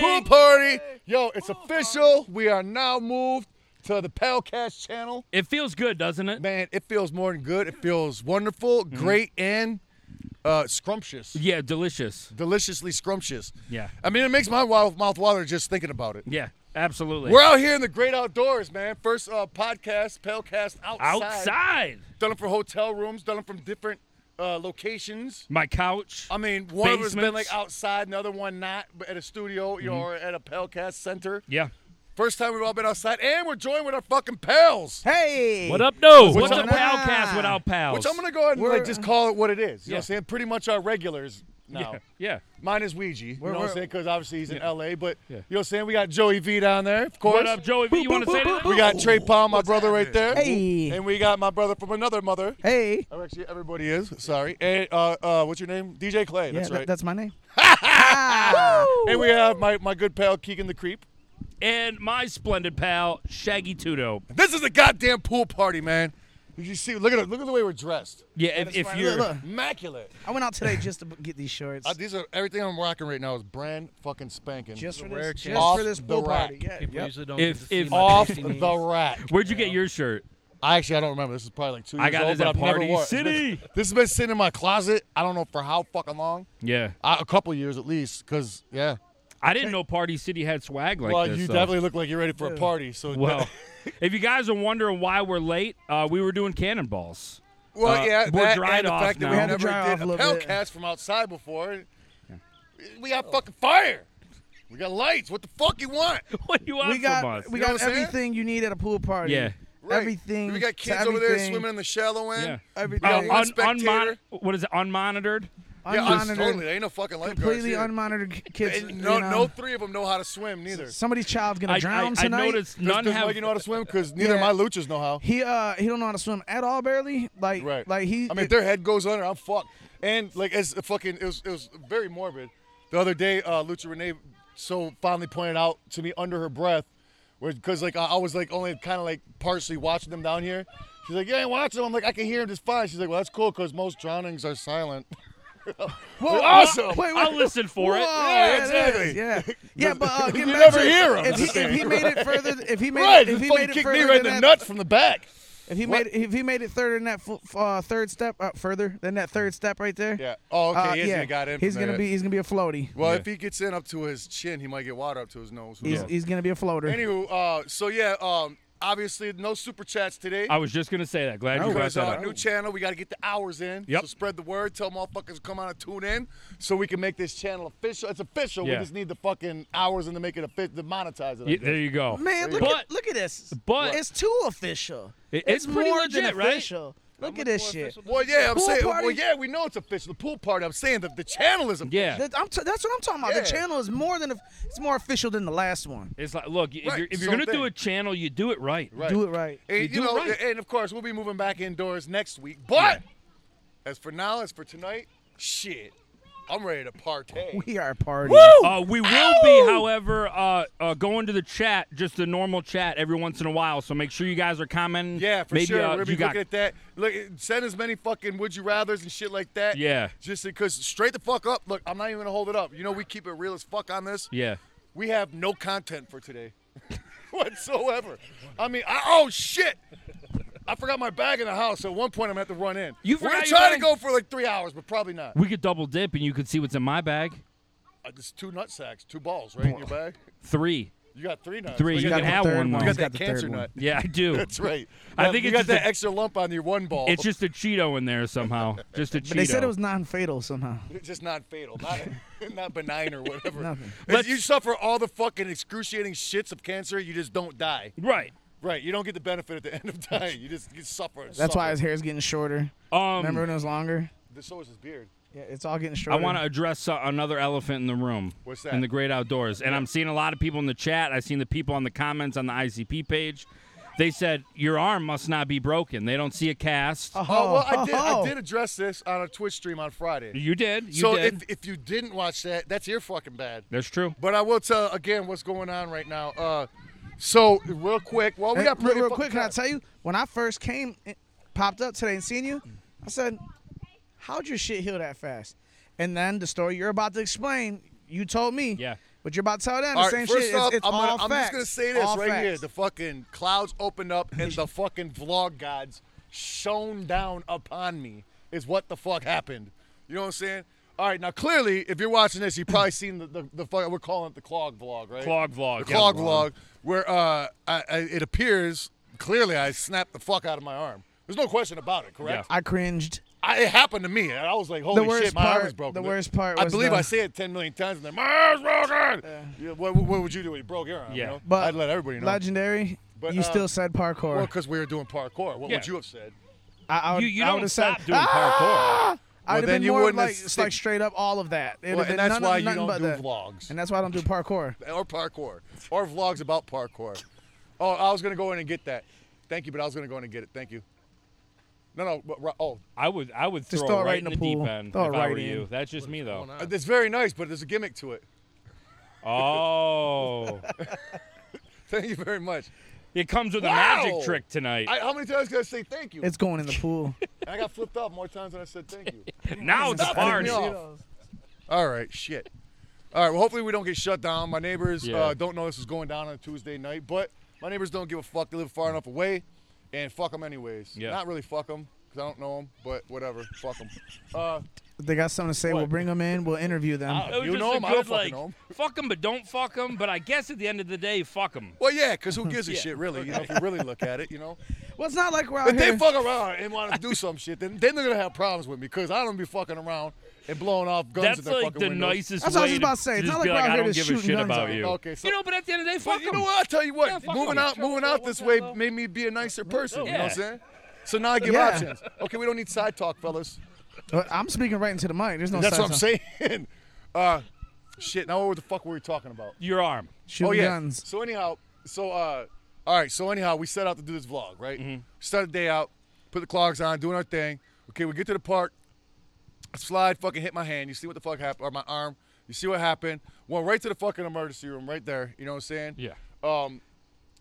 Oh, Yo, it's official. We are now moved to the Palcast channel. It feels good, doesn't it? Man, it feels more than good. It feels wonderful, Mm-hmm. great, and uh, scrumptious. Yeah, delicious. Deliciously scrumptious. Yeah. I mean, it makes my wa- mouth water just thinking about it. Yeah, absolutely. We're out here in the great outdoors, man. First uh, podcast, Palcast outside. outside. Done it from hotel rooms, done it from different uh, locations. My couch. I mean, one of us been Basements. like outside, another one not, but at a studio you know, Mm-hmm. or at a Palcast center. yeah. First time we've all been outside, and we're joined with our fucking pals. Hey! What up, no? What's What's, up, a palcast nah? without pals? Which I'm gonna go ahead and like We're- just call it what it is. You know what I'm Yeah. saying? Pretty much our regulars now. yeah, Oh, yeah. Mine is Ouija. You know We're- what I'm we're- saying? Because obviously he's in LA, but Yeah. you know what I'm saying? We got Joey V down there, of course. What up, Joey? V? You want to say anything? we got Trey Palm, my brother right there. Hey. And we got my brother from another mother. Hey! Or Actually, everybody is. Sorry. And uh, uh, what's your name? DJ Clay. Yeah, That's tha- right. that's my name. Ah! and we have my, my good pal Keegan the Creep. and my splendid pal Shaggy Tudo. This is a goddamn pool party, man. You see, look at look at the way we're dressed. Yeah, if, if you're Look, look, Immaculate. I went out today just to b- get these shorts. Uh, these are everything I'm rocking right now is brand fucking spanking. just for rare this, chance. just Off for this the pool rack. party. Yeah, People yep. usually don't If- get to see if- my off tasty needs. the rack. whered you get your shirt? I actually I don't remember. This is probably like two years I got old, this but at I've never Party wore it. It's City. been- This has been sitting in my closet. I don't know for how fucking long. Yeah, Uh, a couple years at least, because yeah. I didn't know Party City had swag like well, this. you so- definitely look like you're ready for a party. So Well, if you guys are wondering why we're late, uh, we were doing cannonballs. well, uh, yeah. we're that dried and the off fact that we now. never We had to dry did off a a little bit. Hellcast from outside before. We got fucking fire. We got lights. What the fuck you want? What do you want we from us? got You we know got what I'm saying? everything you need at a pool party. Yeah. Right. Everything. We got to kids over there everything. swimming in the shallow end. Yeah. Everything. got Uh, one un- spectator. unmon- what is it? Unmonitored. Yeah, us- unmonitored, totally. There ain't no fucking lifeguards. completely here. unmonitored k- kids. And you no, know. no three of them know how to swim neither. Somebody's child's gonna I, drown I, I tonight. noticed Does- none does have. Mikey know how to swim? Because neither Yeah. of my luchas know how. He uh he don't know how to swim at all barely. Like Right. like he. I mean, if their head goes under, I'm fucked. And like, it's a fucking. It was. It was very morbid. The other day, uh, Lucha Renee so finally pointed out to me under her breath, because like I, I was like only kind of like partially watching them down here. She's like, "You ain't watching them." I'm like, "I can hear them just fine." She's like, "Well, that's cool, because most drownings are silent." Whoa, awesome. Wait, wait. I'll listen for Whoa, it. Yeah, it is, exactly. Yeah, yeah, but uh, You getting back never to- hear 'em, If I'm he, if he saying. made it further, th- if he made right, it, if just he fucking made it kicked further me right in than the that, nuts from the back. if he made if he made it third in that fu- uh, third step, uh, further than that third step right there. Yeah. Oh, okay. uh, yes, yeah, they got in. He's from gonna that. be he's gonna be a floaty. Well, Yeah. if he gets in up to his chin, he might get water up to his nose. Who He's, knows? he's gonna be a floater. Anywho, uh, so yeah, um, obviously no super chats today. I was just gonna say that. Glad you brought Because that our up. new channel, we got to get the hours in. Yep. So spread the word. Tell motherfuckers to come on and tune in, so we can make this channel official. It's official. We Yeah. just need the fucking hours in to make it official, to monetize it. I Y- guess. there you go. Man, look But- at look at this. but- it's too official. It- it's it's pretty more than legit, right? official. Look at this shit. Well, yeah, I'm Pool saying. party? Well, yeah, we know it's official. The pool party. I'm saying the, the channel is official. Yeah. That- I'm t- that's what I'm talking about. The Yeah. channel is more than a, it's more official than the last one. It's like, look, if Right, you're, if same you're gonna thing. do a channel, you do it right. Right. Do it right. And, You you do it know, right. and of course, we'll be moving back indoors next week. But as for now, as for tonight, shit, I'm ready to partay. We are partying. Uh, we will be, however, uh, uh, going to the chat, just the normal chat, every once in a while. So make sure you guys are commenting. Yeah, for Maybe, sure. uh, We're gonna be you got- looking at that. Look, send as many fucking would you rather's and shit like that. Yeah. Just because straight the fuck up. Look, I'm not even gonna hold it up. You know we keep it real as fuck on this. yeah. We have no content for today, whatsoever. I mean, I, oh shit. I forgot my bag in the house. so At one point, I'm gonna have to run in. You We're forgot gonna your try to bag? go for like three hours, but probably not. We could double dip, and you could see what's in my bag. Uh, It's two nut sacks, two balls, right in your bag. Three. You got three nuts. Three. But You got, can have third one, one. though. you He's got got that the cancer third one. nut. Yeah, I do. That's right. I Now, think you it's got just that a- extra lump on your one ball. It's just a Cheeto in there somehow. Just a Cheeto. But they said it was non-fatal somehow. It's just not fatal, not not benign or whatever. Nothing. If Let's- you suffer all the fucking excruciating shits of cancer, you just don't die. right. Right, you don't get the benefit at the end of dying. You just you suffer. and That's why his suffer. hair's getting shorter. Um, Remember when it was longer? The so is his beard. Yeah, it's all getting I shorter. want to address uh, another elephant in the room. What's that? In the great outdoors. And I'm seeing a lot of people in the chat. I've seen the people on the comments on the ICP page. They said, Your arm must not be broken. They don't see a cast. Oh, Oh, well, I did oh, I did address this on a Twitch stream on Friday. You did. You so did. if if you didn't watch that, that's your fucking bad. That's true. But I will tell again what's going on right now. Uh, so real quick, well we Hey, got real, plenty real of fucking quick, can time. I tell you? When I first came, it popped up today and seen you, I said, "How'd your shit heal that fast?" And then the story you're about to explain, you told me. Yeah. But you're about to tell them the All same right, first shit. off, it's, it's I'm, all gonna, I'm facts. just gonna say this all right facts. here: the fucking clouds opened up and the fucking vlog gods shone down upon me. Is what the fuck happened? You know what I'm saying? All right, now clearly, if you're watching this, you've probably seen the the, the fuck, we're calling it the clog vlog, right? Clog vlog, the yeah. clog vlog, where uh, I, I, it appears clearly I snapped the fuck out of my arm. There's no question about it, correct? I cringed. I, it happened to me, and I was like, "Holy worst shit, my arm part- is broken." the worst part I was believe the- I say it ten million times, and then my arm's broken. Yeah, what, what would you do? if You broke your arm. you Yeah. know? But I'd let everybody know. Legendary. But, you uh, still said parkour. well, because we were doing parkour. What Yeah. would you have said? I, I would, You, you I don't would've stop said, "Ah!" doing parkour. I would Well, have then been you more wouldn't have like, stick- like straight up all of that. It Well, been and that's none, why of- you nothing don't but do that. vlogs And that's why I don't do parkour. or parkour or vlogs about parkour. Oh, I was gonna go in and get that. Thank you, but I was gonna go in and get it. Thank you. No, no. But, ro- oh, I would I would throw, Just it right in the, pool. deep end Throw it if I right were in. you. That's just me though. uh, it's very nice, but there's a gimmick to it. Oh, Thank you very much. it comes with a Wow. magic trick tonight. I, how many times can I say thank you? It's going in the pool. I got flipped off more times than I said thank you. now it's Stop party. me off. All right, shit. All right, well, hopefully we don't get shut down. My neighbors Yeah. uh, don't know this is going down on a Tuesday night, but my neighbors don't give a fuck. They live far enough away, and fuck them anyways. Yeah. Not really fuck them, because I don't know them, but whatever, fuck them. Uh, If they got something to say. We'll What? bring them in. We'll interview them. It was You just know a 'em, I don't good, fucking like, know 'em. Fuck them, but don't fuck them. But I guess at the end of the day, fuck them. well, yeah, because who gives a Yeah. shit, really, you know, if you really look at it, you know? well, it's not like we're out If here. they fuck around and want to do some shit, then, then they're going to have problems with me, because I don't be fucking around and blowing off guns That's in their like fucking the windows. nicest That's way what I was just to about to say. It's just not be like we're like, out I here don't just give a shooting shit guns about out. you. Okay, so- you know, but at the end of the day, fuck But you know them. what? I'll tell you what. Yeah, fuck moving 'em. out, moving out this way made me be a nicer person. You know what I'm Yeah. saying? So now I give Yeah. options. Okay, we don't need side talk, fellas. But I'm speaking right into the mic. There's no. That's side what I'm talk. saying. Uh, shit. Now what the fuck were we talking about? Your arm. Shooting oh yeah. guns. So anyhow, so uh, all right. So anyhow, we set out to do this vlog, right? Mm-hmm. Started the day out, put the clogs on, doing our thing. Okay, we get to the park. I slide, fucking hit my hand. You see what the fuck happened, or my arm. You see what happened. Went right to the fucking emergency room, right there. You know what I'm saying? Yeah. Um,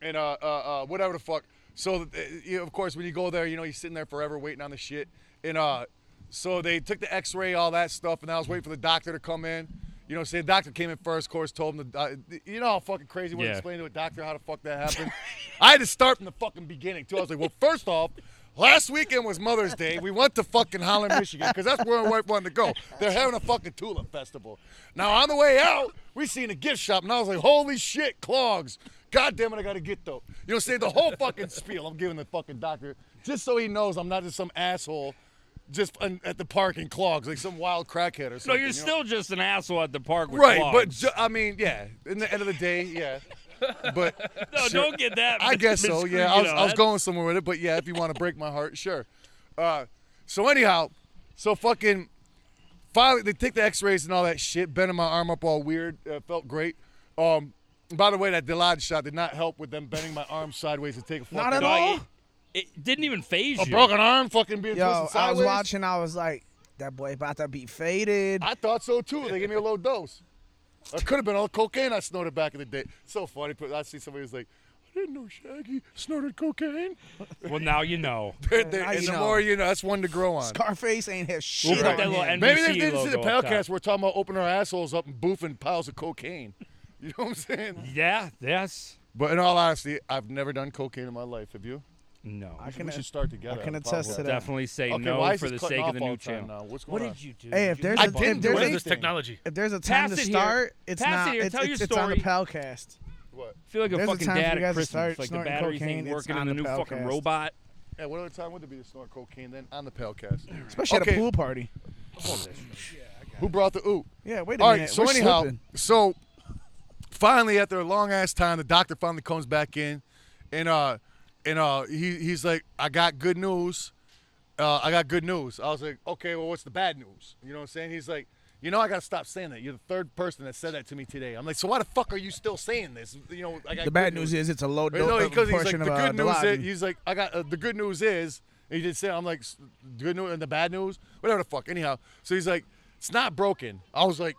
and uh, uh, uh whatever the fuck. So uh, you know, of course, when you go there, you know you're sitting there forever waiting on the shit. And uh, so they took the X-ray, all that stuff, and I was waiting for the doctor to come in. You know, say the doctor came in first. Of course, told him the. Uh, you know how fucking crazy when Yeah. to explain to a doctor how the fuck that happened. I had to start from the fucking beginning too. I was like, well, first off. Last weekend was Mother's Day. We went to fucking Holland, Michigan, because that's where my wife wanted to go. They're having a fucking tulip festival. Now on the way out, we seen a gift shop, and I was like, "Holy shit, clogs! God damn it, I gotta get though." You know, what I'm saying the whole fucking spiel. I'm giving the fucking doctor just so he knows I'm not just some asshole, just in, at the park in clogs, like some wild crackhead or something. No, you're you know? still just an asshole at the park with right, but clogs. ju- I mean, yeah. In the end of the day, yeah. But no, sure. don't get that. I guess so. miscreant, Yeah, I you was, know, I was that- going somewhere with it, but yeah, if you want to break my heart, sure. Uh, so anyhow, so fucking finally they take the X-rays and all that shit. Bending my arm up all weird, uh, felt great. Um, by the way, that Delage shot did not help with them bending my arm sideways to take a fucking Not at No, all. it, it didn't even phase a you. broken arm, fucking being Yo, twisted I sideways. was watching. I was like, that boy about to be faded. I thought so too. They gave me a low dose. It could have been all cocaine I snorted back in the day. So funny, but I see somebody was like, I didn't know Shaggy snorted cocaine. Well, now you know. They're- they're- Now and you the know. more you know, that's one to grow on. Scarface ain't have shit. We'll put on that little him. end- Maybe they NBC didn't see the logo up top. podcast. We're talking about opening our assholes up and boofing piles of cocaine. You know what I'm saying? Yeah. Yes. But in all honesty, I've never done cocaine in my life. Have you? No. I can, we should start together. I can on the attest podcast. to that. Definitely say Okay, no why is for this the cutting sake of off the all new the time channel. Now? What's going What on? did you do? Hey, if Did you- there's I a, didn't if do there's what anything. is a, this technology? if there's a Pass time to it here. start, it's Pass not. it here. It's, Tell your it's, it's on the story. Palcast. What? feel like a There's a fucking time for dad you at guys to Christmas. start like the snorting battery cocaine, thing it's working in on the the new fucking Palcast. robot. Yeah, what other time would there be to snort cocaine then on the podcast? Especially Okay. at a pool party. Who brought the oop? Yeah, wait a All minute. right, so We're anyhow, slipping. so finally after a long ass time, the doctor finally comes back in, and uh, and uh, he he's like, I got good news. Uh, I got good news. I was like, okay, well, what's the bad news? You know what I'm saying? He's like, you know, I gotta stop saying that. You're the third person that said that to me today. I'm like, so why the fuck are you still saying this? You know, I got The bad good news is it's a low Right, no, dose he- 'cause he's like portion the of uh, good news. Is, Dilaudid. he's like I got uh, the good news is and he did say I'm like "S- good news and the bad news whatever the fuck. Anyhow, so he's like it's not broken. I was like,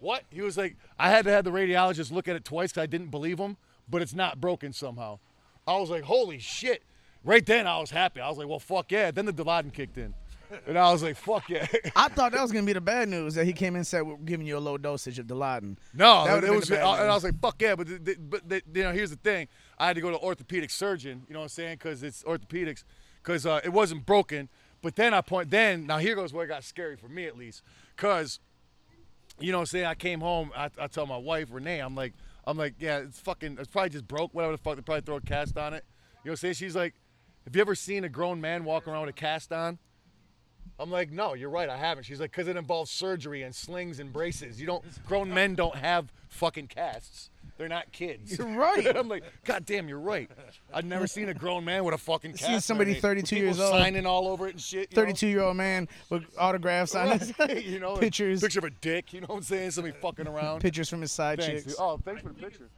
what? He was like I had to have the radiologist look at it twice because I didn't believe him, but it's not broken somehow. I was like, holy shit! Right then I was happy. I was like, well fuck yeah. Then the Dilaudid kicked in. And I was like, fuck yeah. I thought that was gonna be the bad news that he came in and said we're giving you a low dosage of Dilaudin. No, That would've it been was, the bad I- and I news. was like, "Fuck yeah!" But th- th- but th- you know, here's the thing: I had to go to orthopedic surgeon. You know what I'm saying? Because it's orthopedics, because uh, it wasn't broken. But then I point. Then now here goes where it got scary for me at least, because you know what I'm saying. I came home. I, I tell my wife Renee, I'm like, I'm like, yeah, it's fucking. It's probably just broke. Whatever the fuck. They probably throw a cast on it. You know what I'm saying? She's like, Have you ever seen a grown man walking around with a cast on? I'm like, no, you're right, I haven't. She's like, because it involves surgery and slings and braces. You don't, grown men don't have fucking casts. They're not kids. You're right. I'm like, God damn, you're right. I've never seen a grown man with a fucking cast. Seen on somebody it. 32 People years old. signing all over it and shit. you know? 32 year old man with autographs on his you know, and pictures, Picture of a dick. You know what I'm saying? Somebody fucking around. pictures from his side Thanks, chicks. dude. Oh, thanks for the picture.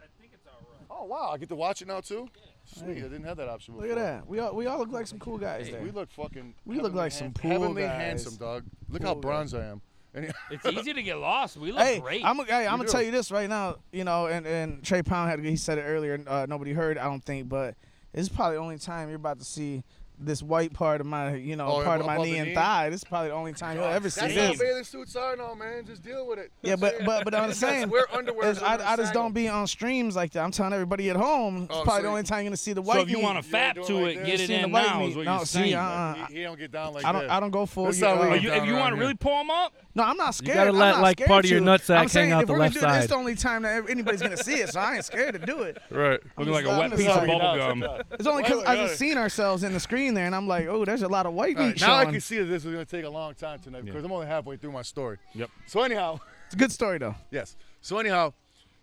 Oh wow, I get to watch it now too. Sweet, I didn't have that option. Look at before. that. We all we all look like some cool guys there. We look fucking. We look heavenly like some hand- pool heavenly guys. handsome, dog. Look how Pool bronze I am. And- It's easy to get lost. We look Hey, great. I'm, hey, I'm do. gonna tell you this right now. You know, and, and Trey Pound had he said it earlier. Uh, nobody heard, I don't think, but this is probably the only time you're about to see this white part of my, you know, Oh, part of my above knee the and knee? thigh. This is probably the only time you'll ever see That's how this. bathing suits are now, man. Just deal with it. Yeah, but but but I'm saying, wear underwear. is I, I just don't be on streams like that. I'm telling everybody at home, it's Oh, probably so the you- only time you're gonna see the white. so if you meat. want to You fat ain't doing to like it, this. get You've it seen the in white now. meat. Is what No, you're see, saying. uh-uh. He, he don't get down like I don't that. I don't go full. That's you, how we uh, Are get you, down if you around want to here. really pull them up, No, I'm not scared. gotta I'm let, not like, scared part of your to. nutsack I'm saying hang out if the we're left gonna do This side. the only time that anybody's gonna see it, so I ain't scared to do it. Right. looking like a just- wet I'm piece of sorry, bubble no, gum. It's only because Why I would I? just seen ourselves in the screen there, and I'm like, oh, there's a lot of white meat now I showing. can see that this is going to take a long time tonight because I'm only halfway through my story. Yep. So anyhow, It's a good story though. yes. So anyhow,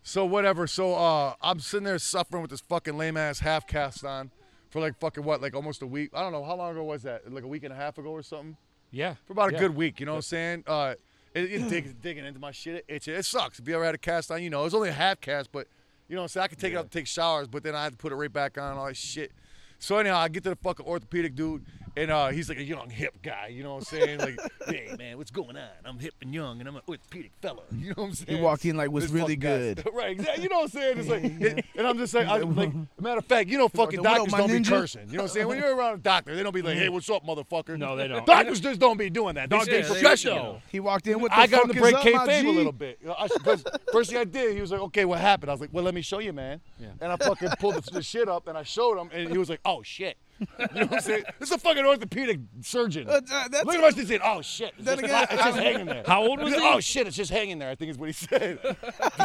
so whatever. So uh, I'm sitting there suffering with this fucking lame ass half cast on for like fucking what, like almost a week. I don't know how long ago was that? Like a week and a half ago or something. Yeah. for about a good week. You know what I'm saying? Uh, it, it dig, digging into my shit, it itches. It sucks. If you ever had a cast on, you know, it was only a half cast, but you know what I'm saying? I could take it up, take showers, but then I had to put it right back on and all that shit. So anyhow, I get to the fucking orthopedic dude, and uh, he's like a young hip guy. You know what I'm saying? Like, hey man, what's going on? I'm hip and young, and I'm an orthopedic fella. You know what I'm saying? walked in like, "What's This really fucking guy- good." right? Exactly. You know what I'm saying? It's like, and I'm just like, I, like matter of fact, you know, fucking "What up, doctors my don't be ninja?" cursing. You know what I'm saying? When you're around a doctor, they don't be like, hey, what's up, motherfucker? No, they don't. Doctors just don't be doing that. They Doctors- stay yeah, they- professional. He walked in with the I got him fuck to is break up, K my Fame a G? little bit. I, 'cause first thing I did, he was like, okay, what happened? I was like, well, let me show you, man. And I fucking pulled the, the shit up and I showed him, and he was like, oh, shit. You know what I'm saying? This is a fucking orthopedic surgeon. Uh, uh, that's- Look at what he said. Oh, shit. It's Then just, again, it's just hanging there. How old was He's he? like, Oh, shit, it's just hanging there, I think is what he said.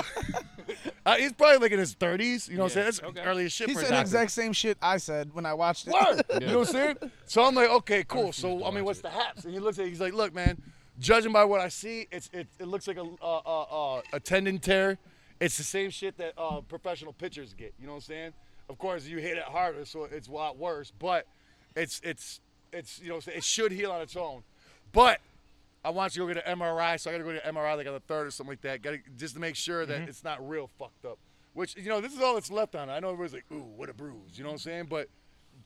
Uh, he's probably like in his 30s. You know what I'm saying? That's early as shit He for a said the doctor. exact same shit I said when I watched it. Word. You know what I'm saying? So I'm like, okay, cool. So I mean, what's the haps? And he looks at, he's like, look, man, judging by what I see, it's it, it looks like a uh, uh, uh, a tendon tear. It's the same shit that uh, professional pitchers get. You know what I'm saying? Of course, you hit it harder, so it's a lot worse. But it's it's it's you know it should heal on its own. But I want you to go get an MRI, so I got to go get an MRI like on the third or something like that. Got to just to make sure that it's not real fucked up. Which you know, this is all that's left on it. I know everybody's like, "Ooh, what a bruise," you know what I'm saying? But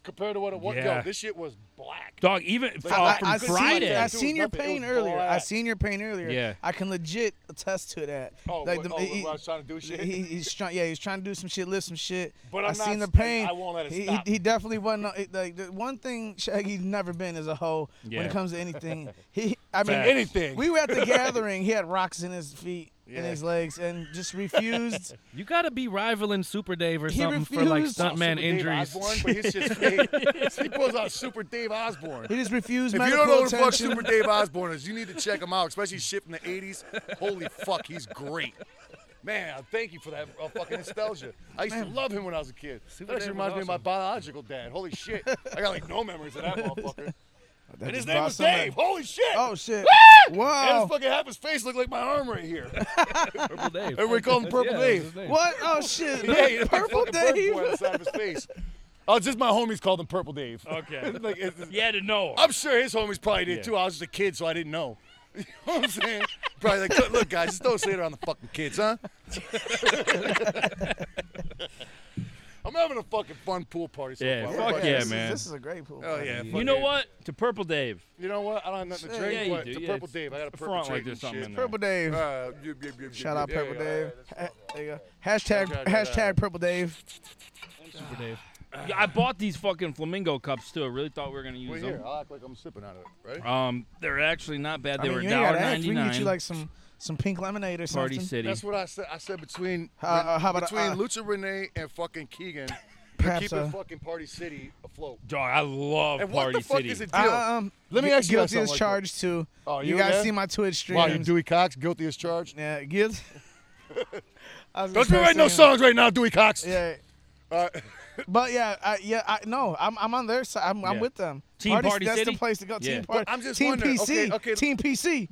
compared to what it was, Yeah. yo, this shit was black. Dog, even uh, I- from I seen- Friday. I Dude, seen your nothing. It pain was earlier. I black. seen your pain earlier. Yeah. I can legit attest to that. Oh, what- oh, he- what I was trying to do shit? He, he's trying. Yeah, he's trying to do some shit, lift some shit. But I I'm not seen the st- pain. I won't let it he, stop He, me. he definitely wasn't. uh, it- Like the one thing Shaggy's never been is a hoe when Yeah. it comes to anything. He, I mean, Facts. Anything. We were at the gathering. He had rocks in his feet and Yeah. his legs, and just refused. You gotta be rivaling Super Dave or He something for like refused. stuntman Super injuries. Dave Osborne, but his shit's fake. he pulls out Super Dave Osborne. he just refused If you medical don't know who the attention. fuck Super Dave Osborne is, you need to check him out, especially shit from the 80s. Holy fuck, he's great. Man, thank you for that uh, fucking nostalgia. I used to love him when I was a kid. that actually Dave reminds me was of my biological dad. Holy shit. I got like no memories of that motherfucker. That And his just name brought was somebody- Dave. Holy shit. Oh shit! And his Whoa! fucking half his face looked like my arm right here. Purple Dave. Everybody called him Purple Yeah, that's Dave. his name. What? Oh shit! Yeah, you know, Purple fucking bird Dave. boy on the side of his face. Oh, just my homies called him Purple Dave. Okay. Oh, like, it's, you had to know. I'm sure his homies probably did Yeah. too. I was just a kid, so I didn't know. You know what I'm saying? probably like, "Look, look, guys, just don't say it around the fucking kids, huh? I'm having a fucking fun pool party. So Yeah, far. fuck We're This fucking- yeah, is- man. This is a great pool. Oh party. yeah. You fuck know yeah. what? To Purple Dave. You know what? I don't have nothing to Yeah, drink, you but do. it's a Yeah, Purple it's Dave. I got a purple front like drink there's and something shit. in there. Purple Dave. Uh, yip, yip, yip, yip, Shout out yip. Yeah, Purple yeah, Dave. yeah, uh, Ha- there you go. Hashtag Shout out, shout hashtag Purple Dave. Super Dave. Yeah, I bought these fucking flamingo cups too. I really thought we were gonna use Wait them. here, I'll act like I'm sipping out of it. Ready? Um, they're actually not bad. I They mean, were you ain't gotta dollar ask. ninety We can get nine. you like some some pink lemonade or Party something. City. That's what I said. I said between Uh, uh, how about, between uh, Lucha Renee and fucking Keegan, they're Perhaps, keeping uh, fucking Party City afloat. Dog, I love And what Party the fuck City. is a deal? Uh, um, Let me gu- ask you guys Guilty something as like charged too. Oh, you you guys there? see my Twitch stream? wow, you Dewey Cox guilty as charged. Yeah, guilt. I was Don't gonna you write no say- um, songs right now, Dewey Cox. Yeah, Uh, but yeah, I, yeah, I, no, I'm, I'm on their side. I'm, I'm Yeah. with them. Team Party- Party that's City? the place to go. Yeah. Mm. Team Party. But I'm just Team wondering, PC. okay, okay. Team PC.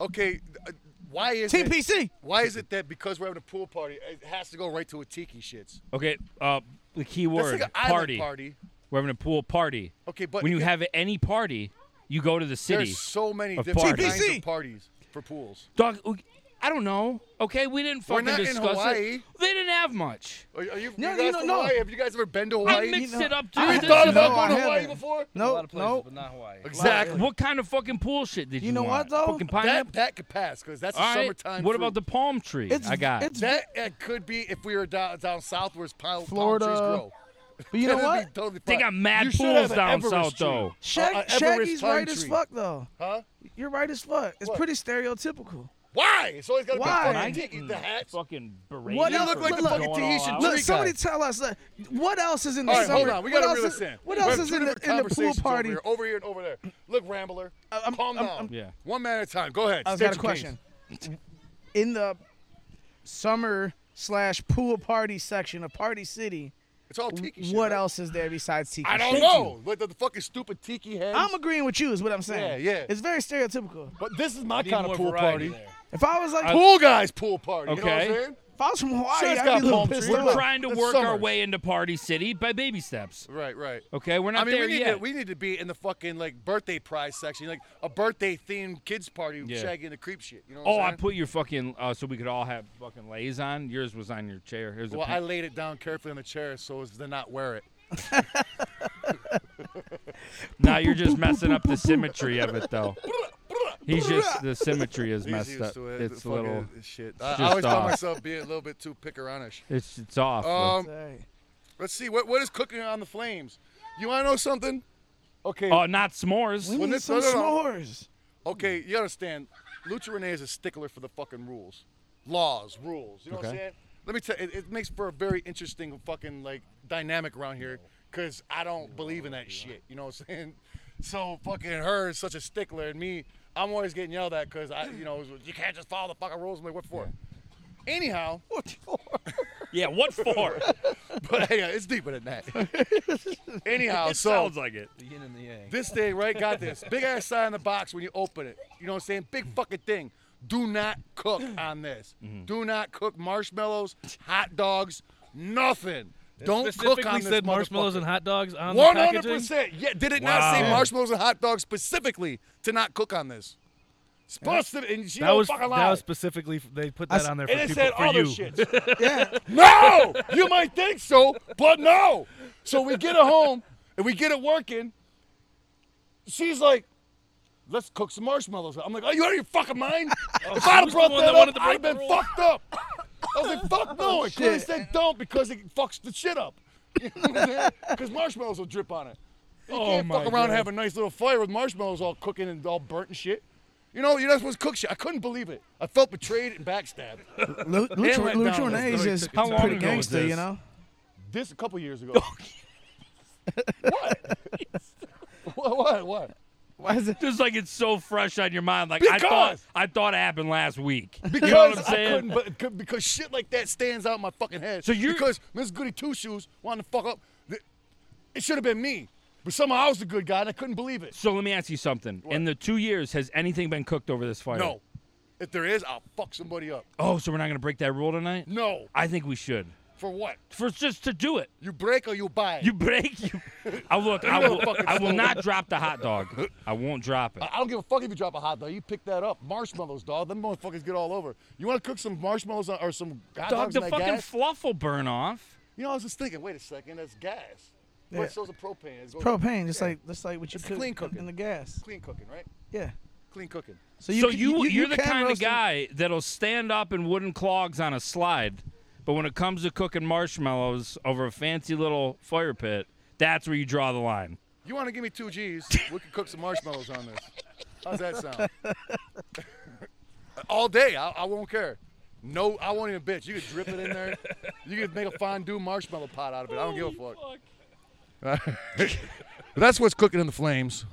okay, uh, why is Team it, PC. Why is it that because we're having a pool party, it has to go right to a tiki shits? okay, uh, the key That's word like an party. island party. We're having a pool party. Okay, but when you it- have any party, you go to the city. there's so many of different parties. kinds TPC. of parties for pools. Dog, we- I don't know. Okay, we didn't We're fucking not in discuss Hawaii. it. They didn't have much. Are, are you, No, you guys you don't from know. Hawaii? Have you guys ever been to Hawaii? I mixed know- it up too. you ever This thought is about fucking- No, going to I Hawaii haven't. before? a No, lot of places, no. but not Hawaii. Zach, Exactly. what kind of fucking pool shit did you, You know want? what, though? Fucking That pineapple. that could pass because that's a All right. summertime. What fruit. about the palm tree? It's I got. it's That uh, could be if we were down, down south where it's pine, Florida. palm trees grow. But you know That'd what? Be totally they fine. got mad You should pools have an down Everest south tree. though. Shag, Uh, Everest Shaggy's pine right as tree. fuck though. Huh? You're right as fuck. It's What? pretty stereotypical. Why? It's always got to be Why? fucking Am I tiki, the hats. Fucking berated. What You else- look like the look, fucking going all Tahitian out. tree Look, somebody guy. tell us like, what else is in the All right, summer? hold on. We got to what reel this else is- in. What We else have is two in the, different in the pool conversations over party? here, Over here and over there. Look, Rambler. I'm- calm I'm- down. I'm- Yeah. One man at a time. Go ahead. I State got a your question. case. In the summer slash pool party section of Party City, It's all tiki shit. what right? else is there besides tiki? I don't shit? know. Like the, the fucking stupid tiki heads. I'm agreeing with you. Is what I'm saying. Yeah, yeah. It's very stereotypical. but this is my Need kind more of pool party. variety there. If I was like, Pool guys pool party. You know what Okay. I'm saying? if I was from Hawaii, Sure, it's I'd got be a little palm pissed trees. We're Look, off. trying to it's work our summer. way into Party City by baby steps. Right, right. Okay, we're not I mean, there we need yet. to we need to be in the fucking like birthday prize section, like a birthday themed kids party, Yeah. Shaggy and the creep shit. You know what oh, I I'm saying? put your fucking uh, so we could all have fucking lays on. Yours was on your chair. Here's Well, a I pink- laid it down carefully on the chair so as to not wear it. now you're just messing up the symmetry of it though. He's just the symmetry is He's messed used up. to it, It's a fucking little. shit. I, just I always off. call myself being a little bit too picaronish. It's it's off. though. Um, Sorry. let's see what what is cooking on the flames. You want to know something? Okay. Oh, not s'mores. We Well, need this- some no, no, s'mores. Okay, you understand, Lucha Renee is a stickler for the fucking rules, laws, rules. You know what I'm Okay. saying? Let me tell you, it, it makes for a very interesting fucking like dynamic around here, cause I don't believe in that shit. You know what I'm saying? So fucking her is such a stickler, and me, I'm always getting yelled at, cause I, you know, you can't just follow the fucking rules. I'm like, what for? Anyhow, Yeah, what for? but yeah, it's deeper than that. Anyhow, so like it. The yin and the yang. This thing, right? Got this. Big ass sign in the box when you open it. You know what I'm saying? Big fucking thing. Do not cook on this. Mm-hmm. Do not cook marshmallows, hot dogs, nothing. Don't cook on Specifically this said marshmallows motherfucker. and hot dogs on One the hundred packaging. percent. Yeah, did it not say Wow. marshmallows and hot dogs specifically to not cook on this? Specific, and she That don't was fucking that lie. was specifically they put s- that on there for and it people said for other you. shit. Yeah. No, you might think so, but no. So we get it home and we get it working. She's like, "Let's cook some marshmallows." I'm like, "Are you out of your fucking mind? if I'd have who's the brought one that that wanted up, to I'd have break been the rule? Oh, fucked up." I was like, "Fuck no!" It clearly shit. said don't because it fucks the shit up. Because marshmallows will drip on it. You Oh can't my fuck around God. and have a nice little fire with marshmallows all cooking and all burnt and shit. You know, you're not supposed to cook shit. I couldn't believe it. I felt betrayed and backstabbed. Lu- Lucha let Lucha down. Renee's Really is took it down. How pretty long ago was gangster, you this? know. This a couple years ago. what? what? What? What? Why is it? Just like it's so fresh on your mind. Like I thought Because- I thought it happened last week. Because you know what I'm I saying? couldn't, but c- because shit like that stands out in my fucking head. So you're- because Miss Goody Two Shoes wanted to fuck up. th- It should have been me, but somehow I was the good guy and I couldn't believe it. So let me ask you something. In the two years, has anything been cooked over this fire? No, if there is, I'll fuck somebody up. Oh, so we're not gonna break that rule tonight? No, I think we should. for what? For just to do it. You break or you buy? You break you. I look. I will. I will not drop the hot dog. I won't drop it. I I don't give a fuck if you drop a hot dog. You pick that up. Marshmallows, dog. Them motherfuckers get all over. You want to cook some marshmallows on- or some hot Dog, dogs the in that fucking gas? fluff will burn off. You know, I was just thinking, wait a second, that's gas. Yeah. But so's a propane. It's Propane, just like just like what you It's cook clean in cooking. the gas. clean cooking, right? Yeah. Clean cooking. So you, c- you, are the can kind of roast them. guy that'll stand up in wooden clogs on a slide, But when it comes to cooking marshmallows over a fancy little fire pit, that's where you draw the line. You want to give me two G's? We can cook some marshmallows on this. How's that sound? All day, I, I won't care. No, I won't even bitch. You could drip it in there. You could make a fondue marshmallow pot out of it. I don't give a fuck. But that's what's cooking in the flames.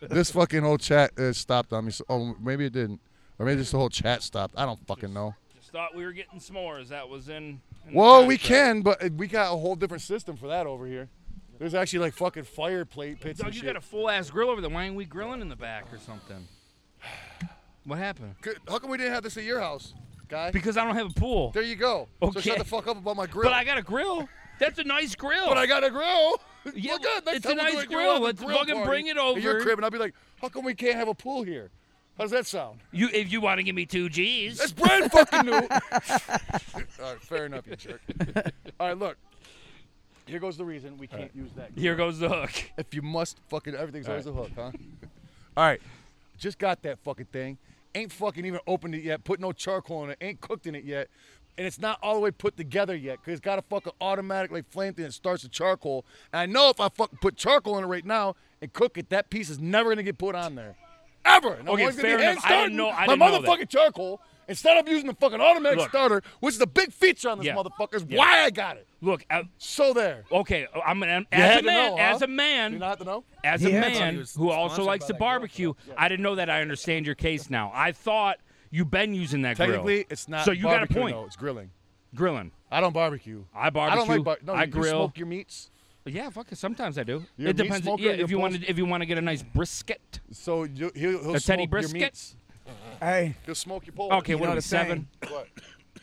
this fucking whole chat uh, stopped on me. So, oh, maybe it didn't, or maybe just the whole chat stopped. I don't fucking know. Just thought we were getting s'mores. That was in. in the Well, we contract. can, but uh, we got a whole different system for that over here. There's actually like fucking fire plate pits Doug, and you shit. got a full ass grill over there. Why ain't we grilling in the back or something? What happened? Good- How come we didn't have this at your house, guy? Because I don't have a pool. There you go. So Okay. shut the fuck up about my grill. But I got a grill. That's a nice grill. But I got a grill. Yeah, Well, good. Next it's a time we do nice it, you'll grill. have a Let's fucking party bring it at your over. crib, and I'll be like, how come we can't have a pool here? How does that sound? you, if you want to give me two G's. That's brand fucking new. All right, fair enough, you jerk. All right, look. Here goes the reason we can't use that. Here goes the hook. If you must, fucking everything's All always a hook, huh? All right, just got that fucking thing. Ain't fucking even opened it yet. Put no charcoal in it. Ain't cooked in it yet. And it's not all the way put together yet, cause it's got a fucking automatic like flame thing that starts with charcoal. And I know if I fucking put charcoal in it right now and cook it, that piece is never gonna get put on there, ever. And I'm Okay, always gonna fair be enough. hand I didn't starting know- I my didn't know that. motherfucking charcoal instead of using the fucking automatic Look. starter, which is the big feature on this Yeah. motherfucker. Is Yeah. Why I got it. Look, I- So there. okay, I'm an, had as, a to man, know, huh? as a You man, not have to know. as a Yeah. I thought he man was who also sponsored likes by to that girl for barbecue. I didn't know that. I understand your case now. I thought you've been using that Technically, grill. it's not. So you got a barbecue, point. No, it's grilling. Grilling. I don't barbecue. I I barbecue. don't like bar- no, I you, grill. You smoke your meats, Yeah, fuck it. Sometimes I do. You're a it meat depends. smoker? yeah, You're if you a want bus- to, if you want to get a nice brisket. so you, he'll, he'll smoke A Teddy brisket? your meats. Hey, He'll smoke your poultry. Okay, You what know are we the saying. seven? What?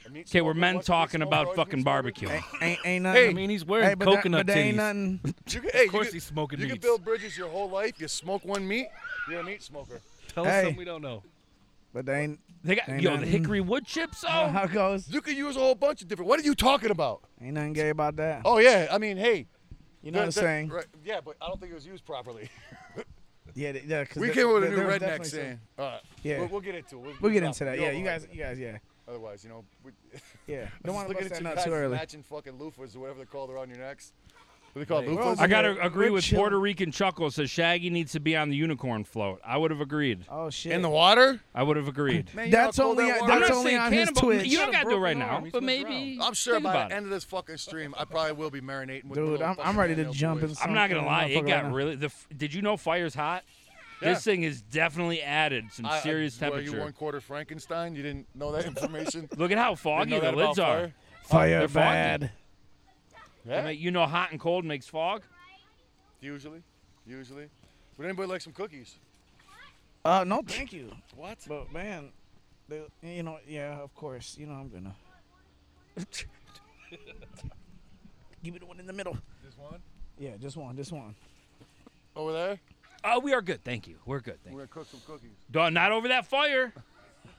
A meat Okay, we're smoker, men what? Meat talking smoker, about always fucking meat smoker? barbecue. ain't ain't Hey, I nothing. mean, he's Hey, wearing but that, coconut but that ain't titties. nothing. You can, hey, Of you course can, he's smoking You can meats. build bridges your whole life. You smoke one meat, you're a meat smoker. Tell us Hey. something we don't know. But that ain't. They got Ain't yo the nothing. hickory wood chips. Oh, Oh, how it goes? You can use a whole bunch of different. What are you talking about? Ain't nothing gay about that. Oh yeah, I mean, hey. you know what I'm saying? Right, yeah, but I don't think it was used properly. Yeah, th- yeah. 'cause We there- came up with a there- new there was redneck definitely saying. some- All right. Yeah. We'll, we'll get into it. We'll, We'll get stop. into that. You're Yeah, all you right. guys, you guys, yeah, Otherwise, you know, we, yeah. Don't want to Look bust at that you nut guys too early. Matching fucking loofahs or whatever they're called around your necks. What do they call We're all- loofahs? I gotta We're agree with chilling. Puerto Rican Chuckle. Says Shaggy needs to be on the unicorn float. I would have agreed. Oh shit. In the water? I would have agreed. Man, you That's know how cold only- that I'm water I'm is? not That's only saying on his cannibal. Twitch. You don't He's gotta do it got a right broken now, arm. He's but gonna maybe. I'm sure think by about the it. end of this fucking stream, I probably will be marinating with. Dude, little I'm, I'm fucking ready to mayo jump boys. in. some I'm not gonna fucking lie. It motherfucker got right now. really. The, f- did you know fire's hot? Yeah. This thing has definitely added some I- serious Were you one temperature. quarter Frankenstein? You didn't know that information. Look at how Didn't know foggy the that about lids are. fire? Fire They're foggy. bad. Yeah, I mean, you know, hot and cold makes fog. usually, usually. Would anybody like some cookies? Uh, no, thank you. What? But man, the, you know, yeah, of course, you know, I'm gonna give me the one in the middle. Just one? Yeah, just one, just one. Over there? Oh, we are good. Thank you. We're good. Thank We're you. gonna cook some cookies. Duh, Not over that fire.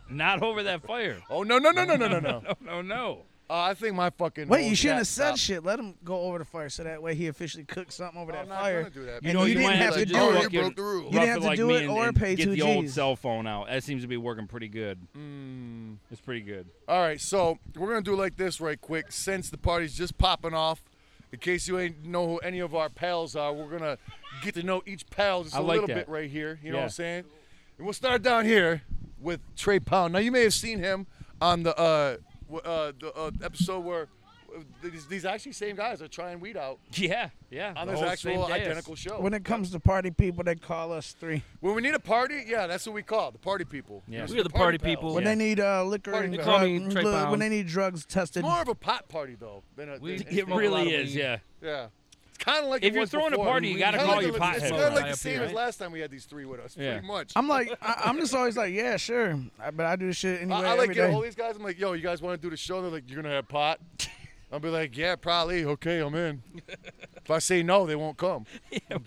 Not over that fire. Oh no no no no no no no! No, no, no. Uh, I think my fucking. Wait, whole you shouldn't chat have said stopped. shit. Let him go over the fire, so that way he officially cooked something over I'm that not fire. gonna do that. And know, you you didn't might have as well to do just Oh, it. you fucking broke the rule. You didn't rough have it to like do me it and- or and pay get two the old Gs. cell phone out. That seems to be working pretty good. It's pretty good. All right, so we're gonna do it like this right quick. Since the party's just popping off, in case you ain't know who any of our pals are, we're gonna get to know each pal just a I like little that. bit right here. You know what Yeah. I'm saying? And we'll start down here with Trey Pound. Now you may have seen him on the uh, w- uh, the uh, episode where uh, these, these actually same guys are trying weed out Yeah, yeah. on the this whole actual Oh, same day. identical show. When it comes to party people, they call us three. When we need a party, yeah, that's what we call it, the party people. Yeah. It's We are the party pals. people. When Yeah. they need uh, liquor Party and they call drug- me Trey look, when Pound. they need drugs tested. It's more of a pot party though than a. We- than It Yeah, anything else. lot really of is, weed. yeah. Yeah. It's kind of like If it you're was throwing a before. party, you gotta Kinda call like your the- pothead It's kind over of like it. the same Right? as last time we had these three with us, Yeah. pretty much. I'm like, I, I'm just always like, yeah, sure. I, but I do this shit I, anyway. I like every get day. all these guys. I'm like, yo, you guys want to do the show? They're like, you're gonna have pot. I'll be like, yeah, probably. Okay, I'm in. if I say no, they won't come.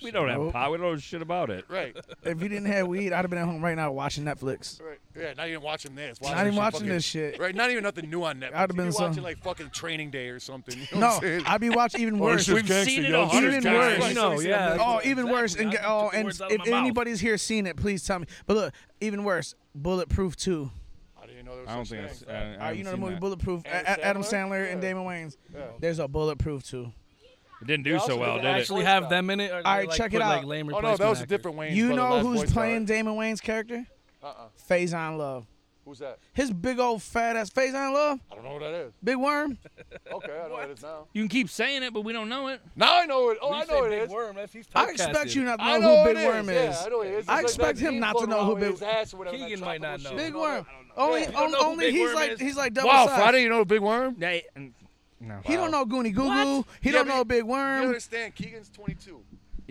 We don't have Nope. pot. We don't know Oh, shit about it. Right. If you didn't have weed, I'd have been at home right now watching Netflix. Right. Yeah. Not even watching this. Not even some watching fucking- this shit. Right. Not even nothing new on Netflix. I'd have You'd been be some- watching like fucking Training Day or something. You know what No, I'm saying? I'd be watching even Oh, this worse. shit's We've gangsta, seen it yo. a This hundred shit's times. gangsta. Worse. You No, see yeah. that? Oh, even worse. Exactly. And I oh, took the and words out of if my mouth. anybody's here seen it, please tell me. But look, even worse, Bulletproof Two. I didn't know there was I don't such think things. that's. uh, I, I All right, haven't you know the seen movie that. Bulletproof? A- Adam A- Adam Sandler? Sandler and Yeah. Damon Wayans. Yeah. There's a Bulletproof too. It didn't do They so also well, did did that it? Actually, have them in it. All Alright, check it out. Oh no, that was a different Wayne. You brother, know Last who's Boy Scout, playing right? Damon Wayne's character? Uh-uh. Faison Love. Who's that? His big old fat ass Faison Love, I don't know who that is. big worm. Okay, I know what it is now. You can keep saying it, but we don't know it. Now I know it. Oh, I know it is. Worm, that's- he's I expect typecasted. you not to know I know who it Big Worm Yeah, is. I know it is. I It's like expect that him meme not to floating know around who with Big- his ass or whatever, that Keegan might tropical not shit. know. Big No, no, Worm. I don't know. Only, Yeah, you don't know who only Big he's Worm like is. he's like double Wow, sized. Friday, you know Big Worm? They, and- no. He don't know Goonie Goo Goo. He Yeah, don't but- know Big Worm. You understand? Keegan's 22.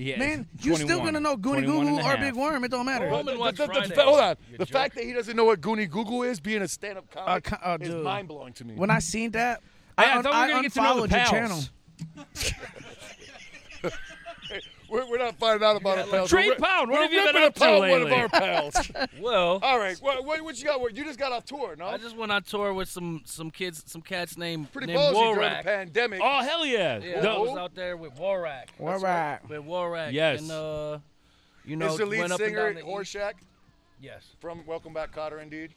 Yeah, Man, it's you still 21. gonna know 21 Goonie Goo and Goo a or half. Big Worm. It don't matter. Roman The- watched the- the- the Friday. fa- hold on. You The jerk. fact that he doesn't know what Goonie Google is, being a stand-up comic, co- oh, is dude. mind-blowing to me. When I seen that, Hey, I un- thought we were gonna get to know the unfollowed your pals. channel. we're, we're not finding out about our pals. Trey We're- Pound, what we're have you ripping been up to apart One of lately? our pals. Well, All right, what, what, what you got? What- You just got off tour, no? I just went on tour with some some kids, some cats named Pretty named ballsy during the Warrack. pandemic. Oh hell yeah! Yeah, I The- was out there with Warrack. All right. With Warrack. Yes. And uh, you know, is the lead went up singer and down the east- Horshack Yes. from Welcome Back, Cotter, indeed?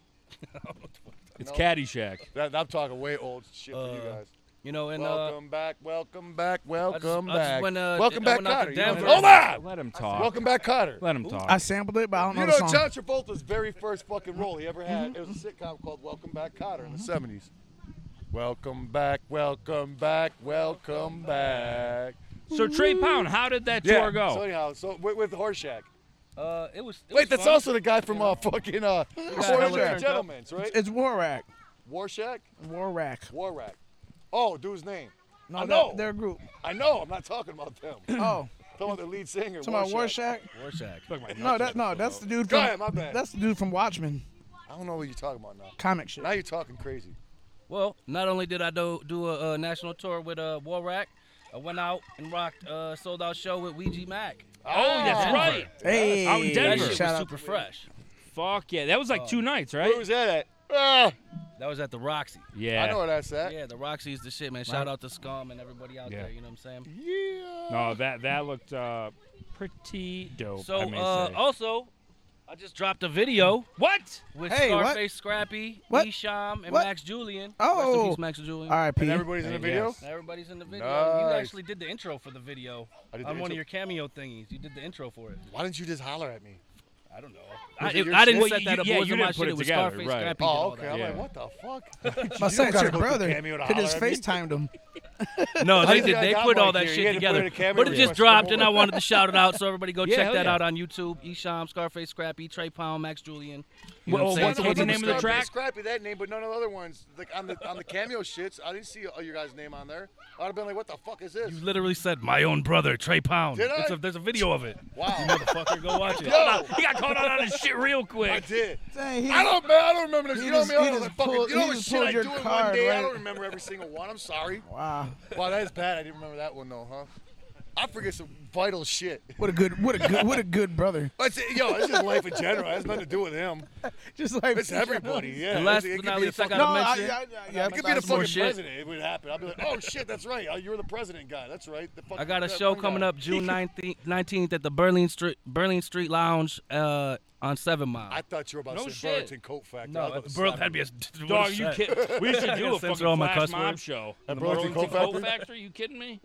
it's No. Caddyshack. That, I'm talking way old shit for you Uh, guys. You know, and uh, Welcome back, welcome back, welcome I just back. went, uh, welcome I back, went out to Cotter. You know Denver. that? Hold on! Let him talk. Welcome back, Cotter. Let him talk. I sampled it, but I don't know You the know, song. John Travolta's very first fucking role he ever had. Mm-hmm. It was a sitcom called Welcome Back, Cotter in the 70s. Welcome back, welcome back, welcome back. so Trey Pound, how did that Yeah. tour go? So anyhow, so with, with Horshack. uh, it was. It Wait, was that's fun. also the guy from uh, fucking uh, Four hella Hundred turned up. Gentlemen, right? It's Warrack. Warshack, Warrack. Warrack. Oh, dude's name. No, I that- know. Their group. I know. I'm not talking about them. I'm Oh, talking about the lead singer. talking about Warshak. Rorschach. No, that no, that's the dude Go from. ahead, my bad. That's the dude from Watchmen I don't know what you're talking about now. comic shit. Now you're talking crazy. Well, not only did I do do a, uh national tour with uh, Warrack, I went out and rocked uh, sold out show with Ouija Mac. Oh, that's Denver. right. Hey, Out in That Denver. shit Shout was out super fresh. Fuck yeah! That was like two nights, right? Where Uh, was that at? Ah, That was at the Roxy. yeah. I know where that's at. Yeah, the Roxy is the shit, man. Shout out to Scum and everybody out Yeah. there. You know what I'm saying? No, that that looked uh, pretty dope. So I may uh, say. also, I just dropped a video what? with Hey, what? Scarface, Scrappy, What? Esham, and What? Max Julian. Rest in Oh. peace, Max and Julian. R.I.P. And everybody's in the Hey, video. yes. Everybody's in the video. You Nice. actually did the intro for the video I did the on one intro. of your cameo thingies. You did the intro for it. Why didn't you just holler at me? I don't know. Was I, it your I didn't shit? set that Well, up. you- It yeah, wasn't you my didn't shit. put It it was together, Scarface, right. Scrappy. did Oh, all okay. that. I'm Yeah. like, what the fuck? My You don't son, it's gotta your go through brother. Cameo to He just holler at me. FaceTimed him. No, I they didn't think did. I They got put one all that here. You shit had to put it together. in camera But it just request. dropped, Come and I wanted to shout it out, so everybody go Yeah, check hell that yeah. out on YouTube. Esham, Scarface, Scrappy, Trey Pound, Max Julian. You Well, know what I'm what's- saying? what's the Katie name of the Mustard. track? Scrappy that name, but none of the other ones. Like on the on the cameo shits, I didn't see uh, your guys' name on there. I'd have been like, what the fuck is this? You literally said my own brother, Trey Pound. Did I? It's a- there's a video of it. Wow. Motherfucker, go watch it. Yo, He got caught out on his shit real I quick. did. Dang, he- I don't, man, I don't remember this. He You know just- me. I he don't just fucking. pulled- you know he what just shit pulled I do your in one card, day. I right? don't remember every single one. I'm sorry. Wow, Wow, that is bad. I didn't remember that one though, huh? I forget some vital shit. what a good, what a good, what a good brother. But it's- yo, it's just life in general. It has nothing to do with him. Just like It's everybody. Yeah. And last It but could not be the least, I fucking- No, gotta I- mention- I- I- yeah, It could be the That's more fucking shit. president. It would happen. I'd be like, oh shit, that's right. Oh, you were the president guy. That's right. The fucking I got a that show one guy. coming up June 19th, 19th at the Berlin Street Berlin Street Lounge uh, on Seven Mile. I thought you were about No to say shit. Burlington Coat Factory. I was no, about to Berlin, slap that'd be a what Dog, a you set. kidding? We should do a Censor fucking all my flash cuss mob words. show. At The Burlington Coat Factory? You kidding me?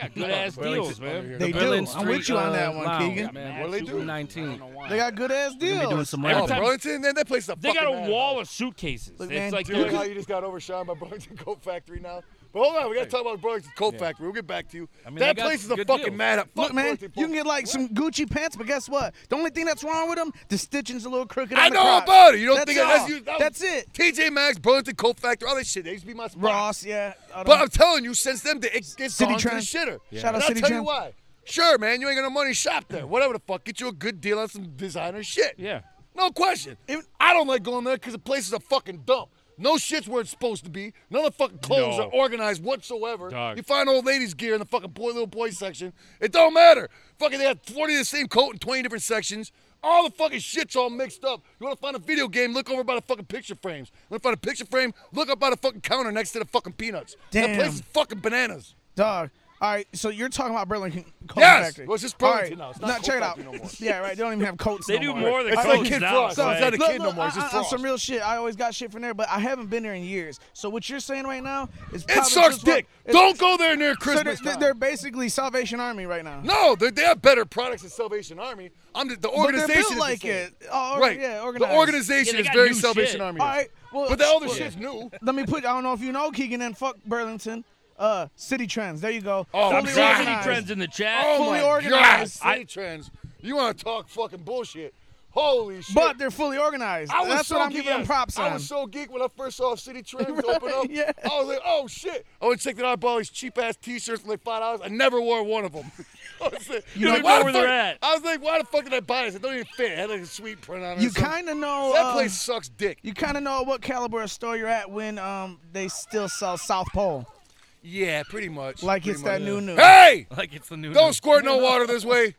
got good ass Burlington- deals, man. They Berlin do. I'm with Street, you on uh, that one, Lounge, Keegan. Man. What do they do? June 19th. They got good ass We're deals. gonna be doing some you. Every Oh, rap. time- Burlington, man, that place a They got fucking a wall madhouse. of suitcases. Look, it's man, like Do you they're- like how you just got overshone by Burlington Coat Factory now? But hold on, we gotta talk about Burlington Coat Factory. We'll get back to you. mean, that they got place is a good fucking deals. mad up. Look, man, you can get like some Gucci pants, but guess what? The only thing that's wrong with them, the stitching's a little crooked. I on the know all crotch. about it. You don't that's think it- all. that's you- that- That's it. TJ Maxx, Burlington Coat Factory, all that shit. They used to be my spot. Ross, yeah. all But them- I'm telling you, since them, it gets City gone to the Trend. shitter. Yeah. Shout out and I'll City tell you Trend. why. Sure, man, you ain't got no money. Shop there. Whatever the fuck. Get you a good deal on some designer shit. Yeah. No question. Even- I don't like going there because the place is a fucking dump. No shit's where it's supposed to be. None of the fucking clothes No. are organized whatsoever. Dog. You find old ladies' gear in the fucking boy little boy section. It don't matter. Fucking they got 40 of the same coat in 20 different sections. All the fucking shit's all mixed up. You wanna find a video game, look over by the fucking picture frames. You wanna find a picture frame, look up by the fucking counter next to the fucking peanuts. That Damn. place is fucking bananas. Dog, All right, so you're talking about Burlington Coat Yes! Factory. Well, it's just All Burlington now. It's not Coat check it out. Factory no more. yeah, right. They don't even have coats. They no do more. more than It's coats like Kid now. Frost. so It's not a Look, kid look, no more. It's I- just I- on Frost. some real shit. I always got shit from there, but I haven't been there in years. So what you're saying right now is It probably sucks just what- dick. it's- Don't go there near So they're, Christmas they're- time. they're basically Salvation Army right now. no, they, they have better products than Salvation Army. I'm the, the but they're organization. is built the like same. it. Oh, right. Yeah, the organized. organization Yeah, they is got very new Salvation shit. Army. All right. Well, but the other well, shit's new. Let me put. I don't know if you know Keegan and fuck Burlington. Uh, City Trends. There you go. Oh, I'm Fully seeing any organized. trends in the chat. Oh fully my organized. God. City trends. You want to talk fucking bullshit? Holy shit! But they're fully organized. I was That's so what I'm geek- giving them yes, props on. I was so geek when I first saw City Trends Right, open up. yeah. I was like, oh shit! I went check it out. I bought all these cheap ass T-shirts for like five dollars. I never wore one of them. I was like, You like, don't why know the where they're fuck- at. I was like, why the fuck did I buy this? It don't even fit. It had like a sweet print on it. or you something. kind of know. That uh, place sucks dick. You kind of know what caliber of store you're at when um they still sell South Pole. Yeah, pretty much. Like pretty it's that much. new new. Hey! Like it's the new. Don't squirt no water this way.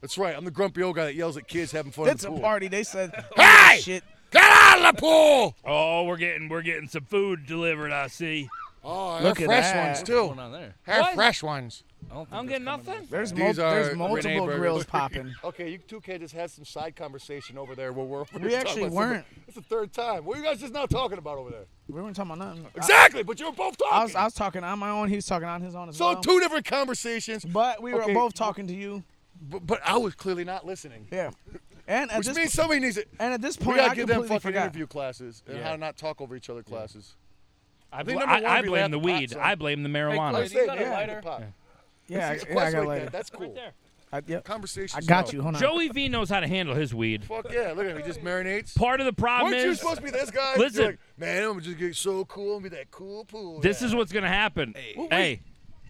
That's right. I'm the grumpy old guy that yells at kids having fun That's in a the pool. party. They said. Hey! Shit. Get out of the pool! Oh, we're getting we're getting some food delivered. I see. Oh, Look they're at fresh that. ones too. Going on there. They're What? fresh ones. I don't think I don't there's get coming nothing. There's, mul- These are there's Renee multiple burgers. grills popping. Okay, you two kids just had some side conversation over there where we're. over We here talking actually about something. weren't. It's the third time. What are you guys just not talking about over there? We weren't talking about nothing. I- Exactly, but you were both talking. I, was, I was talking on my own. He was talking on his own as so well. two different conversations, But we were Okay. both talking to you. but, but I was clearly not listening. Yeah. And at Which this means somebody needs it. and at this We point, gotta I give them completely fucking forgot. interview classes and Yeah. how to not talk over each other classes. I, think bl- number I- one I would be blame the laugh at weed. something. I blame the marijuana. Clay, I you say got a that. lighter? Pop. Yeah, I, It's a yeah, I question got right later. there. That's cool. I, yep. Conversation. I got you. Hold on. Joey V knows how to handle his weed. Fuck yeah! Look at him. He just marinates. Part of the problem Weren't you is supposed to be this guy? Listen. You're like, man, I'm gonna just get so cool and be that cool pool. this guy." is what's gonna happen. Hey,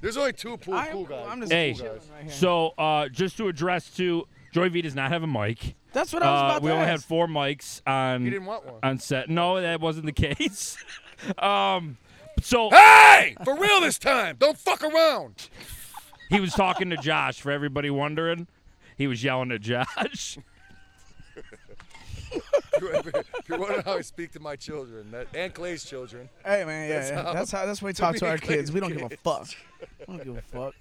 There's only two pool I am- cool guys. I'm Cool just hey. cool guys. right here. So uh, just to address to Joey V does not have a mic. That's what I was Uh, about to we only ask. had four mics on You didn't want one. on set. No, that wasn't the case. um, so Hey! For real this time. Don't fuck around. he was talking to Josh. For everybody wondering, he was yelling at Josh. If you're, if you're wondering how I speak to my children that, and Clay's children, Hey man, yeah, that's, yeah. How, that's how that's what we talk to our communicate kids. We don't with give a fuck. We don't give a fuck.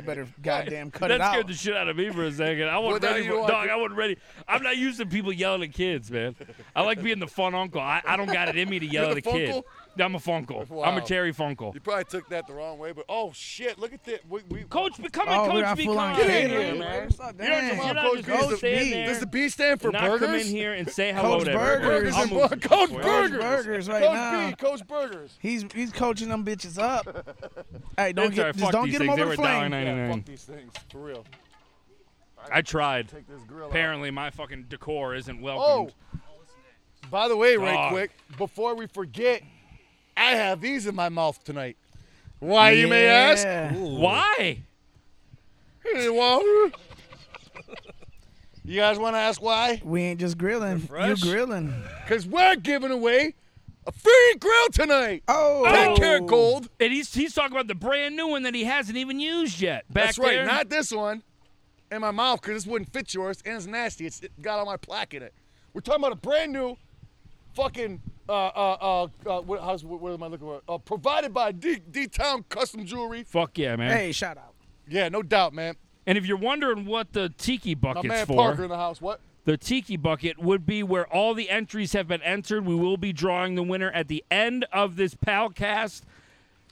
better goddamn cut that it out. scared the shit out of me for a second. I wasn't Well, now ready. you For, are. dog, I wasn't ready. I'm not used to people yelling at kids, man. I like being the fun uncle. I, I don't got it in me to yell You're at the a kid. Funkle? I'm a Funkle. I'm Wow. a Terry Funkle. you probably took that the wrong way. But oh shit, look at that. We, we, Coach, become oh, a we coach. got Be full on kind. kid kid here, here, man. man. What's up, You don't damn? come You're on, not Coach just B. gonna Does stand the- there Does the B stand for not burgers? come in here and say hello Coach to Burgers. Burgers everybody. I'll and move bur- you. Coach Wait. Burgers. Burgers right Coach now. B, Coach Burgers. He's he's coaching them bitches up. hey, That's don't get all right, just fuck don't these get them things. over They the were down flame. nine- Yeah, nine. fuck these things for real. I tried. Take this grill. out. Apparently, my fucking decor isn't Oh. welcomed. By the way, right Dog. quick, before we forget, I have these in my mouth tonight. Why you may ask? Yeah. Why? Hey, Walter. you guys want to ask why? We ain't just grilling. You fresh. grilling. Because we're giving away a free grill tonight. Oh, Take care, Gold. And he's he's talking about the brand new one that he hasn't even used yet. Back That's right, there. not this one. In my mouth, because this wouldn't fit yours, and it's nasty. It's it got all my plaque in it. We're talking about a brand new fucking, uh, uh, uh, uh what, how's, what, what am I looking for? Uh, provided by D- D-Town Custom Jewelry. Fuck yeah, man. Hey, shout out. Yeah, no doubt, man. And if you're wondering what the tiki My bucket's man for, Parker in the house. What? the tiki bucket would be where all the entries have been entered. We will be drawing the winner at the end of this palcast.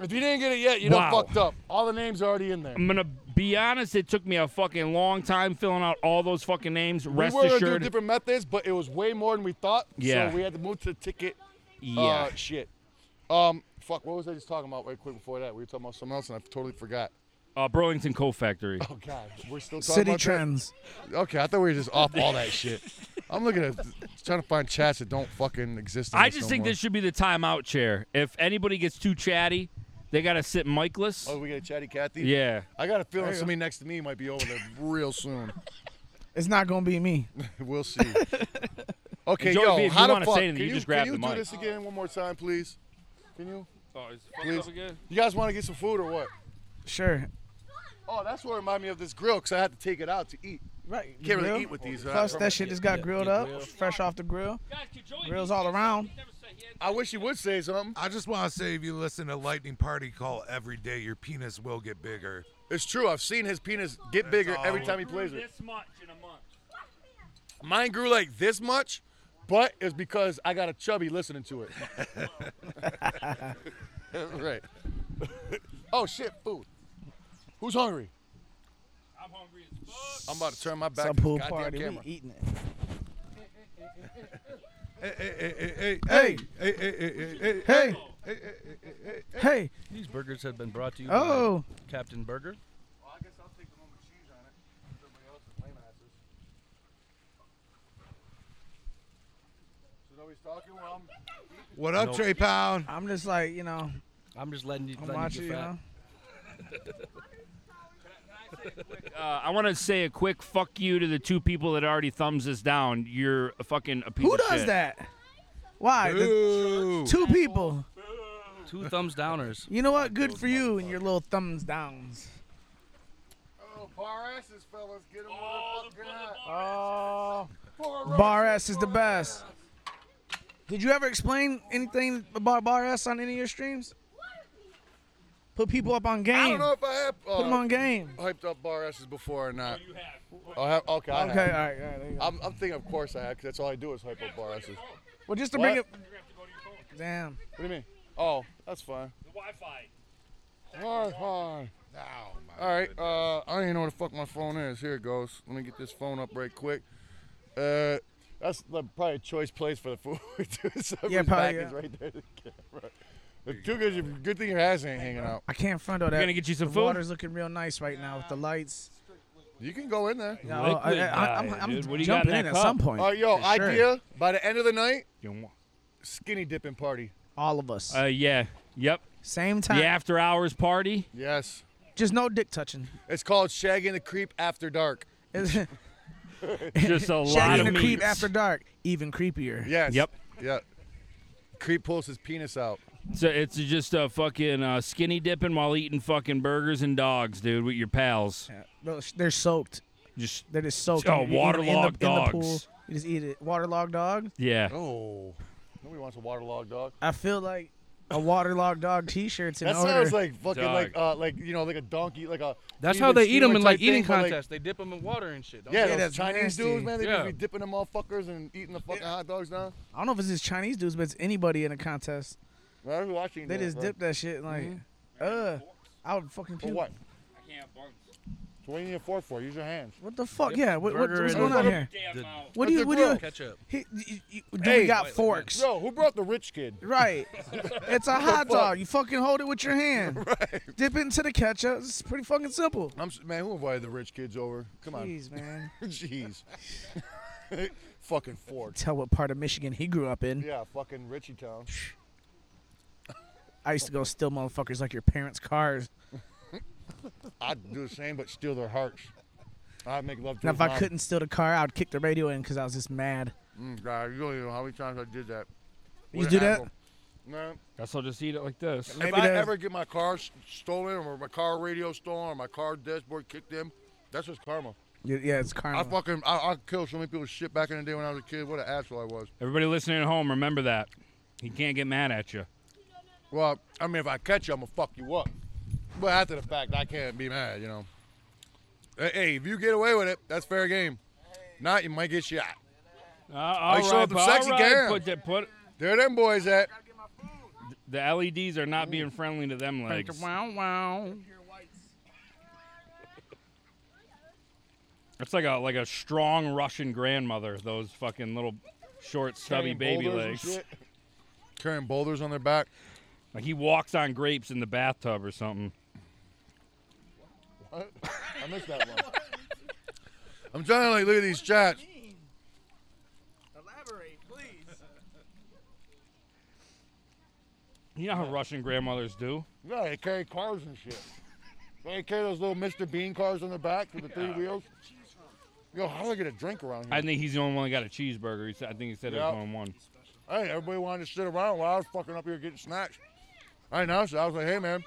If you didn't get it yet, you Wow. done fucked up. All the names are already in there. I'm gonna be honest, it took me a fucking long time filling out all those fucking names. Rest we were gonna assured. do different methods, but it was way more than we thought. Yeah. So we had to move to the ticket. yeah. Uh, shit. Um, fuck. What was I just talking about? Right quick before that, we were talking about something else, and I totally forgot. Uh, Burlington Co Factory. Oh god, we're still talking City about trends. That? Okay, I thought we were just off all that shit. I'm looking at trying to find chats that don't fucking exist. in I just no think more. this should be the timeout chair. If anybody gets too chatty, they gotta sit micless. Oh, we got a chatty Kathy. Yeah. I got a feeling somebody next to me might be over there real soon. It's not gonna be me. We'll see. Okay, Joey yo, B, if you how wanna the say fuck? anything, can you you, just grab can you the do mic. this again one more time, please? Can you? Please. Please. You guys want to get some food or what? Sure. Oh, that's what reminded me of this grill because I had to take it out to eat. Right. Can't really grill. eat with these. uh, Plus, that shit just got Yeah, grilled yeah, up, grilled. fresh off the grill. Grills all around. I wish you would say something. I just want to say if you listen to Lightning Party Call every day, your penis will get bigger. It's true. I've seen his penis get bigger all. every time he plays it. This much in a month. Mine grew like this much, but it's because I got a chubby listening to it. right. oh shit, food. Who's hungry? I'm hungry as fuck. I'm about to turn my back Some to the pool goddamn party. We camera. eating it. Hey, hey, hey, Hey. hey, hey, hey, hey, hey, hey, hey. Hey. Hey. These burgers have been brought to you Oh. by Captain Burger. Well, I guess I'll take the one with cheese on it. Everybody else is lame asses. So nobody's talking while I'm What up, Nope. Trey Pound? I'm just like, you know, I'm just letting you, I'm letting watching, you you get fat. know. Uh, I want to say a quick fuck you to the two people that already thumbs us down. You're a fucking a piece Who of does shit. that? Why? The Ooh. two people. Two thumbs downers. You know what? Good for you and your little thumbs downs. Oh, bar asses, fellas. Get them oh, the Oh, fucking bar ass is the best. Did you ever explain anything about bar ass on any of your streams? Put people up on game. I don't know if I have Put them uh, on game. hyped up bar asses before or not. Oh, I have, okay, I Okay, all have. right, all right. There you go. I'm, I'm thinking, of course I have, 'cause that's all I do is hype up bar asses. What Well, just to What? bring it. Damn. do you mean? Oh, that's fine. The Wi-Fi. Alright, alright. Oh, my All right, goodness. uh, I don't even know where the fuck my phone is. Here it goes. Let me get this phone up right quick. Uh, that's the, probably a choice place for the food. too. So Yeah, his back probably, is yeah. right there. to the camera. It's too good. you- Good thing your ass ain't hanging out. I can't front all that. We're gonna get you some the food? water's looking real nice right now with the lights. You can go in there. No, I, Liquid I, I'm, diet, I'm dude. What do you got jumping in in that at cup? some point. Oh, yo, For sure. idea by the end of the night, You want- skinny dipping party. All of us. Uh, yeah. Yep. Same time. The after hours party. Yes, Just no dick touching. it's called Shagging the Creep After Dark. It's- Just a lot Shaggy of and the creep meat. after dark, even creepier. Yes. Yep. Yeah. Creep pulls his penis out. So it's just a fucking uh, skinny dipping while eating fucking burgers and dogs, dude, with your pals. Yeah. They're- They're soaked. Just They're just soaked. Oh, You eat 'em waterlogged in the, dogs. In the pool. You just eat it. Waterlogged dog. yeah. Oh, nobody wants a waterlogged dog. I feel like a waterlogged dog T-shirt's in That order. sounds like fucking Dog. like uh like you know like a donkey like a. That's Steven how they eat Steven them in type like eating thing, but, like- contests. They dip them in water and shit. don't Yeah, they? those that's Chinese nasty. dudes, man, they Yeah. just be dipping them motherfuckers and eating the fucking hot dogs down. I don't know if it's just Chinese dudes, but it's anybody in a contest. Man, I was watching. They that, just bro. dip that shit and like, uh, I would fucking For puke. what? So what do you need a fork for? Use your hands. What the fuck? Yeah. What, what, Burger what's and- going on What here? The- That's What do you? a What do you? grill. Ketchup. He, you, you, dude, Hey. we got Wait, forks. Yo, who brought the rich kid? Right. It's a hot fuck? dog. You fucking hold it with your hand. Right. Dip it into the ketchup. It's pretty fucking simple. I'm s- man. Who invited the rich kids over? Come on, Jeez, man. jeez. fucking fork. Tell what part of Michigan he grew up in. Yeah, fucking Richie Town. I used to go steal motherfuckers like your parents' cars. I'd do the same, but steal their hearts. I'd make love to. And his if I mom. couldn't steal the car, I would kick the radio in because I was just mad. Mm, God, you don't even know how many times I did that. You What an do that? asshole. Man, Guess I'll just eat it like this. Maybe if I that's- ever get my car s- stolen or my car radio stolen or my car dashboard kicked in, that's just karma. Y- Yeah, it's I karma. fucking I, I killed so many people's shit back in the day when I was a kid. What an asshole I was. Everybody listening at home, remember that. He can't get mad at you. Well, I mean, if I catch you, I'm gonna fuck you up. But after the fact, I can't be mad, you know. Hey, hey, if you get away with it, that's fair game. Not, you might get shot. Uh, Oh, all Hey, show right, them but sexy all cam. right, put the, put There them boys at. the LEDs are not being friendly to them legs. Wow, wow. It's like a like a strong Russian grandmother. Those fucking little short, stubby carrying baby boulders and legs. shit. Carrying boulders on their back. Like he walks on grapes in the bathtub or something. I missed that one. I'm trying to like look at these chats. Elaborate, please. You know how Russian grandmothers do. Yeah, they carry cars and shit. They carry those little Mr. Bean cars on their back with the three wheels. Yo, how do I get a drink around here? I think he's the only one that got a cheeseburger. He said, I think he said it Yep. was only one. Hey, everybody wanted to sit around while I was fucking up here getting snacks. I announced it. I was like, hey, man,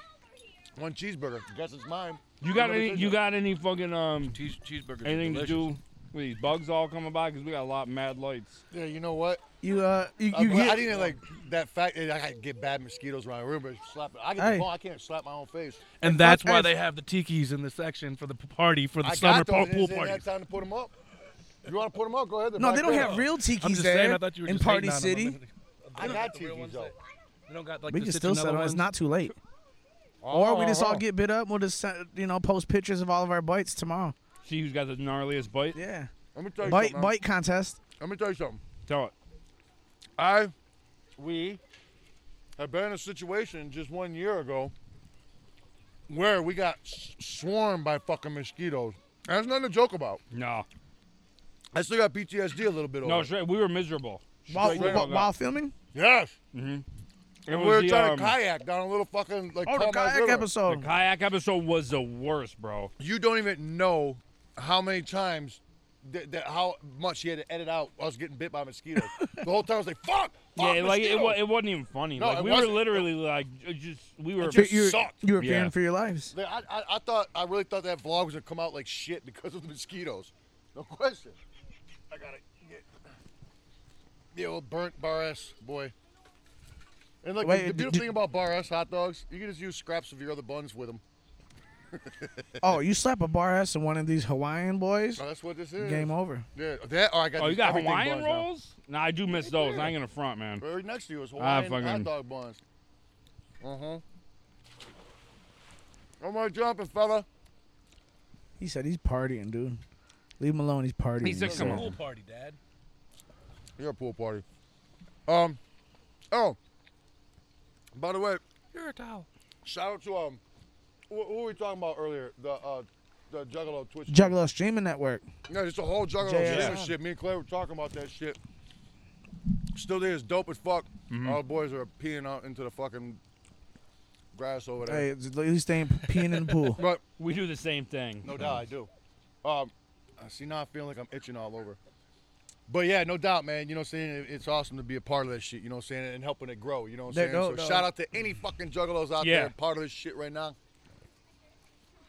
one cheeseburger. Guess it's mine. You got Nobody any? said You that. got any fucking um Cheese, cheeseburgers. are anything to delicious. do With These bugs all coming by because we got a lot of mad lights. Yeah, you know what? You uh, you, I, you well, I get didn't like that fact. that I gotta get bad mosquitoes around my room, but slap it. I get Hey. the phone, I can't slap my own face. And that's fuck why us. they have the tikis in the section for the p- party for the I summer got pool, those. pool Pool they party. had time to put them up. If you want to put them up, go ahead. They're no. They black don't there. have real tiki's I'm just there saying, I thought you were in just Party hating on them. City. I got you, Joe. They don't got like We the can still citronella settle. ones. It's not too late. Or we just Uh-huh. all get bit up. We'll just send, you know post pictures of all of our bites tomorrow. See who's got the gnarliest bite? Yeah, Let me tell you bite something. man. bite contest. Let me tell you something. Tell it. I, we, have been in a situation just one year ago where we got s- swarmed by fucking mosquitoes. And That's nothing to joke about. No. I still got PTSD a little bit over. No, it. straight, we were miserable. While, Straight down. while, while filming, yes. It we were the, trying um, to kayak down a little fucking like. oh the Palmetto kayak River. The episode. kayak episode was the worst, bro. You don't even know how many times that, that how much he had to edit out us getting bit by mosquitoes. the whole time I was like, "Fuck, fuck yeah, like it, wa- mosquitoes!" it wasn't even funny. No, like it we wasn't. were literally like j- just we were. just- you, sucked. you were Yeah. fearing for your lives. Like, I, I, I thought I really thought that vlog was gonna come out like shit because of the mosquitoes. No question. I gotta get the old burnt bar S boy. And look, the- Wait, the did- beautiful did- thing about bar S hot dogs, you can just use scraps of your other buns with them. Oh, you slap a bar ass in one of these Hawaiian boys. Oh, that's what this is. Game over. Yeah, that. Oh, I got. oh, you these got everything Hawaiian buns now. rolls? Nah, I do miss those. I ain't gonna front, man. Right next to you is Hawaiian Ah, fucking- hot dog buns. Uh huh. I'm right jumping, fella. He said he's partying, dude. Leave him alone. He's partying. He said, He "Come It's on." a pool party, Dad. You're a pool party. Um. Oh. By the way, You're a towel. Shout out to um, wh- who were we talking about earlier? The uh, the Juggalo Twitch. Juggalo Streaming Network. no, just a whole Juggalo JSN. streamer shit. Me and Claire were talking about that shit. Still there is dope as fuck. Mm-hmm. All the boys are peeing out into the fucking grass over there. Hey, at least they ain't peeing in the pool. But We do the same thing. no doubt I do. Um, I see now I feel like I'm itching all over. But yeah, no doubt, man. You know what I'm saying? It- It's awesome to be a part of that shit. You know what I'm saying? And helping it grow. You know what I'm That saying? dope, so though. shout out to any fucking juggalos out Yeah. there part of this shit right now.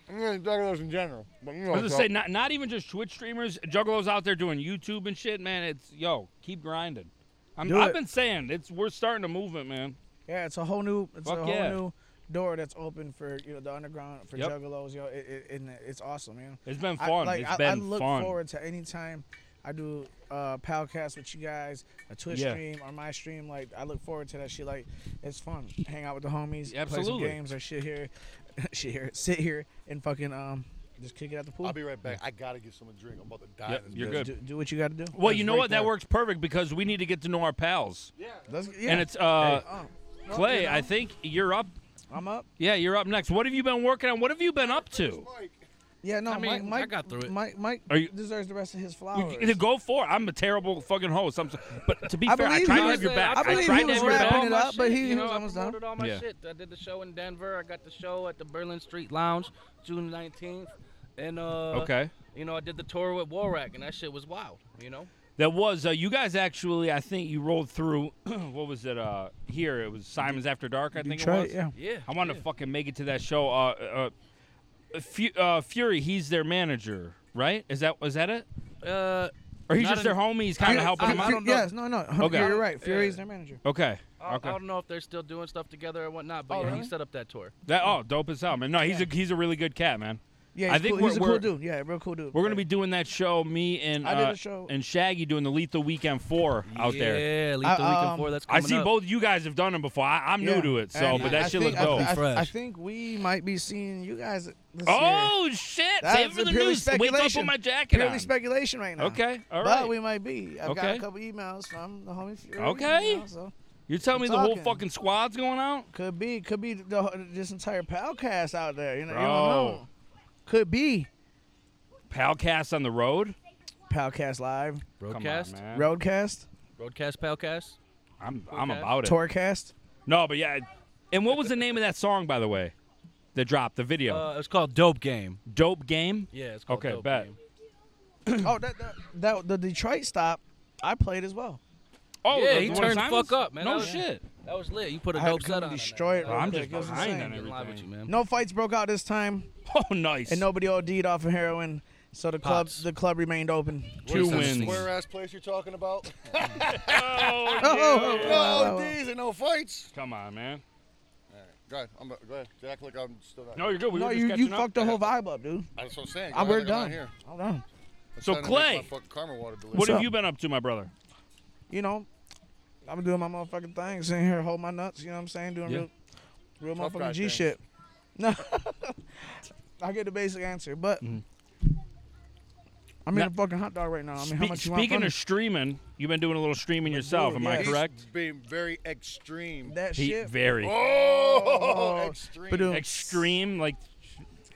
I'm gonna juggalos in general. But you know I was what's gonna up. say not not even just Twitch streamers, juggalos out there doing YouTube and shit, man. It's yo, keep grinding. I'm, Do I've it. been saying it's we're starting a movement, man. Yeah, it's a whole new, it's Fuck a whole yeah. new door that's open for you know the underground for Yep. juggalos, yo. It, it, and it's awesome, man. It's been I- fun. like, it's I, been I look fun. forward to any time I do uh podcast with you guys, a Twitch Yeah. stream or my stream. Like I look forward to that shit. Like it's fun. Hang out with the homies, play some Absolutely. games or shit here, shit here, sit here and fucking um just kick it at the pool. I'll be right back. I gotta get someone a drink. I'm about to die. Yep, in this you're bitch. good. do, do what you got to do. Well, It's you know right what? That there. works perfect because we need to get to know our pals. Let's- yeah. And it's uh, Oh, well, Clay. you know, I think you're up. I'm up. Yeah, you're up next. What have you been working on? What have you been up to? Yeah, no, I mean, I Mike, Mike got through it. Mike, Mike Are you- deserves the rest of his flowers. You- you- Go for it. I'm a terrible fucking host. I'm so, but to be I fair, I believe tried he to was- have your I back. believe I he tried to was have your wrapping back. it up, but he- you he know, was I almost done. promoted all my Yeah. shit. I did the show in Denver. I got the show at the Berlin Street Lounge, June 19th, and uh, Okay. you know, I did the tour with Warrack, and that shit was wild. You know, That was uh, you guys actually. I think you rolled through. what was it? Uh, here it was Simon's After Dark. I think it Detroit, was. yeah. yeah. I want yeah. to fucking make it to that show. Uh, uh, Fu- uh, Fury, he's their manager, right? Is that was that it? Uh, Or he's Not just an- their homie? He's kind of I- helping I- him I out. don't know. Yes, no, no. Okay. You're right. Fury's Yeah. their manager. Okay. I, okay. Uh-huh. I don't know if they're still doing stuff together or whatnot, but Oh, yeah, really? he set up that tour. That oh, dope as hell, man. No, he's a he's a really good cat, man. Yeah, I he's, think cool. we're- he's a we're- cool dude. Yeah, real cool dude. We're gonna be doing that show. Me and I did uh, a show- and Shaggy doing the Lethal Weekend Four out there. Yeah, Lethal I- um, Weekend Four. That's I coming see up. both you guys have done them before. I, I'm new Yeah. to it, so And but I- that I shit think- looked dope. I, I, I Fresh. think we might be seeing you guys this year. Oh shit! Save That's for the purely news. Wait till I put speculation. my jacket Purely on. speculation right now. Okay, all But right. we might be. I've got Okay. a couple emails from the homie Fury. Okay. You know, so You're telling me I'm the whole talking. fucking squad's going out? could be, could be the, whole- this entire podcast out there. You know, you Bro. don't know. Could be Palcast on the road. Palcast Live, Broadcast, Come on, man. Roadcast, broadcast, palcast. I'm I'm Broadcast. about it. Tourcast. no, but yeah. And what was the name of that song, by the way? That dropped the video. Uh, it's called Dope Game. Dope game. Yeah, it's called Okay, Dope bet. Game. oh, that, that that the Detroit stop, I played as well. Oh, Yeah, the- he the one turned the Simon's? fuck up, man. No That was- shit. That was lit. You put a I had dope to set come on. and that. destroy it That was real I'm lit. just quick. It was behind insane. on Live with you, everything. man. No fights broke out this time. Oh, nice. and nobody OD'd off of heroin. So the club Pops. the club remained open. Two Where's that wins. Square ass place you're talking about. Oh, No ODs and no fights. Come on, man. Go ahead. I'm, go ahead. Jack, look, I'm still not. No, you're good. We no, were just you, you catching up. fucked the whole vibe up, dude. That's what I'm saying. Ah, Go we're ahead, I'm not done. Here. Hold on. I'm So, trying to make my Clay, fucking karma water delicious. What What's have up? you been up to, my brother? You know, I'm doing my motherfucking thing, sitting here, hold my nuts. You know what I'm saying? Doing Yeah. real, real Tough guy motherfucking G things. shit. No, I get the basic answer, but Mm-hmm. I'm in Now- a fucking hot dog right now. I mean, how Spe- much you want? speaking from of streaming, you've been doing a little streaming yourself. Am doing, yeah. I He's correct? being very extreme. me? that He- shit? very Oh, Oh, extreme. ba-doom. extreme. Like,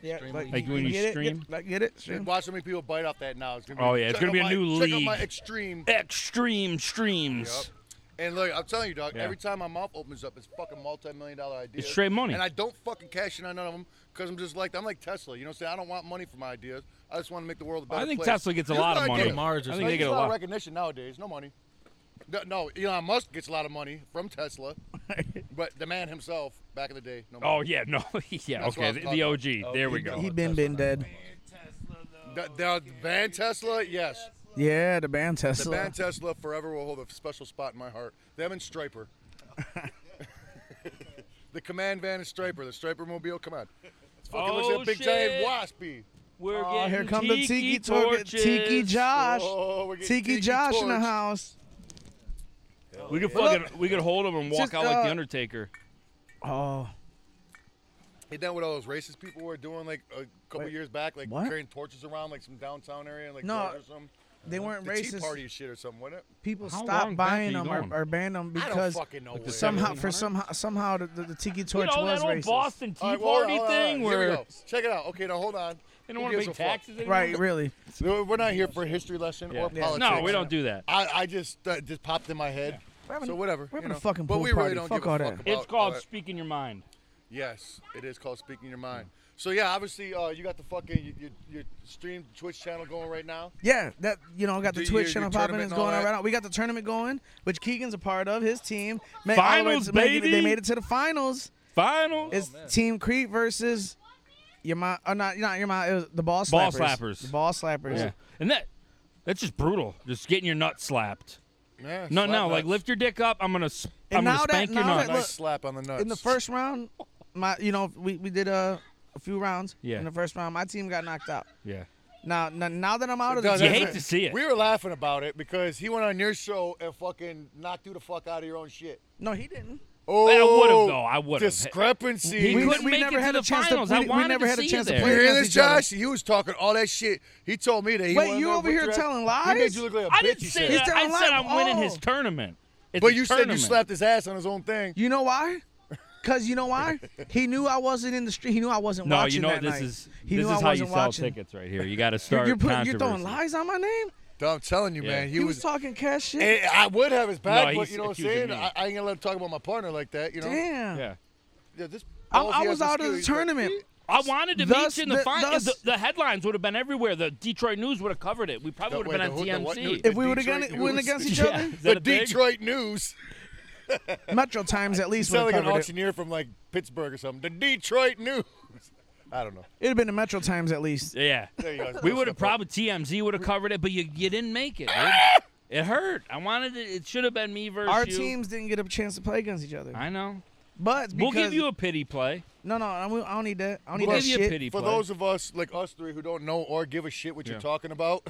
yeah, like, Like when you get It, stream? get, like, get it? Dude, Stream. watch how many people bite off that now. It's gonna be, Oh, yeah, it's check gonna be out a my- new Check out my league. extreme. extreme streams. Yup. And look, I'm telling you, dog. Yeah. Every time my mouth opens up, it's fucking multi-million dollar ideas. It's straight money. And I don't fucking cash in on none of them because I'm just like I'm like Tesla. You know, what I'm saying I don't want money for my ideas. I just want to make the world a better I think place. Tesla gets a You lot know of what I money. get? I Mars or think Like, they there's get a lot of lot. recognition nowadays. No money. No, no, Elon Musk gets a lot of money from Tesla, but the man himself, back in the day, no money. Oh yeah, no, yeah, That's what okay, I'm the, talking the OG. there we go. He been been dead. The, the Van Tesla, yes. Yeah, the band Tesla. The band Tesla forever will hold a special spot in my heart. Them and Striper. the command van and Striper, the Striper mobile. Come on. It's fucking looks like Oh, a big giant shit. waspy. We're Oh, here getting come the tiki torch, tiki torches. Josh, Oh, we're getting tiki, Josh in the torched. house. We could Well, fucking we could hold him and walk Just, out like uh, the Undertaker. Oh, Ain't that what all those racist people were doing like a couple Wait, years back? Like what? carrying torches around like some downtown area and like No, Georgia or something? they weren't The Tea racist. Party shit or something, wasn't it? People How long stopped back are buying you them or, going? or banned them I don't because fucking know where. somehow for somehow somehow the, the, the tiki You torch know was that old racist. Boston Tea All right, well, hold on, Party hold on, hold on. thing Here we where go. Check it out. Okay, now hold on. they don't Who want to gives pay a fuck? taxes anymore. Right, really. We're not here for a history lesson Yeah. or politics. No, we don't do that. I, I just that just popped in my head. We're having- so whatever. we're having you a know. fucking But pool we really party. don't Fuck give a all fuck that. about. It's called uh, speaking your mind. yes, it is called speaking your mind. So yeah, obviously uh, you got the fucking your, your, your stream Twitch channel going right now. Yeah, that you know got the Do Twitch your- channel your popping. tournament It's and all going on that? right now. We got the tournament going, which Keegan's a part of. His team made all the way Finals, to- made it- baby! They made it to the finals. Oh, Final. It's Team Crete versus your mom. Uh, not not your mom. It was the ball slappers. Ball slappers. The ball slappers. yeah. And that that's just brutal. Just getting your nut slapped. Yeah, No, slap no, like nuts. lift your dick up. I'm gonna s- And I'm gonna now that- spank your now nut. that- nice look, slap on the nuts. In the first round, my you know we, we did a, a few rounds. Yeah. In the first round, my team got knocked out. yeah. Now now, now that I'm out of No, the that's You gym- hate right. to see it. We were laughing about it because he went on your show and fucking knocked you the fuck out of your own shit. no he didn't. Oh, would've, though. I would've. Discrepancy. He We- couldn't we make never it had to a the chance to- finals. I we- we wanted never to had a see chance you there. to You play. hear against this, each other. Josh? He was talking all that shit. He told me that he Wait, went in you there over with here your ass- telling He made lies? you look like a I bitch. didn't he say said. that. He's I down said live. I'm winning Oh. his tournament. It's But a you said you tournament. slapped his ass on his own thing. You know why? Cause you know why? He knew I wasn't in the street. He knew I wasn't No, watching you know that this night. is He this knew is how I you wasn't sell watching. tickets right here. You got to You're, start you're, putting, you're controversy. throwing lies on my name. I'm telling you, Yeah. man. He, He, was, talking cash shit. Eh, I would have his back, No, but he's you know what I'm saying? accusing me. I, I ain't gonna let him talk about my partner like that. You know? Damn. Yeah. Yeah, this I'm- ballsy I ass was out of the excuse, but- tournament. I wanted to meet Thus- you in the the- finals. The, thus- the headlines would have been everywhere. The Detroit News would have covered it. We probably The- would wait, the have been who- the on what TMZ. news? If we The would have gone Detroit went News. against each Yeah, other, is that The a thing? Detroit News. Metro Times at You least would sound have like an covered it. auctioneer from like Pittsburgh or something. The Detroit News. I don't know. It'd have been the Metro Times at least. Yeah. There you go. We would have probably TMZ would have covered it, but you you didn't make it. dude. it hurt. I wanted it. It should have been me versus Our you. teams didn't get a chance to play against each other. I know. But We'll because give you a pity play. no, no, I don't I don't need that. I don't need We'll that give you shit. a pity For play. those of us like us three who don't know or give a shit what Yeah. you're talking about,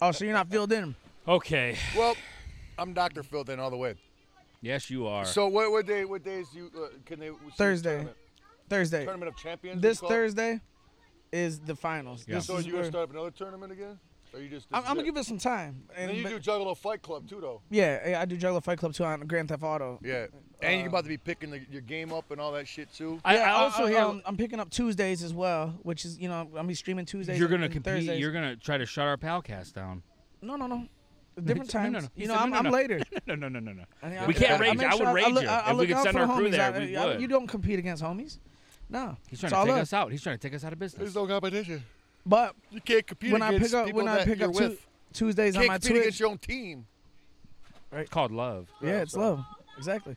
Oh, so you're not filled in? okay. well, I'm Dr. Phil then all the way. Yes, you are. So what what day what days you uh, can they see the Thursday. tournament? Thursday. tournament of champions? we This call it? Thursday is the finals. Yeah. This So is you gonna where- start up another tournament again? Or you just this I'm, is I'm gonna it? give it some time. And And- then you but- do Juggalo Fight Club too though. Yeah, yeah, I do Juggalo Fight Club too on Grand Theft Auto. Yeah. And uh, you're about to be picking the, your game up and all that shit too. I, I Yeah, also hear um, I'm picking up Tuesdays as well, which is you know I'm gonna be streaming Tuesdays. you're gonna and compete. Thursdays. You're gonna try to shut our palcast down. no, no, no. Different No, no, times. no. He You know, said, I'm, no, no, I'm no. later. No, no, no, no, no. I mean, We I- can't I- I raise make you. I would sure raise look- you. I- If I we look could out send for the our crew homies. there, I- we I- would. You don't compete against homies. No, He's it's trying all to take love. us out. He's trying to take us out of business. There's no competition. But You can't compete when I against pick up people when that I pick you're up Tu- with. Tuesdays on can't my compete against Twitch, your own team. It's called love. yeah, I'm it's sorry. love. Exactly.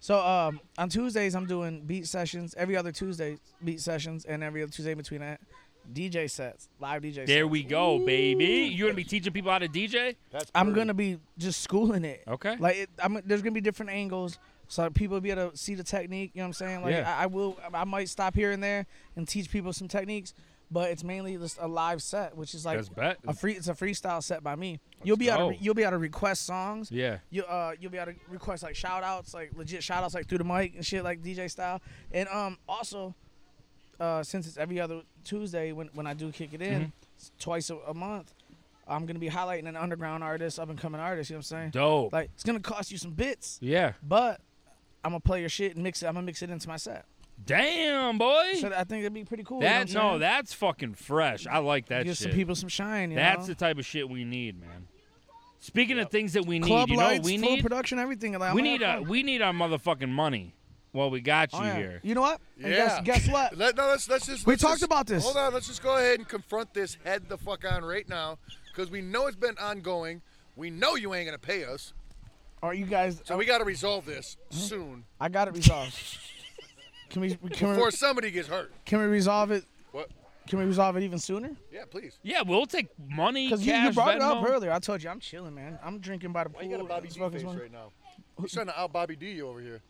So um, on Tuesdays I'm doing beat sessions. Every other Tuesday beat sessions, and every other Tuesday in between that DJ sets, live DJ sets. There we go, baby. You're gonna be teaching people how to DJ. That's I'm pretty. gonna be just schooling it. Okay. Like it, I'm, there's gonna be different angles, so that people will be able to see the technique. You know what I'm saying? Like Yeah. I, I will. I might stop here and there and teach people some techniques, but it's mainly just a live set, which is like That's bet. a free. It's a freestyle set by me. you'll be able to go. re- you'll be able to request songs. Yeah. You uh you'll be able to request like shout outs, like legit shout outs like through the mic and shit like DJ style. And um also uh since it's every other Tuesday when when I do kick it Mm-hmm. in, it's twice a, a month, I'm gonna be highlighting an underground artist, up and coming artist, you know what I'm saying? Dope. Like it's gonna cost you some bits, yeah. but I'm gonna play your shit and mix it. I'm gonna mix it into my set. Damn, boy. So I think it'd be pretty cool. you know that what I'm no, saying? that's fucking fresh. I like that give shit. some people some shine. You that's know? the type of shit we need, man. Speaking of things that we need, club you know, lights, what we full need production, everything. Like, I'm we gonna need have a fun. we need our motherfucking money. Well, we got you Oh, yeah. here. You know what? And Yeah. Guess, guess what? Let, no, let's let's just. We let's talked just- about this. Hold on, let's just go ahead and confront this head the fuck on right now, because we know it's been ongoing. We know you ain't gonna pay us, Are you guys? so we got to resolve this Mm-hmm. soon I got it resolved. can we? Can we? before somebody gets hurt. Can we resolve it? What? Can we resolve it even sooner? Yeah, please. Yeah, we'll take money. Because you, cash, you brought it up Venmo. earlier. I told you I'm chilling, man. I'm drinking by uh, the Why pool. you got a Bobby D I'm smoking face some- right now? He's trying to out Bobby D you over here.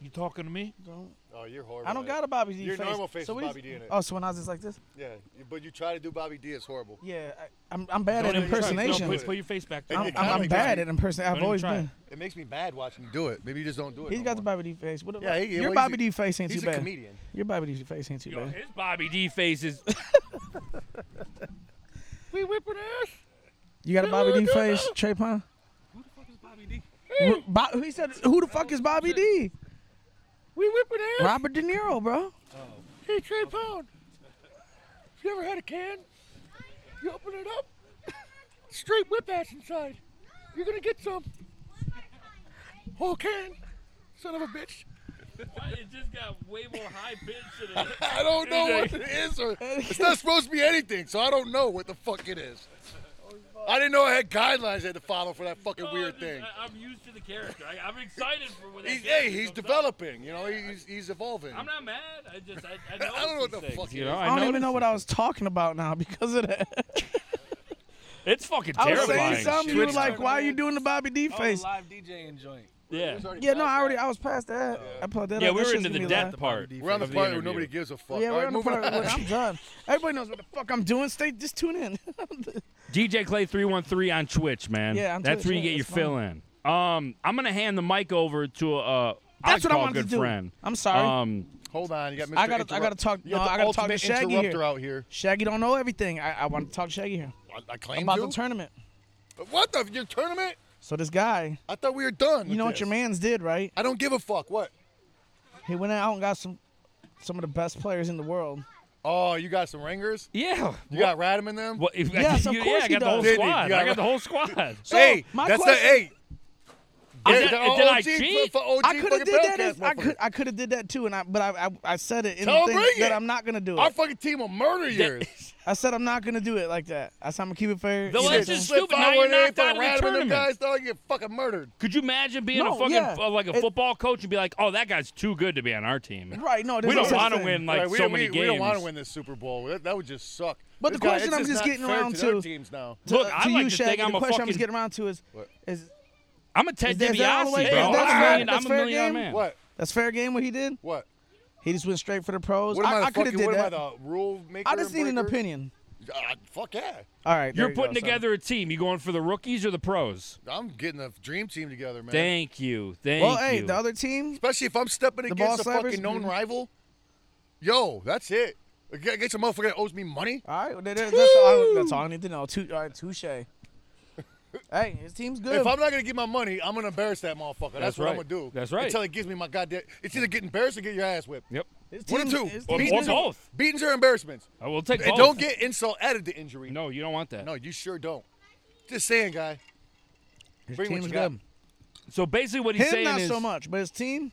You talking to me? Don't- Oh, you're horrible. I don't at got it. a Bobby D Your face. normal face so is what is- Bobby D in it. Oh, so when I was just like this? Yeah, you- but you try to do Bobby D, it's horrible. Yeah, I, I'm I'm bad Don't at even try. No, impersonation. put, put your face back. It- I'm, it I'm- I'm kinda bad makes at impersonation. I've even always try it. been. It makes me mad watching you do it. Maybe you just don't do it. He's no got the more. Bobby D face. What, Yeah, he- your well, Bobby he's D face ain't He's too a bad. comedian. Your Bobby D face ain't too Yo, bad. his Bobby D face is. We whipping ass. You got a Bobby D face, Trey Pine? Who the fuck is Bobby D? Bo- he said, "Who the fuck is Bobby D?" We whipping ass. Robert De Niro, bro. Hey, Trey Pound. You ever had a can? You open it up, straight whip ass inside. You're gonna get some. Whole can, son of a bitch. it just got way more high pitch than it. I don't know what it is. Or, it's not supposed to be anything, so I don't know what the fuck it is. I didn't know I had guidelines I had to follow for that fucking weird thing. Oh, I'm used to the character. I, I'm excited for what He's, hey, he's developing. You know, he's he's evolving. I'm not mad. I just I, I, I don't know what the fuck You it know, is. I, I, don't even noticed know what these I was talking about now because of that. things. It's fucking I was terrifying. saying something. You were Twitch- like, "Why are you doing the Bobby D Oh, the face?" live DJing joint. Yeah, Yeah, no, I already I was past that. I plugged that yeah, up. we That were shit's into the gonna be death live. part. We're on the of part where interview. nobody gives a fuck. Yeah, All we're right, on the moving part. on. where I'm done. Everybody knows what the fuck I'm doing. Stay, just tune in. DJ Clay three one three on Twitch, man. Yeah, on that's Twitch, where you get yeah, your that's fill in. Um, I'm gonna hand the mic over to a. Uh, That's what I call wanted good to do. friend. I'm sorry. Um, Hold on, you got Mr. I gotta- I Interrupt- gotta talk- You got no, the I gotta talk to ultimate Shaggy here. interrupter out here. Shaggy don't know everything. I, I want to talk to Shaggy here I, I claim about to. the tournament. what the your tournament? So this guy, I thought we were done. you know what your man's did, right? I don't give a fuck. What? He went out and got some some of the best players in the world. Oh, you got some ringers? yeah. You got Radham in them? What, if, Yes, of you- course yeah, I he got the whole does. Didn't he? squad. You got I got the whole squad. So, hey, my that's question- the eight. Is Yeah, that- the did I OG cheat? For OG I could have fucking did that. Bearcats, As, I motherfucker. could I could have did that too, and I but I I, I said it in Tell the 'em thing bring that it. I'm not gonna do Our it. fucking team will murder yours. I said I'm not gonna do it like that. I said I'm gonna keep it fair. The You know what I'm legend- saying? just stupid. Now you're knocked out of the tournament. guys, dog, you get fucking murdered. Could you imagine being a No, fucking yeah. uh, like a It- football coach and be like, "Oh, that guy's too good to be on our team. Right? No, We that's don't what I'm want to saying. win like Right, we, so we- many we games." don't want to win this Super Bowl. That, that would just suck. But This the question it's I'm just not getting fair around to their to- teams now. To, Look, I to like you, to Shaggy, think I'm the a question I'm fucking- just getting around to is What? is I'm a Ted Is that- is that all the way- DiBiase, is bro. that I'm a fair- million, that's I'm a fair million dollar game? man. What? that's fair game what he did. What? He just went straight for the pros. What am I, I, the I could have fucking- did what that. Am I, the rule maker? I just need an breaker? opinion. Ah, fuck yeah. All right, there You're you go, putting so- together a team. You going for the rookies or the pros? I'm getting a dream team together, man. Thank you. Thank Well, hey, you. the other team. Especially if I'm stepping ball against a slappers? fucking known Mhm. rival. Yo, that's it. Get, get some motherfucker that owes me money. All right, that- that- that's, all, that's all I need to know. Tou- all right, touche. hey, his team's good. If I'm not gonna get my money, I'm gonna embarrass that motherfucker. That's, That's what I'm right. gonna do. That's right. Until it gives me my goddamn. It's either get embarrassed or get your ass whipped. Yep. His One or team's- two. his Or, team's or good. both. Beatings are embarrassments. I will take And both. don't get insult added to injury. No, you don't want that. No, you sure don't. Just saying, guy. His Bring what team's you got. good. So basically, what he's Him saying not is, so much, but his team.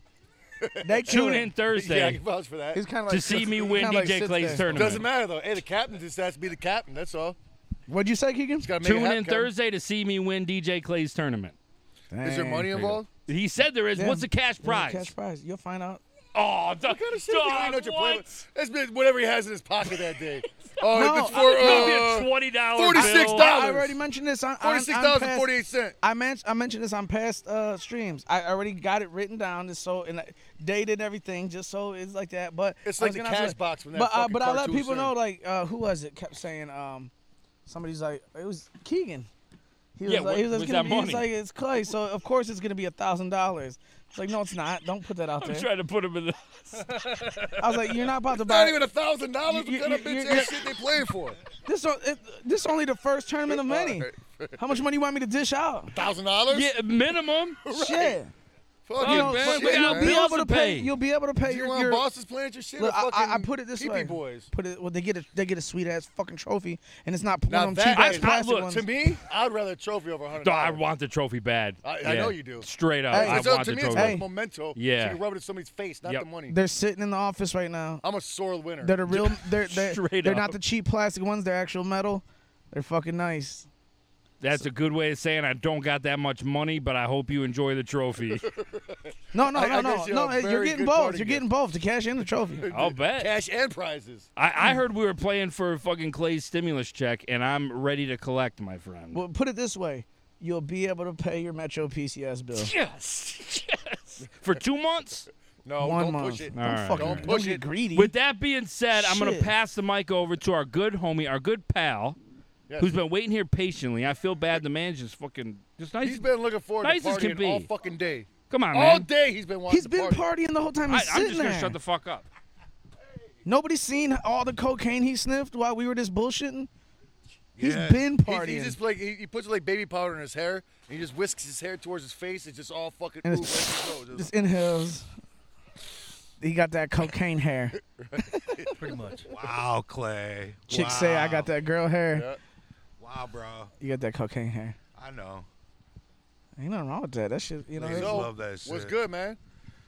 They tune in kill it. Yeah, I Thursday can vouch for that. He's kind of like to see me he win kinda like DJ sits Clay's there. tournament. Doesn't matter though. Hey, the captain just has to be the captain. That's all. What'd you say, Keegan? He's got to make it Tune happen, in Captain. Thursday to see me win DJ Clay's tournament. Is there money you go. involved? He said there is. Yeah. What's the cash Yeah, prize? Cash prize. You'll find out. Oh, duck, What kind of shit dog, you ain't know what you're playing what? with? It's been whatever he has in his pocket that day. Oh, No, if it's I It's gonna be a for uh, twenty dollar $46 bill. I already mentioned this on on- on forty-six dollars and past- forty-eight cent. I men- I mentioned this on past uh, streams. I already got it written down, just so and uh, dated and everything, just so it's like that. But It's I like was the gonna ask cash you- box when that But uh, fucking but I let cartoon people said. know, like uh, who was it? Kept saying um, somebody's like it was Keegan. He was Yeah, like, he what was, was gonna that be, he was money? like it's Clay, so of course it's gonna be a thousand dollars. It's like no, it's not. Don't put that out I'm there. trying to put him in the. I was like, you're not about to buy. Not even a thousand dollars. You- What kind of you- you- bitch ass shit they playing for? This o- it, this only the first tournament of many. How much money you want me to dish out? Thousand dollars? Yeah, minimum. Shit. Fuck You you, know, man. but- but Yeah, you'll man. be Do Bills able to to pay. pay. You'll be able to pay you your, want your bosses playing at your shit? or Look, I, fucking I, I put it this peepee way. boys. Put it. Well, they get a they get a sweet ass fucking trophy, and it's not Now one of them cheap that ass is- plastic look, ones. To me, I'd rather a trophy over a hundred. No, I dollars. want the trophy bad. I- I know you do. Straight up, Hey. I It's up want to the me. It's trophy. like Hey. a memento. Yeah. so you can rub it in somebody's face, not Yep. the money. they're sitting in the office right now. I'm a sore winner. They're the real. They're they're, Straight they're up. not the cheap plastic ones. They're actual metal. They're fucking nice. That's a good way of saying I don't got that much money, but I hope you enjoy the trophy. No, no, I- no, I no, guess you're no. a hey, You're very getting good both. party You're guy. getting both. The cash and the trophy. I'll bet. Cash and prizes. I, I heard we were playing for fucking Clay's stimulus check, and I'm ready to collect, my friend. well, put it this way. You'll be able to pay your Metro PCS bill. yes, yes. For two months. No, One don't month. push it. Don't All right, fucking all don't right. push get it. greedy. With that being said, I'm gonna Shit. pass the mic over to our good homie, our good pal, Yes. who's been waiting here patiently. I feel bad. The man's just fucking just nice. He's been looking forward Nice to as partying can be. all fucking day. Come on, All man. day he's been wanting He's to been party. partying the whole time. I, He's am sitting just gonna there. shut the fuck up. Nobody's seen all the cocaine he sniffed while we were just bullshitting. He's Yeah. been He's- partying. He, just like he, he puts like baby powder in his hair and he just whisks his hair towards his face. It's just all fucking. And And it's- it's, Just inhales. He got that cocaine hair. Pretty much. Wow, Clay. Chicks say I got that girl hair. Yeah. Wow, bro. You got that cocaine hair. I know. Ain't nothing wrong with that. That shit, you know. Ladies that's- So, love that shit. What's good, man?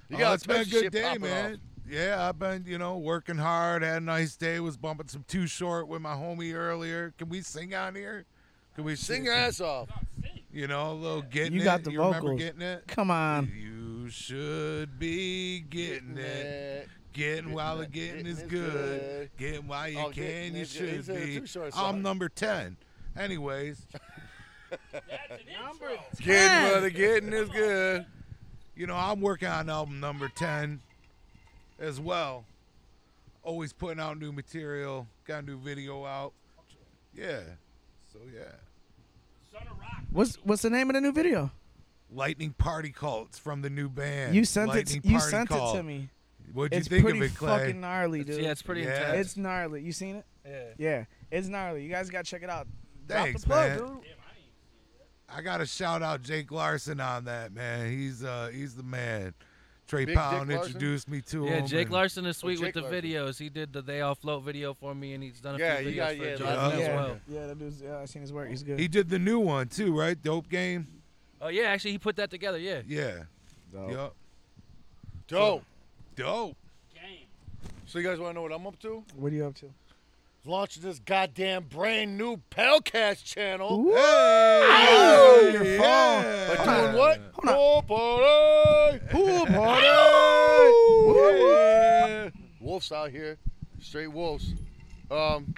You Oh, got it's been a special good shit day, popping man. off. Yeah, I've been, you know, working hard. Had a nice day. Was bumping some Too Short with my homie earlier. Can we sing on here? Can we Sing your ass off. You know, a little getting You it. got the you remember vocals. getting it? Come on. You should be getting it. Getting while the getting is good. Getting while you Oh, can, getting you is good. should It's a be. Too Short I'm song. number 10. Anyways, Getting while the getting is good. you know, I'm working on album number 10 as well. Always putting out new material. Got a new video out. Yeah. So, yeah. What's what's the name of the new video? Lightning Party Cults from the new band. You sent it. Lightning You Party sent it Cult. to me. What'd you It's think pretty of it, Clay? fucking gnarly, dude. Yeah, it's pretty Yeah. intense. It's gnarly. You seen it? Yeah. Yeah, it's gnarly. You guys gotta check it out. Drop Thanks, the plug, man. dude. I gotta shout out Jake Larson on that man. He's uh he's the man. Trey Big Dick Pound Larson? introduced me to him. Yeah, Jake and- Larson is sweet Jake with the Larson. videos. He did the They All Float video for me, and he's done a Yeah, few you videos got- for yeah, Jordan yeah. as yeah. well. Yeah, that dude's. Yeah, I seen his work. He's good. He did the new one too, right? Dope game. Oh yeah, actually he put that together. Yeah. Yeah. Dope. Yup. Dope. Dope. So you guys want to know what I'm up to? what are you up to? Launching this goddamn brand new Pelcast channel. Ooh. Hey! Your phone. By Yeah. doing what? Hold on. Pool party. Pool party. Yeah. Wolves out here, straight wolves. Um,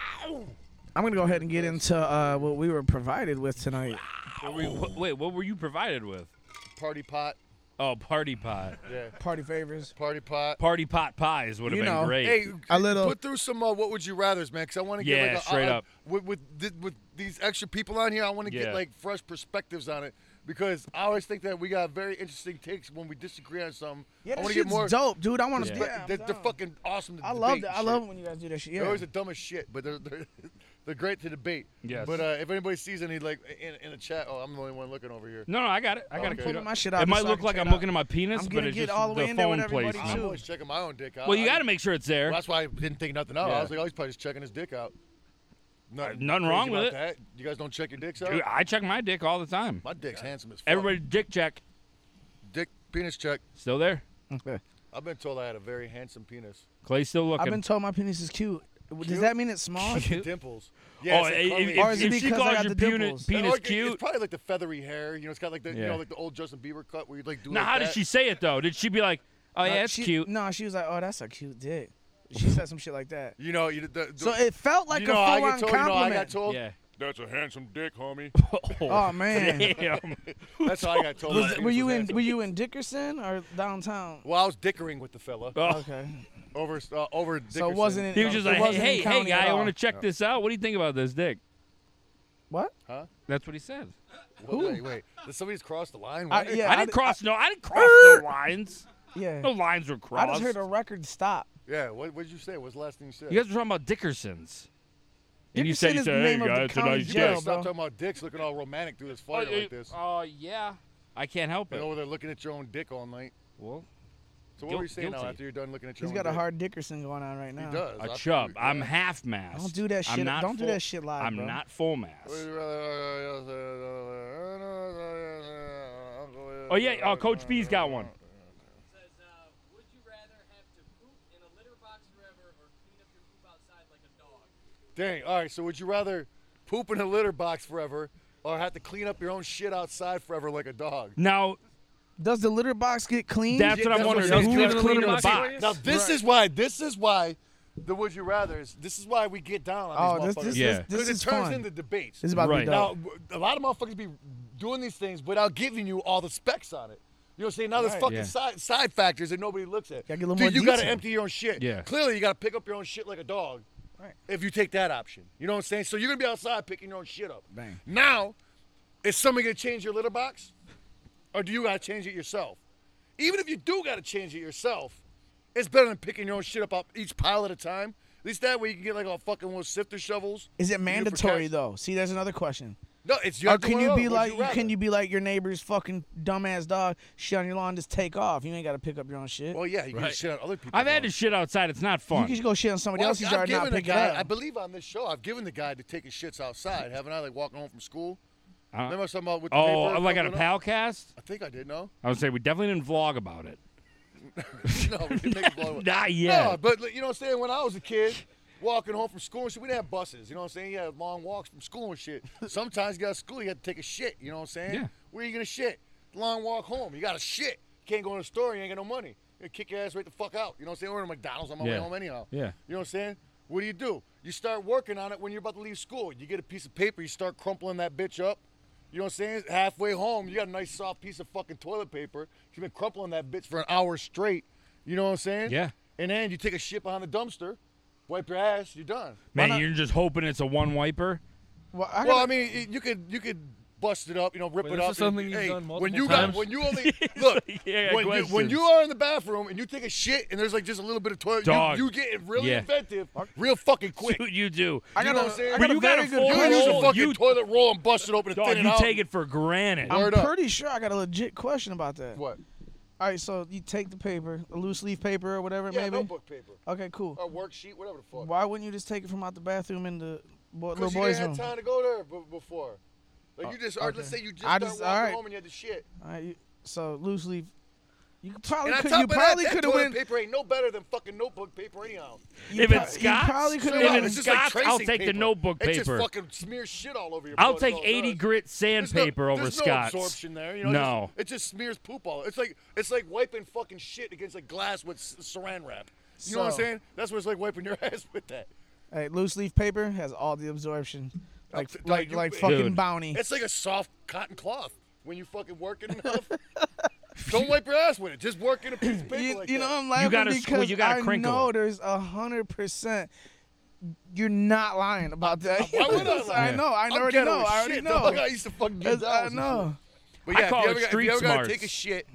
I'm gonna go ahead and get into uh, what we were provided with tonight. Wait, what were you provided with? party pot. Oh, party pot. Yeah, Party favors. party pot. Party pot pies would have You been know, great. Hey, A little- put through some uh, what would you rather's, man, because I want to get Yeah, like a, straight I- I- up. with with thi- with these extra people on here. I want to Yeah. get like fresh perspectives on it because I always think that we got very interesting takes when we disagree on something. Yeah, I that want to shit's get more. dope, dude. I want to. Yeah. But Yeah, I'm they're, they're down. fucking awesome. To I love debate that. and I shit. love when you guys do that shit. They're Yeah. always the dumbest shit, but they're they're, they're great to debate. Yes. But uh, if anybody sees any like in, in the chat, oh, I'm the only one looking over here. no, no, I got it. I got I'm it. pulling queued up. my shit out it just might so I look can like check I'm it out. looking at my penis, I'm but gonna it's get just all the way phone in there with everybody, placement. I'm too. always checking my own dick out. Well, you I- got to make sure it's there. Well, that's why I didn't think nothing out. Yeah. Uh, I was like, oh, he's probably just checking his dick out. Nothing, Nothing crazy wrong with about it. That. You guys don't check your dicks out. Dude, I check my dick all the time. My dick's handsome as fuck. Everybody, dick check. dick penis check. Still there? Okay. I've been told I had a very handsome penis. Clay's still I've looking. been told my penis is cute. Does Cute? that mean it's small? Look at dimples. Yeah, oh, it's if, like if, curly. Or is it if she because I calls got your the penis, dimples? Or penis it- cute. It's probably like the feathery hair. You know, it's got like the you Yeah. know like the old Justin Bieber cut where you like do. Now, like how that. did she say it though? Did she be like, Oh yeah, Uh, it's she- cute. No, she was like, "Oh, that's a cute dick." She said some shit like that. You know, you, the, the, So it felt like you a know, how I full get on told, you know, how I got compliment. told. Yeah. That's a handsome dick, homie. oh man, Damn. That's how I got told. was, that he were was you in handsome. were you in Dickerson or downtown? Well, I was dickering with the fella Oh. Okay, over uh, over. so Dickerson. it wasn't. In, He was just it like, wasn't in hey, hey, hey, county at guy, I all. want to check this out. What do you think about this dick? What? That's what he said. Wait, wait, wait. Did somebody's crossed the line? I- What? yeah, I I didn't did- cross no, I didn't cross no lines. Yeah. No lines were I crossed. just heard a record stop. Yeah, What what did you say? What's the last thing you said? you guys were talking about Dickersons. And you said you Dickerson said, is the hey name of the guys, it's a county nice You gotta jail, dick. stop bro. talking about dicks looking all romantic through this fire like this. Oh yeah. I can't help Been it. over there looking at your own dick all night. Well, So what were you Guil- saying now guilty. after you're done looking at your He's own got a dick? hard Dickerson going on right He now. does. a I- chub. yeah. I'm half mass. Don't do that I'm shit. not Don't do full- that shit live, I'm bro. not full mass. Oh Oh yeah, oh Coach B's got one. says, uh, would you rather have to poop in a litter box forever or clean up your poop outside like a dog? Dang. All right. So would you rather poop in a litter box forever, or have to clean up your own shit outside forever like a dog? Now Does the litter box get cleaned? that's what that's I'm what wondering. it is. Who Clean was the cleaning litter the box box? Now this is why. This is why. The would you rather's. This is why we get down on Oh, these this motherfuckers. this, Yeah. this, Because this is it turns fun. into debates. this is about to Right. be dope. Now, w- a lot of motherfuckers be doing these things without giving you all the specs on it. You know what I'm saying? Now there's Right. fucking Yeah. side, side factors that nobody looks at. Gotta get a little Dude, more you gotta detail. empty your own shit. Yeah. Clearly, you gotta pick up your own shit like a dog. Right. If you take that option, you know what I'm saying. So you're gonna be outside picking your own shit up. Bang. Now, is somebody gonna change your litter box, or do you gotta change it yourself? Even if you do gotta change it yourself, it's better than picking your own shit up out each pile at a time. At least that way you can get like a fucking little sifter shovels. Is it You can protect- mandatory though? See, that's another question. No, it's your. Or can you be like can you be like your neighbor's fucking dumbass dog? Shit on your lawn, just take off. You ain't got to pick up your own shit. Well, yeah, you can Right. shit on other people. I've had to shit outside. It's not you fun. can just go shit on somebody Well, else's I've yard and not given a pick guy- it up. I believe on this show, I've given the guy to take his shits outside, haven't I? Like walking home from school. Uh-huh. Uh, Remember I was talking about with the Oh, paper like on a covering up? palcast? I think I did. No, I would say we definitely didn't vlog about it. no, we didn't make a blow. Not No, yet. but like, you know what I'm saying. When I was a kid, walking home from school and shit, we didn't have buses. You know what I'm saying? You had long walks from school and shit. Sometimes you got school, you had to take a shit. You know what I'm saying? Yeah. Where you gonna shit? Long walk home. You got to shit. Can't go in the store. You ain't got no money. You gonna kick your ass right the fuck out. You know what I'm saying? Or in McDonald's on my way Yeah. home anyhow. Yeah. You know what I'm saying? What do you do? You start working on it when you're about to leave school. You get a piece of paper, you start crumpling that bitch up. You know what I'm saying? Halfway home, you got a nice soft piece of fucking toilet paper. You've been crumpling that bitch for an hour straight. You know what I'm saying? Yeah. And then you take a shit behind the dumpster, wipe your ass, you're done. Man, you're just hoping it's a one wiper. well, I Well, gotta- I mean, it- you could you could bust it up, you know, rip Wait, it this up. is something and- you've hey, done multiple when you times? got when you only look yeah, when you, when questions. you are in the bathroom and you take a shit and there's like just a little bit of toilet, Dog. you, you get really Yeah. inventive, real fucking quick. Dude, you do. I you know got what I'm saying? a, I But got a you got very a good full You question. use a roll. fucking you- toilet roll and bust it open and Dog, thin it you out. take it for granted. Word I'm up. pretty sure I got a legit question about that. What? All right, so you take the paper, a loose leaf paper or whatever it Yeah, oh, may be. notebook paper Okay, cool. or worksheet, whatever the fuck. Why wouldn't you just take it from out the bathroom in the boy, little Because you didn't boy's room? have time to go there b- before. Like you just, or let's okay. say you just I start just- walking alright. home and you had the shit. All right, you, so loose leaf. You could probably And on could. top You of probably that, that could have toilet went. paper ain't no better than fucking notebook paper anyhow. you If pro- it's you Scott's, probably could Straight have If up, went. it's it's just like Scott's, I'll tracing take the paper. notebook It just paper. fucking smears shit all over your. I'll butt, is take all it 80 does. grit There's no- sandpaper over there's Scott's. No absorption there. You know, it No. just- it just smears poop all. It's like it's like wiping fucking shit against like glass with s- saran wrap. You know what I'm So- saying? That's what it's like wiping your ass with that. All right, loose leaf paper has all the absorption, like t- like like you- like Dude. fucking bounty. It's like a soft cotton cloth when you fucking working enough. Don't wipe your ass with it. Just work in a piece of paper You, like you that. know I'm laughing gotta sque- because you gotta I crinkle know it. there's a hundred percent. You're not lying about that. Uh, Why would I lie? I know. I I'm already ghetto know. as I already shit, know. dog. I used to fucking do As- I dolls and shit. know. But I yeah, if call you it ever, got- street if you ever smarts. gotta take a shit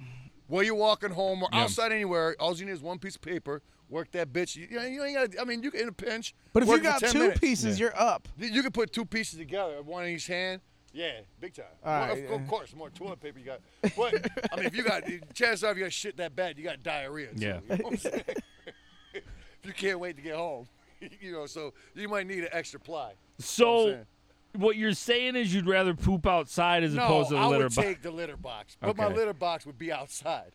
while you're walking home or Yeah. outside anywhere, all you need is one piece of paper. Work that bitch. You, you know, you ain't gotta. I mean, you can in a pinch. But if work you it got for 10 two minutes. pieces, you're up. you, you can put two pieces together, one in each hand. Yeah, big time. All Well, right, of, of yeah. course, more toilet paper you got. But I mean, if you got chances are if you got shit that bad, you got diarrhea. too, Yeah. you know what I'm saying? if you can't wait to get home, you know, so you might need an extra ply. so, I'm saying. what you're saying is you'd rather poop outside as opposed to the I litter would box. take the litter box, but my Okay. litter box would be outside.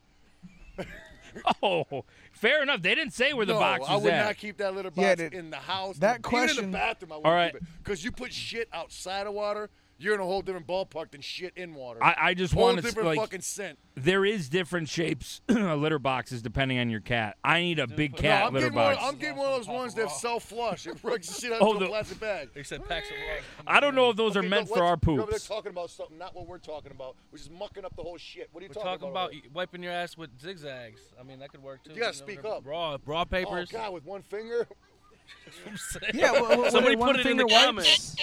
Oh, fair enough. They didn't say where the no, box was I would at. not keep that litter box Yeah, that- in the house. that even in question- the bathroom, I wouldn't All right. keep it because you put shit outside of water. you're in a whole different ballpark than shit in water. I, I just whole want to different like fucking scent. there is different shapes of litter boxes depending on your cat. I need a big No, cat I'm litter getting, one, box. I'm getting one of those ones that self flush. It rugs the shit out Oh, into the- a plastic bag. They said packs of raw. I don't know if those Okay, are meant no, let's- for our you're over there poops. talking about something, not what we're talking about, which is mucking up the whole shit. What are you We're talking over about there? wiping your ass with zigzags. I mean, that could work too. You gotta know, speak they're up. Raw, raw papers. Oh God, with one finger. I'm saying. Yeah, well, well, Somebody well, put one it in finger the wipes. comments.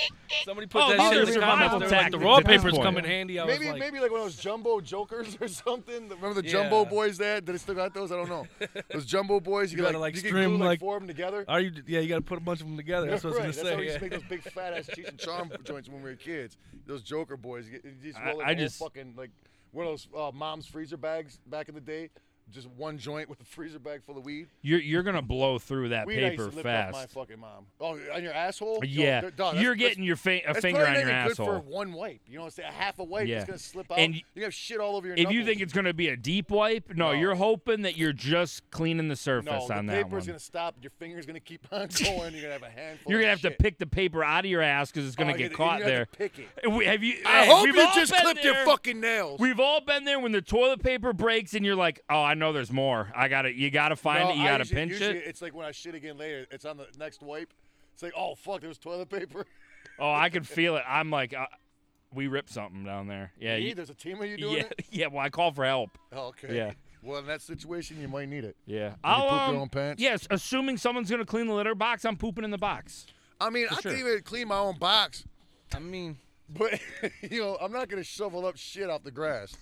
Somebody put Oh, that these shit are in the survival comments. They're Like, the tactics raw at this papers point. come in handy. I was Maybe like, maybe like one of those jumbo jokers or something. Remember the Yeah. jumbo boys they had? Do they still got those? I don't know. Those jumbo boys, you, You could, gotta, like, you could string, glue, like- four of them together. Are you? Yeah, you got to put a bunch of them together. That's what I was That's how gonna we say. used yeah. to make those big fat ass Cheech and Chong joints when we were kids. Those Joker boys, you, you just I- roll like I a whole just- fucking like one of those uh, mom's freezer bags back in the day. Just one joint with a freezer bag full of weed. You're you're gonna blow through that Weed I used paper to lift off my fast. fucking mom. Oh, on your asshole? Yo, Yeah, d- dog, that's- you're that's- getting your fa- a that's finger on probably your not even asshole. good for one wipe. You know what I'm saying? A half a wipe, Yeah. it's gonna slip out. And you have shit all over your. If you knuckles. think it's gonna be a deep wipe, No. no, you're hoping that you're just cleaning the no, surface on the that paper's one. gonna stop. Your finger's gonna keep on going. You're gonna have a handful. You're of gonna have shit. to pick the paper out of your ass because it's gonna Oh, get you're caught you're gonna there. have to pick it. We- Have you? I hey, hope we've you all just been clipped there. your fucking nails. We've all been there when the toilet paper breaks and you're like, "Oh, I know there's more. I gotta, you gotta find No, it. You I gotta usually- pinch usually it. It's like when I shit again later. It's on the next wipe. It's like, oh fuck, there was toilet paper. Oh, I can feel it. I'm like, uh, we ripped something down there. Yeah, Me? you, There's a team of you doing yeah, it. yeah. Well, I call for help. Oh, okay. Yeah. Well, in that situation, you might need it. Yeah, Can you I'll poop um, your own pants? yes. Assuming someone's gonna clean the litter box, I'm pooping in the box. I mean, I sure. can even clean my own box, I mean, but you know, I'm not gonna shovel up shit off the grass.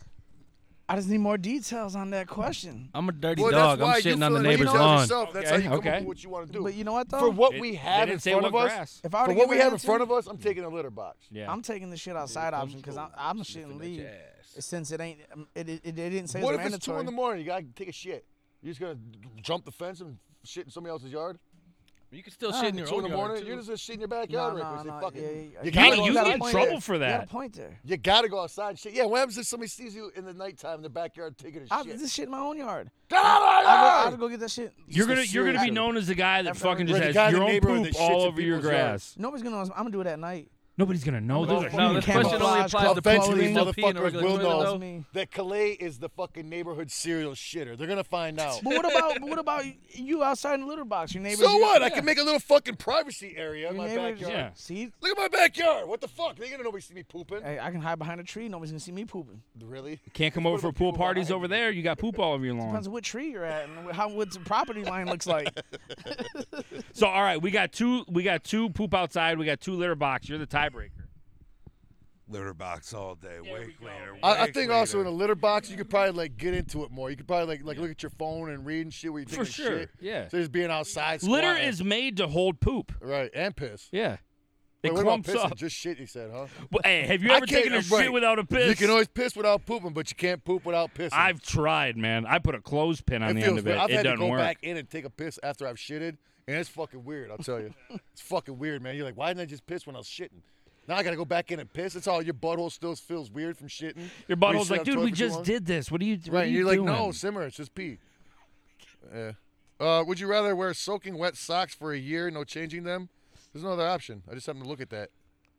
I just need more details on that question. I'm a dirty Well, dog. that's why I'm you shitting on the feel like you neighbor's know lawn. yourself. That's Okay, how you come okay. up with what you want to do. But you know what though? for what It- we they have didn't in say front what of us, grass. If I were for to what give we an have in front answer, of us, I'm taking a litter box. Yeah. I'm taking the shit outside option because I'm, I'm shitting leave. Since it ain't, um, it, it, it didn't say What it's if it's two mandatory. in the morning? You gotta take a shit. You're just gonna jump the fence and shit in somebody else's yard. You can still shit in your Two own in the morning. yard, You're too. just gonna shit in your backyard. no, right quick. no, Say, no, "Fuck yeah, it." yeah, You yeah. gotta You- go you outside get and in play trouble it. for You got that. a point there. You gotta go outside and shit. Yeah, what happens if somebody sees you in the nighttime in the backyard taking a I shit? this shit in my own yard. Get out of my I yard! had to go get that shit. You're gonna Just a you're gonna be serious- known as the guy that I've fucking just never- Or the has guy in your the own neighborhood poop that all shits in over your people's grass. Nobody's gonna. know. I'm gonna do it at night. Nobody's gonna know. Those are no, No, huge this question only camouflage applies to clothing. people Eventually, who still pee in a motherfuckers regular will toilet, know. though. Me. that Calais is the fucking neighborhood serial shitter. They're gonna find out. But what about but what about you outside in the litter box? Your neighbors. so you- what? I yeah. can make a little fucking privacy area in Your my neighbors- backyard. Yeah. See, Look at my backyard. What the fuck? They gonna nobody see me pooping. hey, I can hide behind a tree. Nobody's gonna see me pooping. Mm. Really? Can't come over for about pool people parties behind over you? there. You got poop all over your lawn. Depends on what tree you're at and how what the property line looks like. So all right, we got two. We got two poop outside. We got two litter box. You're the tiebreaker. Litter box all day. Wake later. I, I think also in a litter box you could probably like get into it more. You could probably like like look at your phone and read and shit where you For taking sure, shit. yeah. So just being outside. Litter squatting. is made to hold poop. right and piss. Yeah, it Wait, what about clumps pissing? up. Just shit. He said, huh? Well, hey, have you I ever can't- taken a uh, shit right. without a piss? You can always piss without pooping, but you can't poop without pissing. I've tried, man. I put a clothespin on It the feels end of weird. it. I've it had to doesn't go work. back in and take a piss after I've shitted, and it's fucking weird. I'll tell you, it's fucking weird, man. You're like, why didn't I just piss when I was shitting? Now I gotta go back in and piss. It's all your butthole still feels weird from shitting. Your When you butthole's sit like, on the dude, toilet we for too just long." did this. What are you? What Right, are and you you're like, doing? no, simmer, it's just pee. Yeah. Uh, would you rather wear soaking wet socks for a year, no changing them? There's no other option. I just happened to look at that.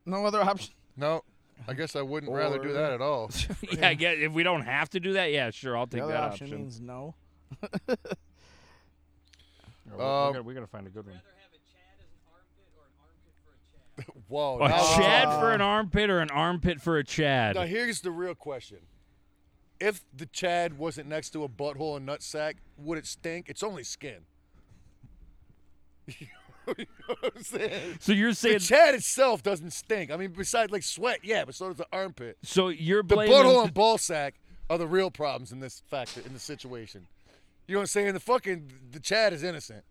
No other option. No, I guess I wouldn't rather do that at all. yeah, I guess if we don't have to do that, yeah, sure, I'll The take other that option, option. means no. Here, Um, we, are gonna find a good one. Rather have a Chad as an armpit or an armpit for a Chad? Whoa. A now- uh, Chad for an armpit or an armpit for a Chad? Now here's the real question. If the Chad wasn't next to a butthole and nutsack, would it stink? It's only skin. you know what I'm saying? so you're The saying Chad itself doesn't stink. I mean, besides like sweat, yeah, but so does the armpit. so you're The blaming butthole and ball sack are the real problems in this factor in this situation. You know what I'm saying? The fucking the Chad is innocent.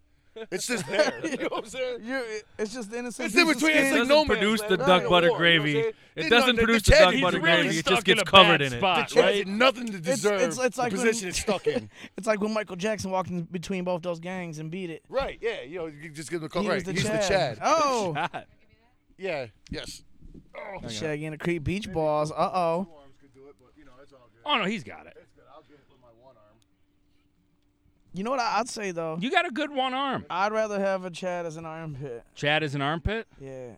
It's just there. you know what I'm saying? You, it's just the innocent. It's in piece of between, it's skin. like It no doesn't man's produce land. the Not duck a butter war, you know what I'm gravy. saying? It They- doesn't the- produce the the duck Chad's butter really gravy. It stuck stuck just in gets a covered bad in it. spot, The Chad right? did nothing to It's- deserve it's- it's like the when- position it's stuck in. It's like when Michael Jackson walked in between both those gangs and beat it. Right, yeah, you know, you just give him a call. He right, was the he's Chad. the Chad. Oh, God. Yeah, yes. Shaggy and the Creek Beach Balls. Uh oh. Oh no, he's got it. You know what I, I'd say though? You got a good one arm. I'd rather have a Chad as an armpit. Chad is an armpit. Yeah.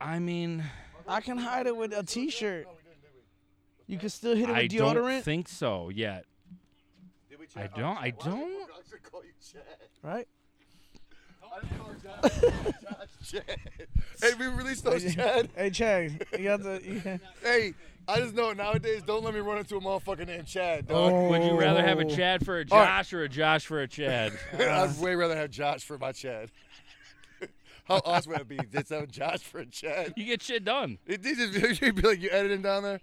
I mean, I can hide it with a T-shirt. You can still hit it with I don't deodorant, think so yet. I Oh, don't. I don't. I should call you Chad. right? Chad. Hey, we released those Chad. Hey, Chad, you got the. yeah. Hey, I just know nowadays, don't let me run into a motherfucker named Chad, dog. Oh. Would you rather have a Chad for a All right. Josh or a Josh for a Chad? I'd way rather have Josh for my Chad. How awesome would it be just have Josh for a Chad? you get shit done. It, they just, you'd be like, you editing down there.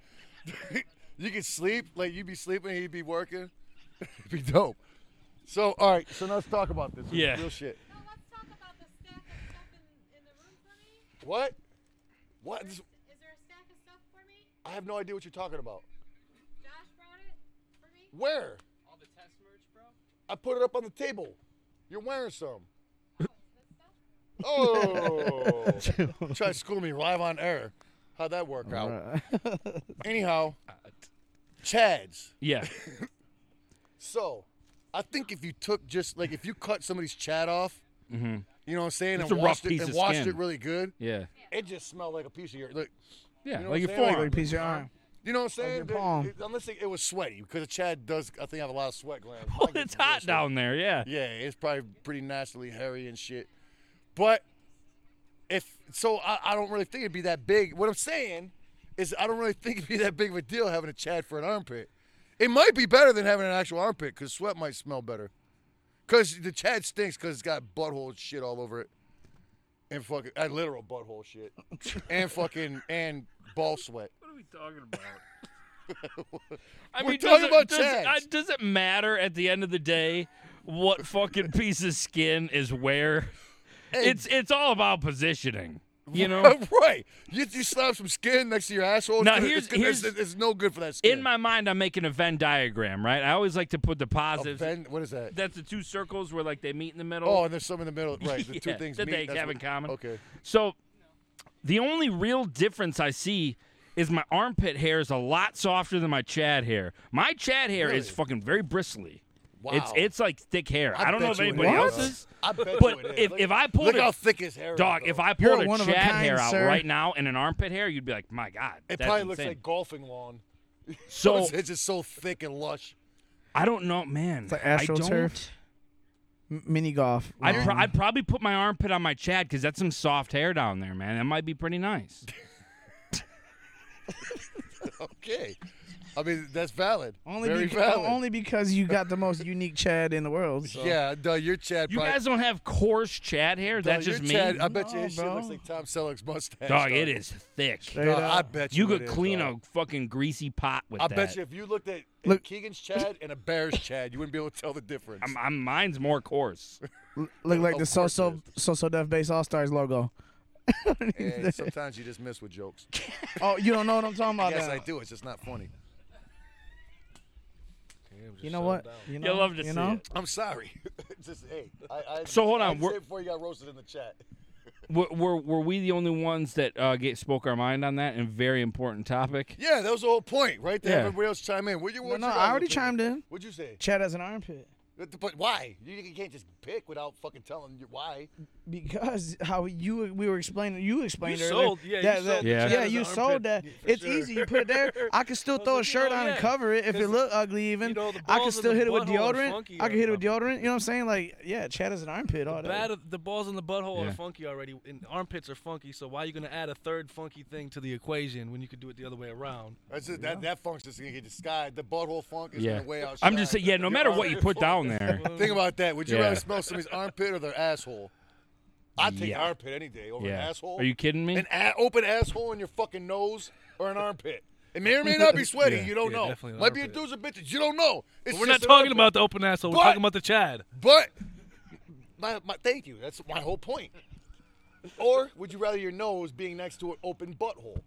you could sleep, like you'd be sleeping, he'd be working. It'd be dope. So, all right, so now let's talk about this. This is Yeah. Real shit. So let's talk about the stack of stuff in, in the room for me. What? What? Is, is there a stack of stuff for me? I have no idea what you're talking about. Josh brought it for me. Where? All the test merch, bro. I put it up on the table. You're wearing some. This stuff. Oh. Try to school me live on air. How'd that work out? Anyhow, Chad's. Yeah. So, I think if you took just like if you cut somebody's Chad off, you know what I'm saying, Mm-hmm. and It's a rough washed it piece and of washed skin. it really good, Yeah. it just smelled like a piece of your. Like, You Yeah. know what like your I'm saying? forearm. Like a piece of your arm. you know what I'm saying? your palm. It- unless it, it was sweaty, because a Chad does, I think, have a lot of sweat glands. I Well, think it's hot really down there. Yeah. Yeah, it's probably pretty naturally hairy and shit. But if so, I, I don't really think it'd be that big. What I'm saying is, I don't really think it'd be that big of a deal having a Chad for an armpit. It might be better than having an actual armpit because sweat might smell better. Because the Chad stinks because it's got butthole shit all over it. And fucking, uh, literal butthole shit. and fucking, and ball sweat. What are we talking about? I We're mean, talking does it, about does, it- Chads. uh, does it matter at the end of the day what fucking piece of skin is where? It's it's all about positioning. You know. right. You, you slap some skin next to your asshole. Now, it's, here's- it's, it's, here's- it's no good for that skin. In my mind, I'm making a Venn diagram, right? I always like to put the A positives. Venn- what is that? That's the two circles where like they meet in the middle. Oh, and there's some in the middle, right? The two Yeah, things that meet, they that's have what- in common. Okay. So the only real difference I see is my armpit hair is a lot softer than my Chad hair. My Chad hair is Really? fucking very bristly. Wow. It's it's like thick hair. I, don't know bet if you it anybody is. else's. I bet But you it is. if- Look- if I pulled look it- how thick his hair. is, Dog, though. if I You're pulled a a one of a Chad kind, hair out sir. right now and an armpit hair, you'd be like, my God. it that's probably looks insane." like golfing lawn. So it's just so thick and lush. I don't know, man. It's like I don't. astroturf. M- mini golf. I'd, pro- Um, I'd probably put my armpit on my Chad because that's some soft hair down there, man. That might be pretty nice. Okay. I mean, that's valid. only Very because, valid. only because you got the most unique Chad in the world. So. yeah, duh, your Chad. You probably, guys don't have coarse Chad hair. duh, That's just your me. Chad, I bet you No, his shit looks bro. like Tom Selleck's mustache. Dog, it is thick. Duh, Straight I up. bet you. You could it is, clean dog. a fucking greasy pot with I that. bet you if you looked at, at Look- Keegan's Chad and a Bear's Chad, you wouldn't be able to tell the difference. I'm, I'm, mine's more coarse. Look like Of the course so it so so so Def Bass All Stars logo. and sometimes you just miss with jokes. Oh, you don't know what I'm talking about. yes, now. I do. It's just not funny. You know what? You know, You'll love to you see know? it. I'm sorry. Just hey. I, I, So, hold I on, had to we're- say it before you got roasted in the chat. Were, were, were we the only ones that uh, get, spoke our mind on that? And very important topic. Yeah, that was the whole point, right? There, Yeah. everybody else chime in. What you? No, What no, you I already chimed in. What'd you say? Chad has an armpit But but why? You, you can't just pick without fucking telling you why. because how you we were explaining you explained You earlier sold- yeah, you that, sold that- the Chad yeah, has you an sold armpit. that. Yeah, for it's sure. easy. You put it there. I can still throw a like, you shirt know, on and yeah. cover it if it It's- look ugly. Even know, the I balls can and still the hit it with butthole are deodorant. funky I can or hit it with deodorant. You know what I'm saying? Like yeah, Chad has an armpit. All The, that. bat, the balls in the butthole Yeah. are funky already, and armpits are funky. So why are you gonna add a third funky thing to the equation when you could do it the other way around? That's just, that that funk's just gonna get disguised. The butthole funk is Yeah. gonna way out. I'm just saying, yeah, no matter what you put down there. Think about that. Would you Yeah. rather smell somebody's armpit or their asshole? I'd take Yeah. armpit any day over an Yeah. asshole. Are you kidding me? an a- open asshole in your fucking nose or an armpit. It may or may not be sweaty. Yeah, you don't yeah, know. definitely an Might be a armpit. dudes or bitches. You don't know. It's We're just not an talking armpit. about the open asshole. We're But- talking about the Chad. But my, my thank you. That's my whole point. Or would you rather your nose being next to an open butthole?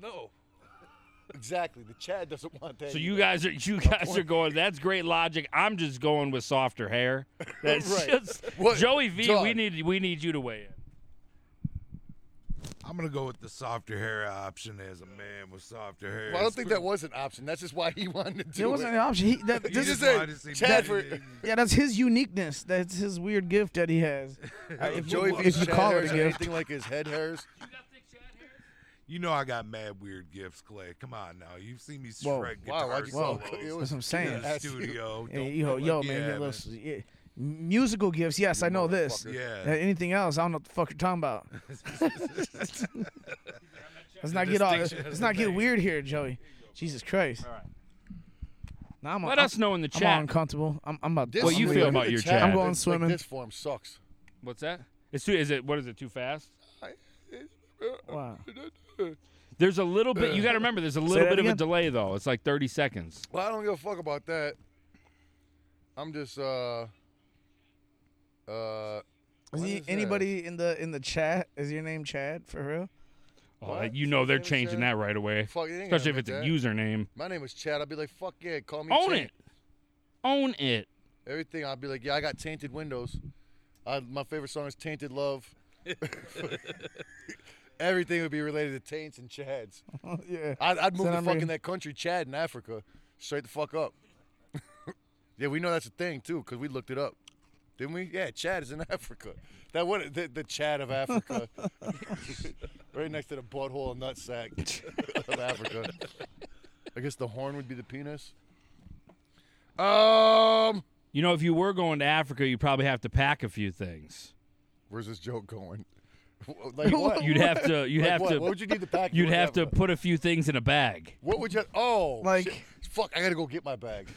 No. Exactly. The Chad doesn't want that. So you guys are you guys are going. That's great logic. I'm just going with softer hair. That's Right. just What- Joey V. We John. need we need you to weigh in. I'm gonna go with the softer hair option as a man with softer hair. Well, I don't think that was an option. That's just why he wanted to do there wasn't it. an option. He, that, You this is just said wanted to see Chad for better yeah, that's his uniqueness. That's his weird gift that he has. Uh, if you- Joey if V's you Chad call it hairs a are gift. anything like his head hairs. You know I got mad weird gifts, Clay. Come on now, you've seen me shred Whoa. Wow, guitar why'd you- solos whoa, it in was- That's what I'm Yeah, saying. the that's you. studio. Yeah, Don't yo, look yo, like- man, yeah, you're little- yeah. Musical gifts, yes, I know this. motherfucker. Yeah. Uh, Anything else, I don't know what the fuck you're talking about. let's not get all. Let's, distinction let's is not get amazing. weird here, Joey. Jesus Christ. All right. Now I'm. Let I'm, us know in the I'm all chat. uncomfortable. I'm. I'm about. This- What you I'm feel gonna about do the your chat. chat. I'm going This- like, swimming. this form sucks. What's that? It's too. Is it? What is it? Too fast? Wow. There's a little bit. You got to remember. There's a little that bit of a again. delay though. It's like 30 seconds. Well, I don't give a fuck about that. I'm just uh uh. Is what he- that? anybody in the in the chat? Is your name Chad for real? Oh, What? you know they're Never said changing it. that right away. Fuck, it ain't Especially if gonna it's a be that. username. My name is Chad. I'd be like, fuck yeah, call me. Own Chad. it. Own it. Everything. I'd be like, yeah, I got tainted windows. I, my favorite song is Tainted Love. Everything would be related to taints and chads. Oh, yeah. I'd, I'd move Send to them fucking in. that country, Chad in Africa, straight the fuck up. yeah, we know that's a thing too, cause we looked it up, didn't we? Yeah, Chad is in Africa. That what the, the Chad of Africa, right next to the butthole and nutsack of Africa. I guess the horn would be the penis. Um, You know, if you were going to Africa, you probably have to pack a few things. where's this joke going? Like what? You'd have to. You'd Like have what? to. What would you need to pack? You'd What have to happened? put a few things in a bag. What would you? Oh, Like- shit. fuck! I gotta go get my bag.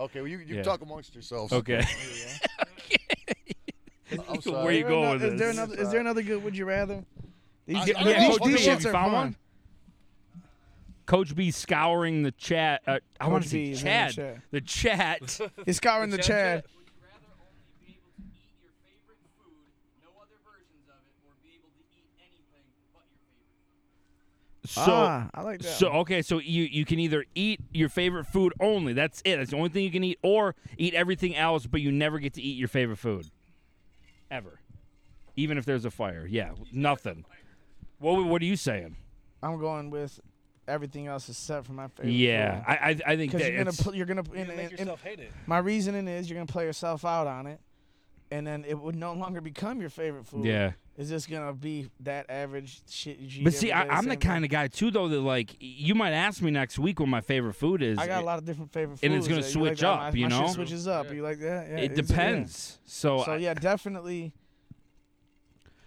Okay, well you, you Yeah. talk amongst yourselves. Okay. I'm Where sorry. you go ano- with is there this? another? Is there another good? Would you rather? These, I- I yeah, don't know. these- Coach these B, shits have you are found fun. one? Coach B scouring the chat. Uh, I want Coach to see B is in the Chad. chat. The chat. He's scouring the Chad. Would you rather only be able to eat your favorite food, no other versions of it, or be able to eat anything but your favorite food? so. ah, I like that. So okay, so you you can either eat your favorite food only. That's it. That's the only thing you can eat, or eat everything else, but you never get to eat your favorite food, ever. Even if there's a fire, yeah, nothing. What what are you saying? I'm going with everything else except for my favorite. Yeah, I I, I think Because that you're gonna it's- pl- you're gonna in, You in, make in- yourself hate it. my reasoning is you're gonna play yourself out on it, and then it would no longer become your favorite food. yeah. It's just gonna be that average shit. You But see, I, I'm the kind of guy too, though. That like you might ask me next week what my favorite food is. I got It- a lot of different favorite foods. and it's gonna that you like switch that. up, My- you my shit know? switches up. You like that? Yeah, It it's- yeah. depends. So, So yeah, definitely.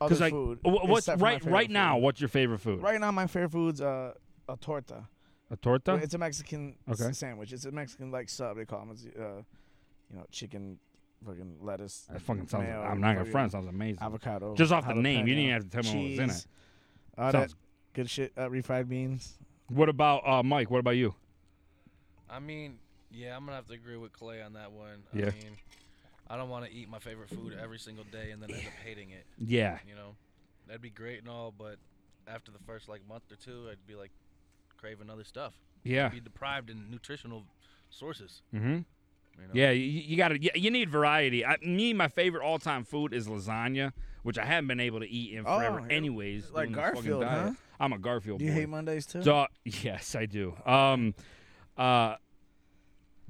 Other because like, food. wh- what's except for my right favorite right food. now? What's your favorite food? Right now, my favorite food's uh, a torta. a torta. It's a Mexican s- Okay. sandwich. It's a Mexican like sub. They call them, it's, uh, you know, chicken, fucking lettuce. That fucking sounds. mayo, I'm not gonna fucking front. Sounds amazing. Avocado. Just off the name, you didn't jalapeno, even have to tell me what was in it. cheese, All Sounds- that good shit. Uh, refried beans. What about uh, Mike? What about you? I mean, yeah, I'm gonna have to agree with Clay on that one. Yeah. I mean, I don't want to eat my favorite food every single day and then end up hating it. Yeah, You know, that'd be great and all, but after the first like month or two, I'd be like craving other stuff. yeah, Be deprived in nutritional sources. mm-hmm. You know? yeah. You, you gotta. You, you need variety. I, me, my favorite all-time food is lasagna, which I haven't been able to eat in Oh, forever. you're anyways, like doing this fucking Garfield, diet. huh? I'm a Garfield. Do you Oh, boy. hate Mondays too? So yes, I do. Um, uh,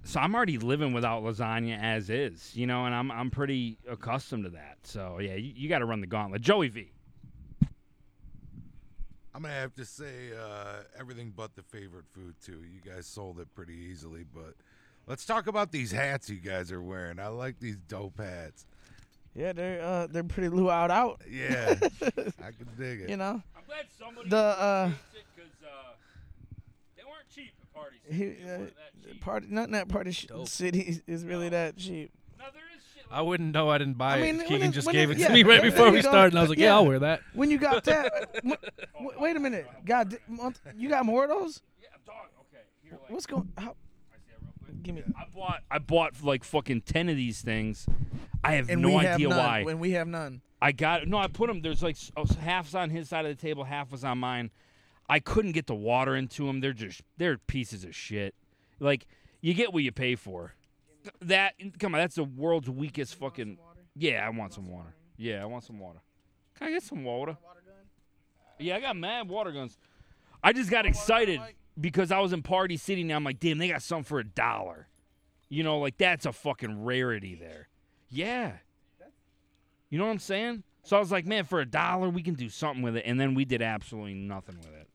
so I'm already living without lasagna as is, you know, and I'm I'm pretty accustomed to that. So yeah, you, you got to run the gauntlet, Joey V. I'm gonna have to say uh, everything but the favorite food too. You guys sold it pretty easily, but let's talk about these hats you guys are wearing. I like these dope hats. yeah, they're uh, they're pretty luaued out. Yeah, I can dig it. You know, I'm glad somebody The, uh, fixed uh, they weren't cheap at parties. he, uh, party, nothing at party sh- Dope. city is really that cheap. I wouldn't know. I didn't buy I mean, it. when Keegan it- just when gave it- it, to yeah, me right there before you we go. started, and I was like, "Yeah, Yeah. I'll wear that." When you got that, w- w- wait a minute, God, di- month- you got more of those? What's going? How, give me. I bought I bought like fucking ten of these things. I have And no we have idea none. why. When we have none. I got no. I put them. There's like s- oh, s- half's on his side of the table, half was on mine. I couldn't get the water into them. They're just they're pieces of shit. Like you get what you pay for. Th- That come on, that's the world's weakest fucking. Yeah, I want some water. Yeah, I want some water. Can I get some water? Yeah, I got mad water guns. I just got excited because I was in Party City. Now I'm like, damn, they got some for a dollar. You know, like that's a fucking rarity there. Yeah. You know what I'm saying? So I was like, man, for a dollar, we can do something with it. And then we did absolutely nothing with it.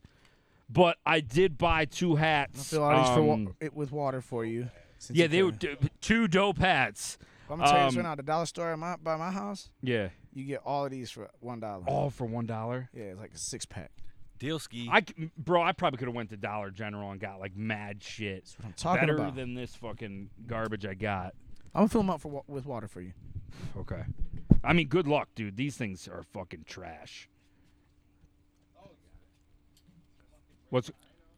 But I did buy two hats. I fill out these for wa- um, it with water for you. since yeah, you they can. were d- two dope hats. I'm gonna tell you this um, right now. The dollar store at my, by my house, Yeah, you get all of these for one dollar. all for one dollar. Yeah, it's like a six pack. Deal E ski. I c- bro, I probably could have went to Dollar General and got like mad shit. That's what I'm talking Better about. than this fucking garbage I got. I'm gonna fill them up for wa- with water for you. Okay. I mean, good luck, dude. These things are fucking trash. What's?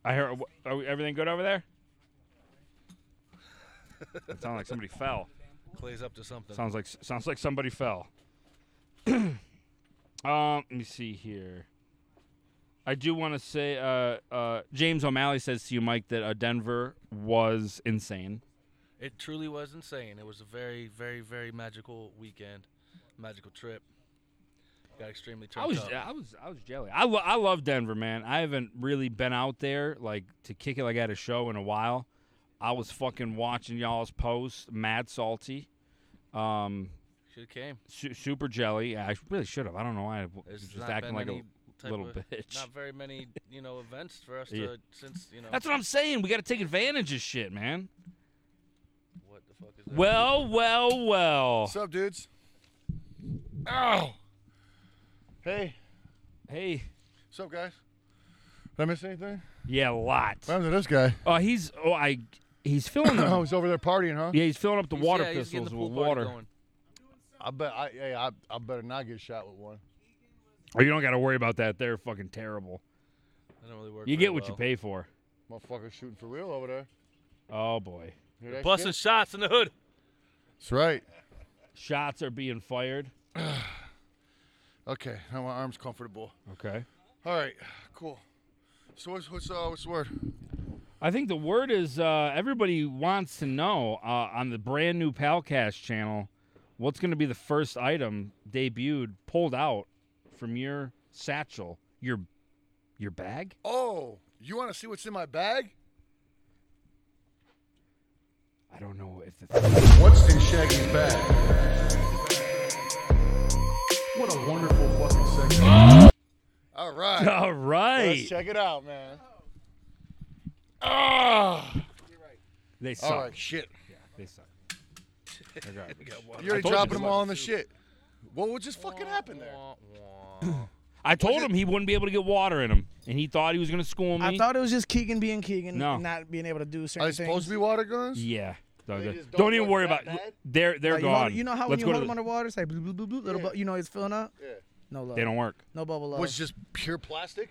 I hear. Are we, everything good over there? It sounds like somebody fell. Plays up to something. Sounds like sounds like somebody fell. um, let me see here. I do want to say, uh, uh, James O'Malley says to you, Mike, that uh, Denver was insane. It truly was insane. It was a very, very, very magical weekend, magical trip. Got extremely turned I was, up. I was, I was jelly. I, lo- I love Denver, man. I haven't really been out there like to kick it like at a show in a while. I was fucking watching y'all's post, mad salty, um, Should have came. su- super jelly. I really should have. I don't know why I w- There's was just not acting been like a any type little of, bitch. Not very many, you know, events for us to Yeah. since you know. That's what I'm saying. We got to take advantage of shit, man. what the fuck is that? Well, well, well. What's up, dudes? Ow! Hey, Hey, what's up, guys? Did I miss anything? yeah, a lot. What happened to this guy? Oh, he's oh, I he's filling I them. was over there partying, huh? Yeah, he's filling up the Oh, He's- water yeah, he's getting pistols the with pool party water. going. I bet. I, yeah, I, I better not get shot with one. Oh, you don't got to worry about that. They're fucking terrible. That don't really work You very get what you well. pay for. Motherfucker shooting for real over there. Oh boy, Hear that Busting shit? shots in the hood. That's right. shots are being fired. Okay, now my arm's comfortable. Okay. All right, cool. So what's what's uh what's the word? I think the word is uh, everybody wants to know uh, on the brand new Palcast channel what's going to be the first item debuted pulled out from your satchel, your your bag. Oh, you want to see what's in my bag? I don't know if the What's in Shaggy's bag? What a wonderful fucking segment. All right, All let's right. check it out, man. They suck. All right, shit. They suck. You're already told you dropping to them all on the shit. What would just fucking happen there? I told him he wouldn't be able to get water in him, and he thought he was going to school me. I thought it was just Keegan being Keegan, No. not being able to do certain Are they things. supposed to be water guns? yeah. Don't, just don't, don't even look worry that about. bad? They're they're Like, you gone. hold- you know how when Let's you go hold to them the- underwater, it's like blue, blue, blue, blue, little, Yeah. bu- you know, it's filling up. Yeah. No love. They don't work. No bubble love. Was just pure plastic?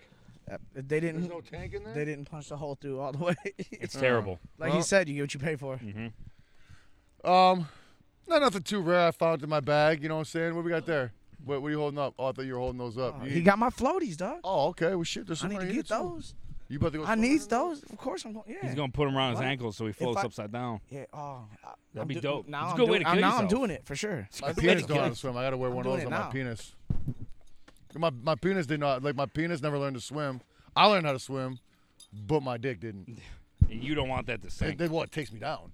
Uh, they didn't. There's no tank in there? They didn't punch the hole through all the way. It's Mm-hmm. terrible. like he Well- said, you get what you pay for. Um, not nothing too rare I found in my bag. You know what I'm saying? What we got there? What, what are you holding up? Oh, I thought you were holding those up. Uh, You- he got my floaties, dog. oh, okay. Well, shit. There's I some need right to here, get too. those. You about to go? I swimming need in them? those. Of course, I'm going. Yeah. He's gonna put him around his What? ankles so he floats I- upside down. Yeah. Oh, I, That'd I'm be do- dope. Now It's a I'm good way doing- to kill I'm- now I'm yourself. doing it for sure. My It's a penis good don't way know to how to swim. I gotta wear one of doing those it on now. my penis. My my penis did not like my penis never learned to swim. I learned how to swim, but my dick didn't. And you don't want that to It, sink. it, well, it takes me down.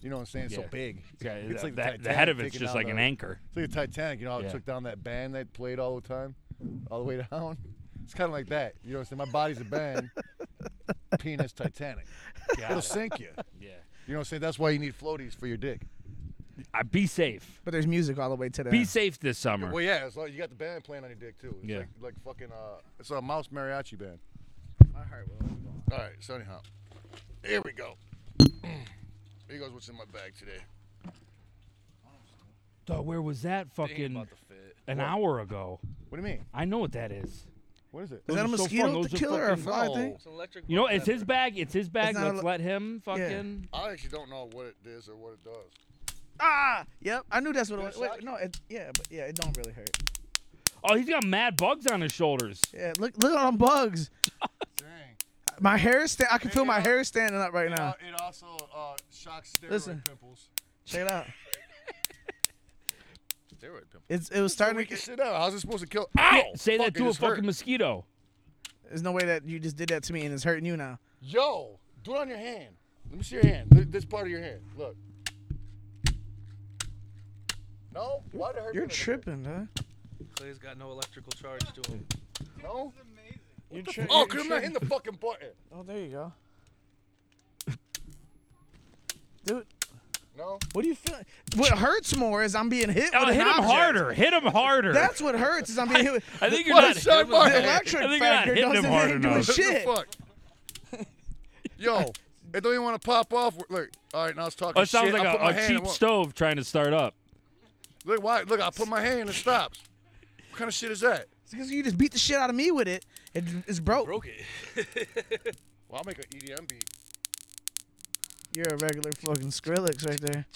You know what I'm saying? It's Yeah. so big. Yeah, It's like the that- the head Titanic of it's taking just out like an the- anchor. It's like the Titanic. You know, how it Yeah. took down that band that played all the time, all the way down. It's kind of like that. You know what I'm saying? My body's a band. penis Titanic. It'll sink you. You Yeah. know what I'm saying? That's why you need floaties for your dick. Uh, be safe. But there's music all the way to the. Be safe this summer. Well, yeah, it's like you got the band playing on your dick too. It's Yeah. Like, like fucking, uh, it's a mouse mariachi band. All right, so anyhow, here we go. Here goes what's in my bag today. Dog, where was that fucking About to fit. an hour ago? What do you mean? I know what that is. What is it? Is that a Those are so mosquito fun. Those are killer or a fucking- fly No. thing? It's an electric. You know, bug it's his pepper. bag. It's his bag. not a Let's lo- let him fucking. I actually don't know what it is or what it does. Ah, yep. I knew that's what it was. Gonna shock Wait, no, it, yeah, but yeah, it don't really hurt. Oh, he's got mad bugs on his shoulders. Yeah, look, look at them bugs. Dang. My hair is. Sta- I can feel it my al- hair is standing up right now. it also uh, shocks steroid Listen. pimples. Check it out. Steroid pimple. It's it was starting. Freaking To, shit out. How's it supposed to kill? Yeah, Ow! say Fuck, that it to a just hurt. fucking mosquito. there's no way that you just did that to me and it's hurting you now. Yo, do it on your hand. Let me see your hand. Th- This part of your hand. Look. No, why the hurt? You're feelings? tripping, huh? Clay's got no electrical charge to him. No. You're tri- Oh, you're because I'm not tri- hitting the fucking button. Oh, there you go. Dude, No? what do you feel? What hurts more is I'm being hit. Oh, with an hit him object. harder. Hit him harder. That's what hurts is I'm being hit. With, I think you're What, not. Sean hitting him- Martin? the electric I think you're not factor hitting him doesn't hard hang doing enough. What the shit. fuck? Yo, it don't even want to pop off. Look, all right, now it's talking Oh, it sounds shit. I put my like a, a hand in cheap one- stove trying to start up. Look, why? Look, I put my hand and it stops. What kind of shit is that? It's because you just beat the shit out of me with it. it it's broke. Broke it. Well, I'll make an EDM beat. You're a regular fucking Skrillex right there.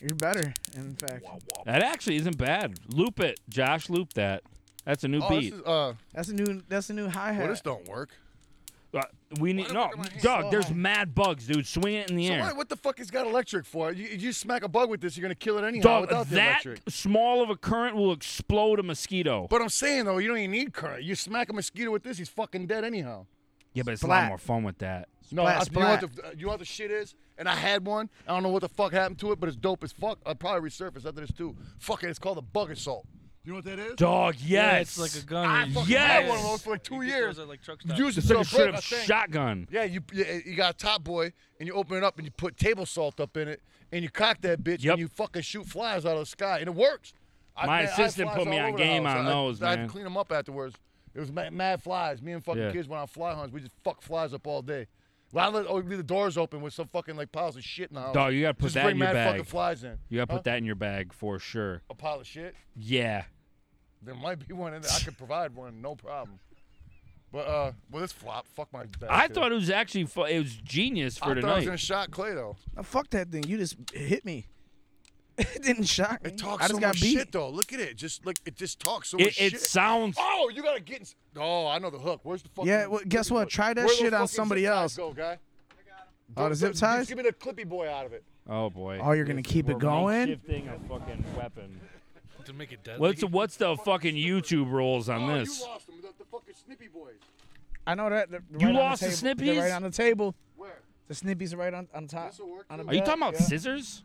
You're better, in fact. That actually isn't bad. Loop it, Josh. Loop that. That's a new Oh, beat. this is, uh, That's a new. That's a new hi well, this hat. don't work. Uh, we need no, Doug. There's mad bugs, dude. Swing it in the So air. why, what the fuck is got electric for? You, you smack a bug with this, you're gonna kill it anyhow Dog, without the that electric. small of a current will explode a mosquito. But I'm saying though, you don't even need current. You smack a mosquito with this, he's fucking dead anyhow. yeah, but it's a Splat. lot more fun with that. No, I, Splat, You, know what splat. the, uh, you know what the shit is? And I had one. I don't know what the fuck happened to it, but it's dope as fuck. I probably resurfaced after this too. Fuck it, it's called a bug assault. You know what that is? Dog, yes. Yeah, it's like a gun. I You fucking shoot had it. one of those for like two You get years. those at, like, truck You stops. use it It's to like break a straight up thing. shotgun. Yeah, you, you eh, you got a top boy and you open it up and you put table salt up in it and you cock that bitch Yep. and you fucking shoot flies out of the sky and it works. I- My man, I had assistant flies put me all on over the game house. on I- those, I, had man. to clean them up afterwards. It was mad, mad flies. Me and fucking Yeah. kids went on fly hunts. We just fuck flies up all day. Well, I let, oh, leave the doors open with some fucking like piles of shit in the house. Dog, you gotta put Oh, just that bring in your mad bag. fucking flies in. You gotta Huh? put that in your bag for sure. A pile of shit. Yeah. There might be one in there. I could provide one, no problem. But uh, well, this flop. Fuck my. bag I too. thought it was actually fu- it was genius for I thought I was tonight. gonna shot Clay though. Now, fuck that thing. You just hit me. it didn't shock me. It talks I just so got much beat. shit though. Look at it. Just like it just talks so much it, it shit. sounds oh, you gotta get. ins- oh, I know the hook. Where's the fucking? Yeah, well, guess what? Try that Where those shit on fucking somebody zip ties else. Go, guy. Oh, the Just- zip just ties. Give me the Clippy boy out of it. Oh boy. Oh, you're gonna keep it We're going? makeshifting a fucking weapon. to make it deadly. What's what's the fucking YouTube rules on oh, this? you lost them. The, the fucking Snippy boys. I know that. they're You right on lost the the, table. They're snippies? right on the table. Where? The snippies are right on, on Uh, top. This'll work, on the too. Are you back, talking about yeah. scissors?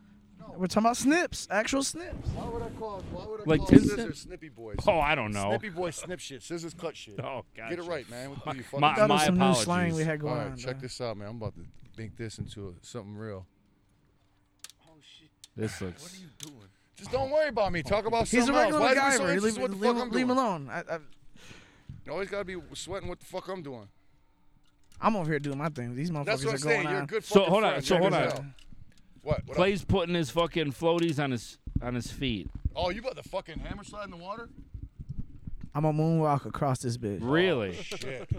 We're talking about snips. Actual snips. Why would I call? Why would I Like call Tim scissors Snippy boys? Oh, I don't know. Snippy boys snip shit. Scissors cut shit. Oh god. Get it right, man. What the fuck? My- That was some apologies. new slang we had All going right, on. check dog. this out, man. I'm about to make this into a, something real. Oh, This looks Just don't worry about me. Talk about He's a something else. regular Why guy. is it so bro. Leave, interested in what the leave, fuck I'm leave him doing? alone. I, I, You always gotta be sweating what the fuck I'm doing. I'm over here doing my thing. These motherfuckers That's what are I'm going saying. on. You're a good So, fucking hold on, friend. so Check hold this on. out. What? what up? Clay's putting his fucking floaties on his on his feet. Oh, you about the fucking hammer slide in the water? I'm a moonwalk across this bitch. Really? Oh, Shit.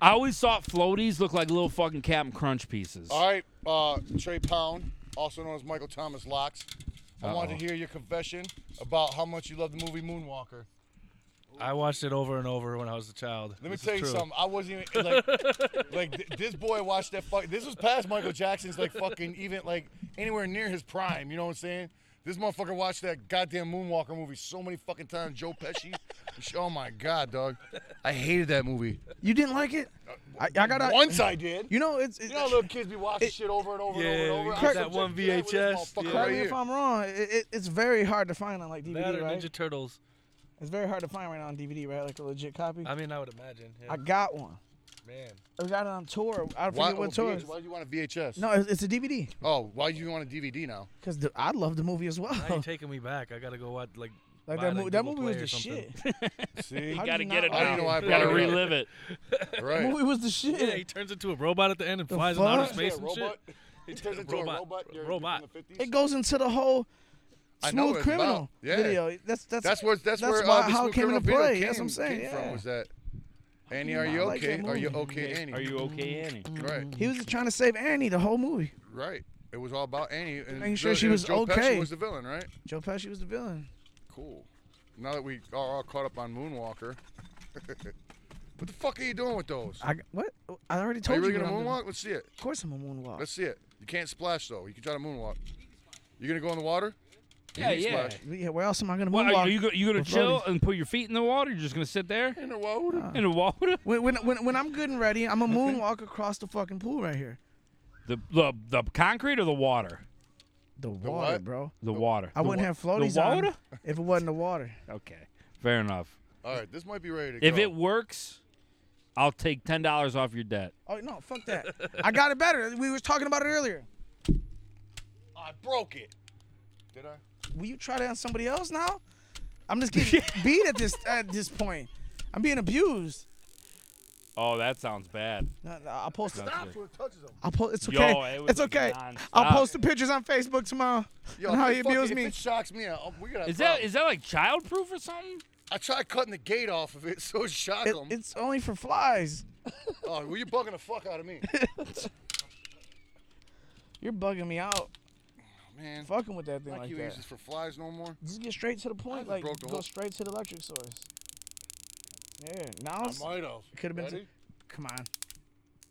I always thought floaties look like little fucking Captain Crunch pieces. All right, uh, Trey Pound, also known as Michael Thomas Locks. I wanted to Uh-oh. hear your confession about how much you love the movie Moonwalker. I watched it over and over when I was a child. Let me This is tell you true. something. I wasn't even like, like th- this boy watched that fuck. This was past Michael Jackson's like fucking even like anywhere near his prime. You know what I'm saying? This motherfucker watched that goddamn Moonwalker movie so many fucking times. Joe Pesci. Oh my god, dog. I hated that movie. You didn't like it? I, I got to Uh, Once I did. You know, it's. it's You know, how little kids be watching shit over and over and Yeah, over and over. you I got subject that one to with this VHS, motherfucker yeah. right correct me here. if I'm wrong. It, it, it's very hard to find on like That DVD, or right? Ninja Turtles. It's very hard to find right now on DVD, right? Like a legit copy. I mean, I would imagine. Yeah. I got one. Man, I got it on tour. I forget Why, what oh, tour. VH why do you want a VHS? No, it's, it's a DVD Oh, why do you want a DVD now? because I love the movie as well. now you're taking me back. I gotta go watch like. Like buy that, it on mo- that Google movie was Play or the something. shit. See, How You do gotta you get not like it now. it? I don't know why I gotta brought it up. relive it. The right? movie was the Yeah, he shit. turns into a robot at the end and flies in outer fuck? space Yeah, and robot. shit. It turns into a Robot. robot. during- Robot. from the 50s. It goes into the whole I know what smooth it's about. criminal Yeah. video. That's that's That's where that's, where why- uh, the Smooth how it came Criminal into video play. Came, That's what I'm saying. came yeah. from was that. Annie, do are not you like that okay? Are you movie. Mm-hmm. okay, Annie? Are you okay, Annie? right? He was just trying to save Annie the whole movie. Right. It was all about Annie and Making sure the- she and was Joe Pesci okay. was the villain, right? Joe Pesci was the villain. Cool. Now that we are all caught up on Moonwalker, what the fuck are you doing with those? I what? Oh, I already Are told you really what gonna I'm doing. moonwalk? Let's see it. Of course I'm a moonwalk. Let's see it. You can't splash though. You can try to moonwalk. You gonna go in the water? Yeah, You can yeah. splash. yeah, where else am I gonna What, moonwalk? are you, go- you gonna with chill floaties. and put your feet in the water? You're just gonna sit there In the water. Uh, in the water? When, when, when, when I'm good and ready, I'm a moonwalk across the fucking pool right here. The the the concrete or the water? The water, what? bro. The water. I The wouldn't wa- have floaties The on water? if it wasn't the water. Okay, fair enough. All right, this might be ready to If go. it works, I'll take ten dollars off your debt. Oh no, fuck that. I got it better. We was talking about it earlier. I broke it. Did I? Will you try that on somebody else now? I'm just getting beat at this at this point. I'm being abused. Oh, that sounds bad. No, no, I'll post. That's good. That's what touches him. I'll post. It's Yo, okay. it was it's okay. nonstop. I'll post the pictures on Facebook tomorrow. Yo, on if how it he abused fucking- me. If it shocks me, I, we got a Is that problem. is that like childproof or something? I tried cutting the gate off of it, so it shocked It- him. it's only for flies. oh, well, you bugging the fuck out of me, You're bugging me out. Oh, man. Fucking with that thing Like like, you that. use this for flies no more. Just get straight to the point. just Like broke the go whole- straight to the electric source. Yeah. Now I it's, might have. could've been Ready? come on.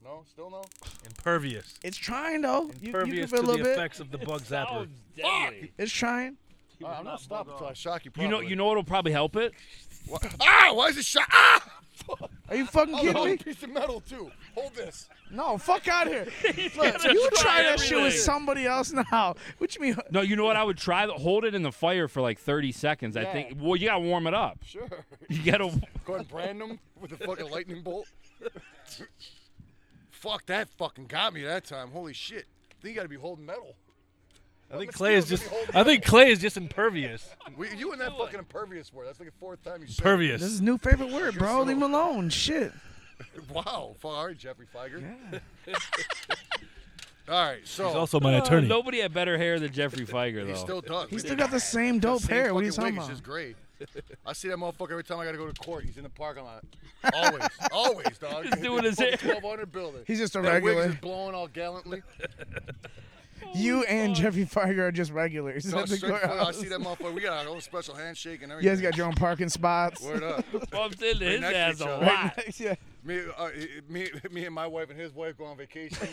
No, still no. Impervious. It's trying though. You, you can Impervious feel a to the little bit. effects of the bug zapper. deadly. It's trying. All right, I'm not stopping until I shock you. You know you know what'll probably help it? What? Ah! Why is it shock? Ah! Are you fucking Oh, there's kidding a me? piece of metal too. Hold this. No, fuck out here. Look, you try try that shit with everything. somebody else now. What you mean? No, you know what? I would try to hold it in the fire for like 30 seconds. I Yeah. think. Well, you gotta warm it up. Sure. You gotta. Go ahead and brand them with a fucking lightning bolt. Fuck that fucking got me that time. Holy shit. Then you gotta be holding metal. I think Mosquitoes Clay is gonna just. be holding I think Clay is just impervious. We, you and that fucking impervious word. That's like the fourth time you said it. Pervious. This is new favorite word, bro. Leave him alone. Shit. Wow. Fuck, all right, Jeffrey Feiger. all right, so He's also my attorney. Nobody had better hair than Jeffrey Feiger though. he still does. He still got the same dope same hair. What are you fucking talking wig, about? It's just gray. I see that motherfucker every time I gotta go to court. He's in the parking lot. Always, always, dog. Just doing his hair. Twelve hundred building. He's just a that wig regular. is blowing all gallantly. You and Jeffrey Feiger are just regulars. No, at the straight forward, I courthouse. see that motherfucker. We got our own special handshake and You guys everything. got your own parking spots. Word up. bumped into his next to each ass a other. lot. yeah. Me, uh, me, me and my wife and his wife go on vacation.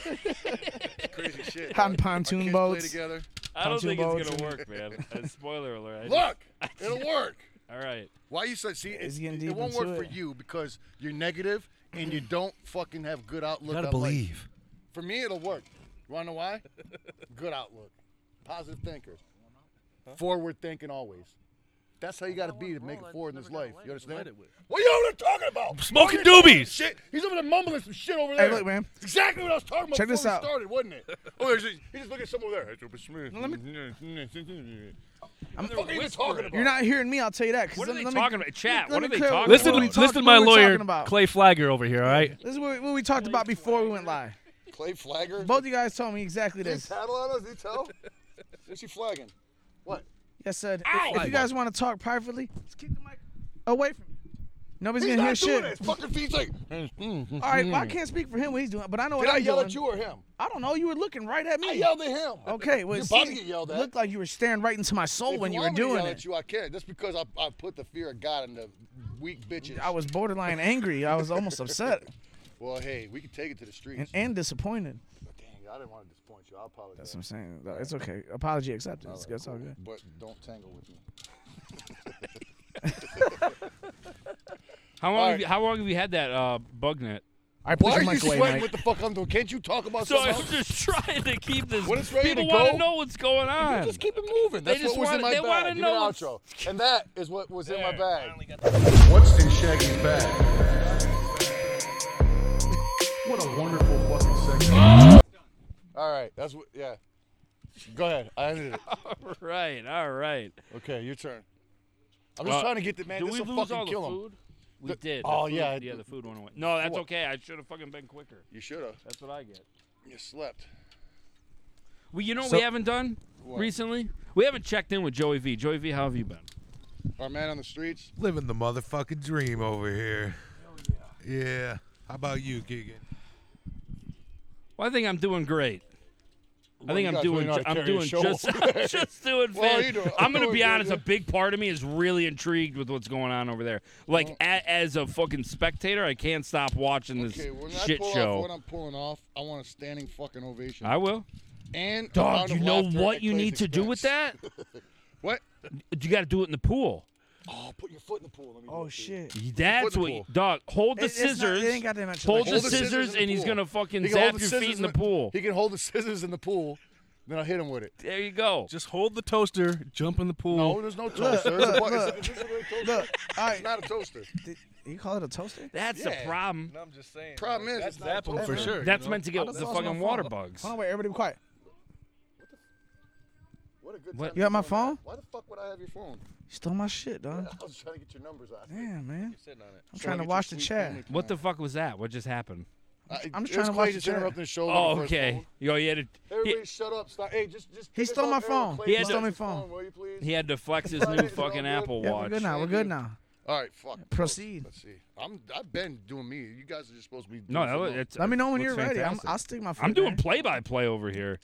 Crazy shit. dog. On Our pontoon kids boats. Play together. I don't Pontoon think it's boats gonna work, man. Uh, spoiler alert. I just- Look, it'll work. All right. Why you said see It's it, getting it deep won't into work for it. you because you're negative and you don't fucking have good outlook. gotta on life. believe. For me, it'll work. You wanna know why? good outlook, positive thinker, forward thinking always. That's how you gotta be to make it forward in this life. You understand? What are you over there talking about? Smoking What are you talking doobies. Shit, he's over there mumbling some shit over Hey, there. look, man. Exactly what I was talking about Check before this we out. started, wasn't it? Oh, there's just, he's just looking at someone over there. Let me. I'm fucking even They're talking whispering. about. You're not hearing me. I'll tell you that. 'cause What are let- they let me- talking about? Chat. let What me are they clear- talking What Listen, about? we talk- listen to my what we talking lawyer, about? Clay Flagger over here. All right. This is what, what we talked about before we went live. Clay Flagger. Both you guys told me exactly Did he this. tattle on us? Did he tell? What's he flagging? What? Yes, sir. If, if you guys want to talk privately, just keep the mic away from me. Nobody's He's gonna hear not doing shit. this. Fucking feet like. All right, well, I can't speak for him what he's doing, but I know what Did I I'm yell doing. at you or him? I don't know. You were looking right at me. I yelled at him. Okay, well, You're see, about to get yelled at. looked like you were staring right into my soul If when you were want me to doing yell it. At you, I can. That's because I, I put the fear of God in the weak bitches. I was borderline angry. I was almost upset well, hey, we can take it to the and, streets. and disappointed. Dang, I didn't want to disappoint you. I apologize. That's what I'm saying. No, It's okay. Apology accepted. It's, it's all good. But don't tangle with me. How long? Have right. you, how long have you had that uh, bug net? I Why put are your you mic away, sweating? Mike. What the fuck I'm doing? Can't you talk about So I'm something? else? just trying to keep this. When it's ready to people want go, to know what's going on. Just keep it moving. That's just what was wanna- in my they wanna bag. Give me know an what's- outro. And that is what was in my There. bag. What's in Shaggy's bag? What a wonderful fucking segment. All right, that's what. Yeah. Go ahead. I ended it. All right. All right. Okay, your turn. I'm just Uh, trying to get the man. Did This we will lose all fucking the kill him. food? We did. The oh, food- yeah, Yeah, it- the food went away. No, that's What? okay. I should have fucking been quicker. You should have. That's what I get. You slept. Well, you know what So- we haven't done What? recently. We haven't checked in with Joey V. Joey V, how have you been? Our man on the streets. Living the motherfucking dream over here. yeah. How about you, Keegan? Well, I think I'm doing great. I think you I'm guys really doing. know how ju- to I'm carry a doing show. just. I'm just doing. Well, fan- you do- I'm I'm gonna doing be good, honest. yeah. A big part of me is really intrigued with what's going on over there. Like a, as a fucking spectator, I can't stop watching this Okay, when I shit pull off what show. I'm pulling off, I want a standing fucking ovation. I will. and a Dog, round you of know laughter what at you Clay's need to do with expense. that? What? You got to do it in the pool. Oh, put your foot in the pool. Let me do Oh it for you. shit. That's in the pool. what, you, dog. Hold the It- it's not- scissors. it ain't got that much hold legs. the Hold the scissors scissors, in the and he's pool. gonna fucking He can hold zap the your scissors feet in the pool. He can hold the scissors in the pool, Then I'll hit him with it. There you go. Just hold the toaster, jump in the pool. Oh. No, there's no toaster. It's a bu- it's a- it's a really toaster. Look, all It's right. not a toaster. Did you call it a toaster? That's the Yeah. problem. I'm just saying. Problem like, is, that's it's not a Zappel for toaster. sure. That's you know? meant to get does the it lost my fucking phone? water bugs. Hold on, wait. Everybody, be quiet. What a good What? time You to got my be on phone? that. Why the fuck would I have your phone? You stole my shit, dog. I was trying to get your numbers out. Damn, man. You're sitting on it. I'm trying to watch the chat. What the fuck was that? What just happened? I, it I'm just was trying to watch Clay the just chat. interrupting the show. Oh, looking for his okay. phone. Yo, he had to Everybody, he, shut up! Stop. Hey, just just. He give stole us my all- phone. Clay, He had give to- us Stole my his phone. Will you please? he had to flex his new fucking Apple Yeah, we're Watch. good now. We're good now. All right, fuck. Proceed. Let's see. I'm. I've been doing me. You guys are just supposed to be. Doing No, that something was, else. it's, Let me know when it you're looks ready. I'm, fantastic. I'll stick my foot. I'm doing in. play by play over here.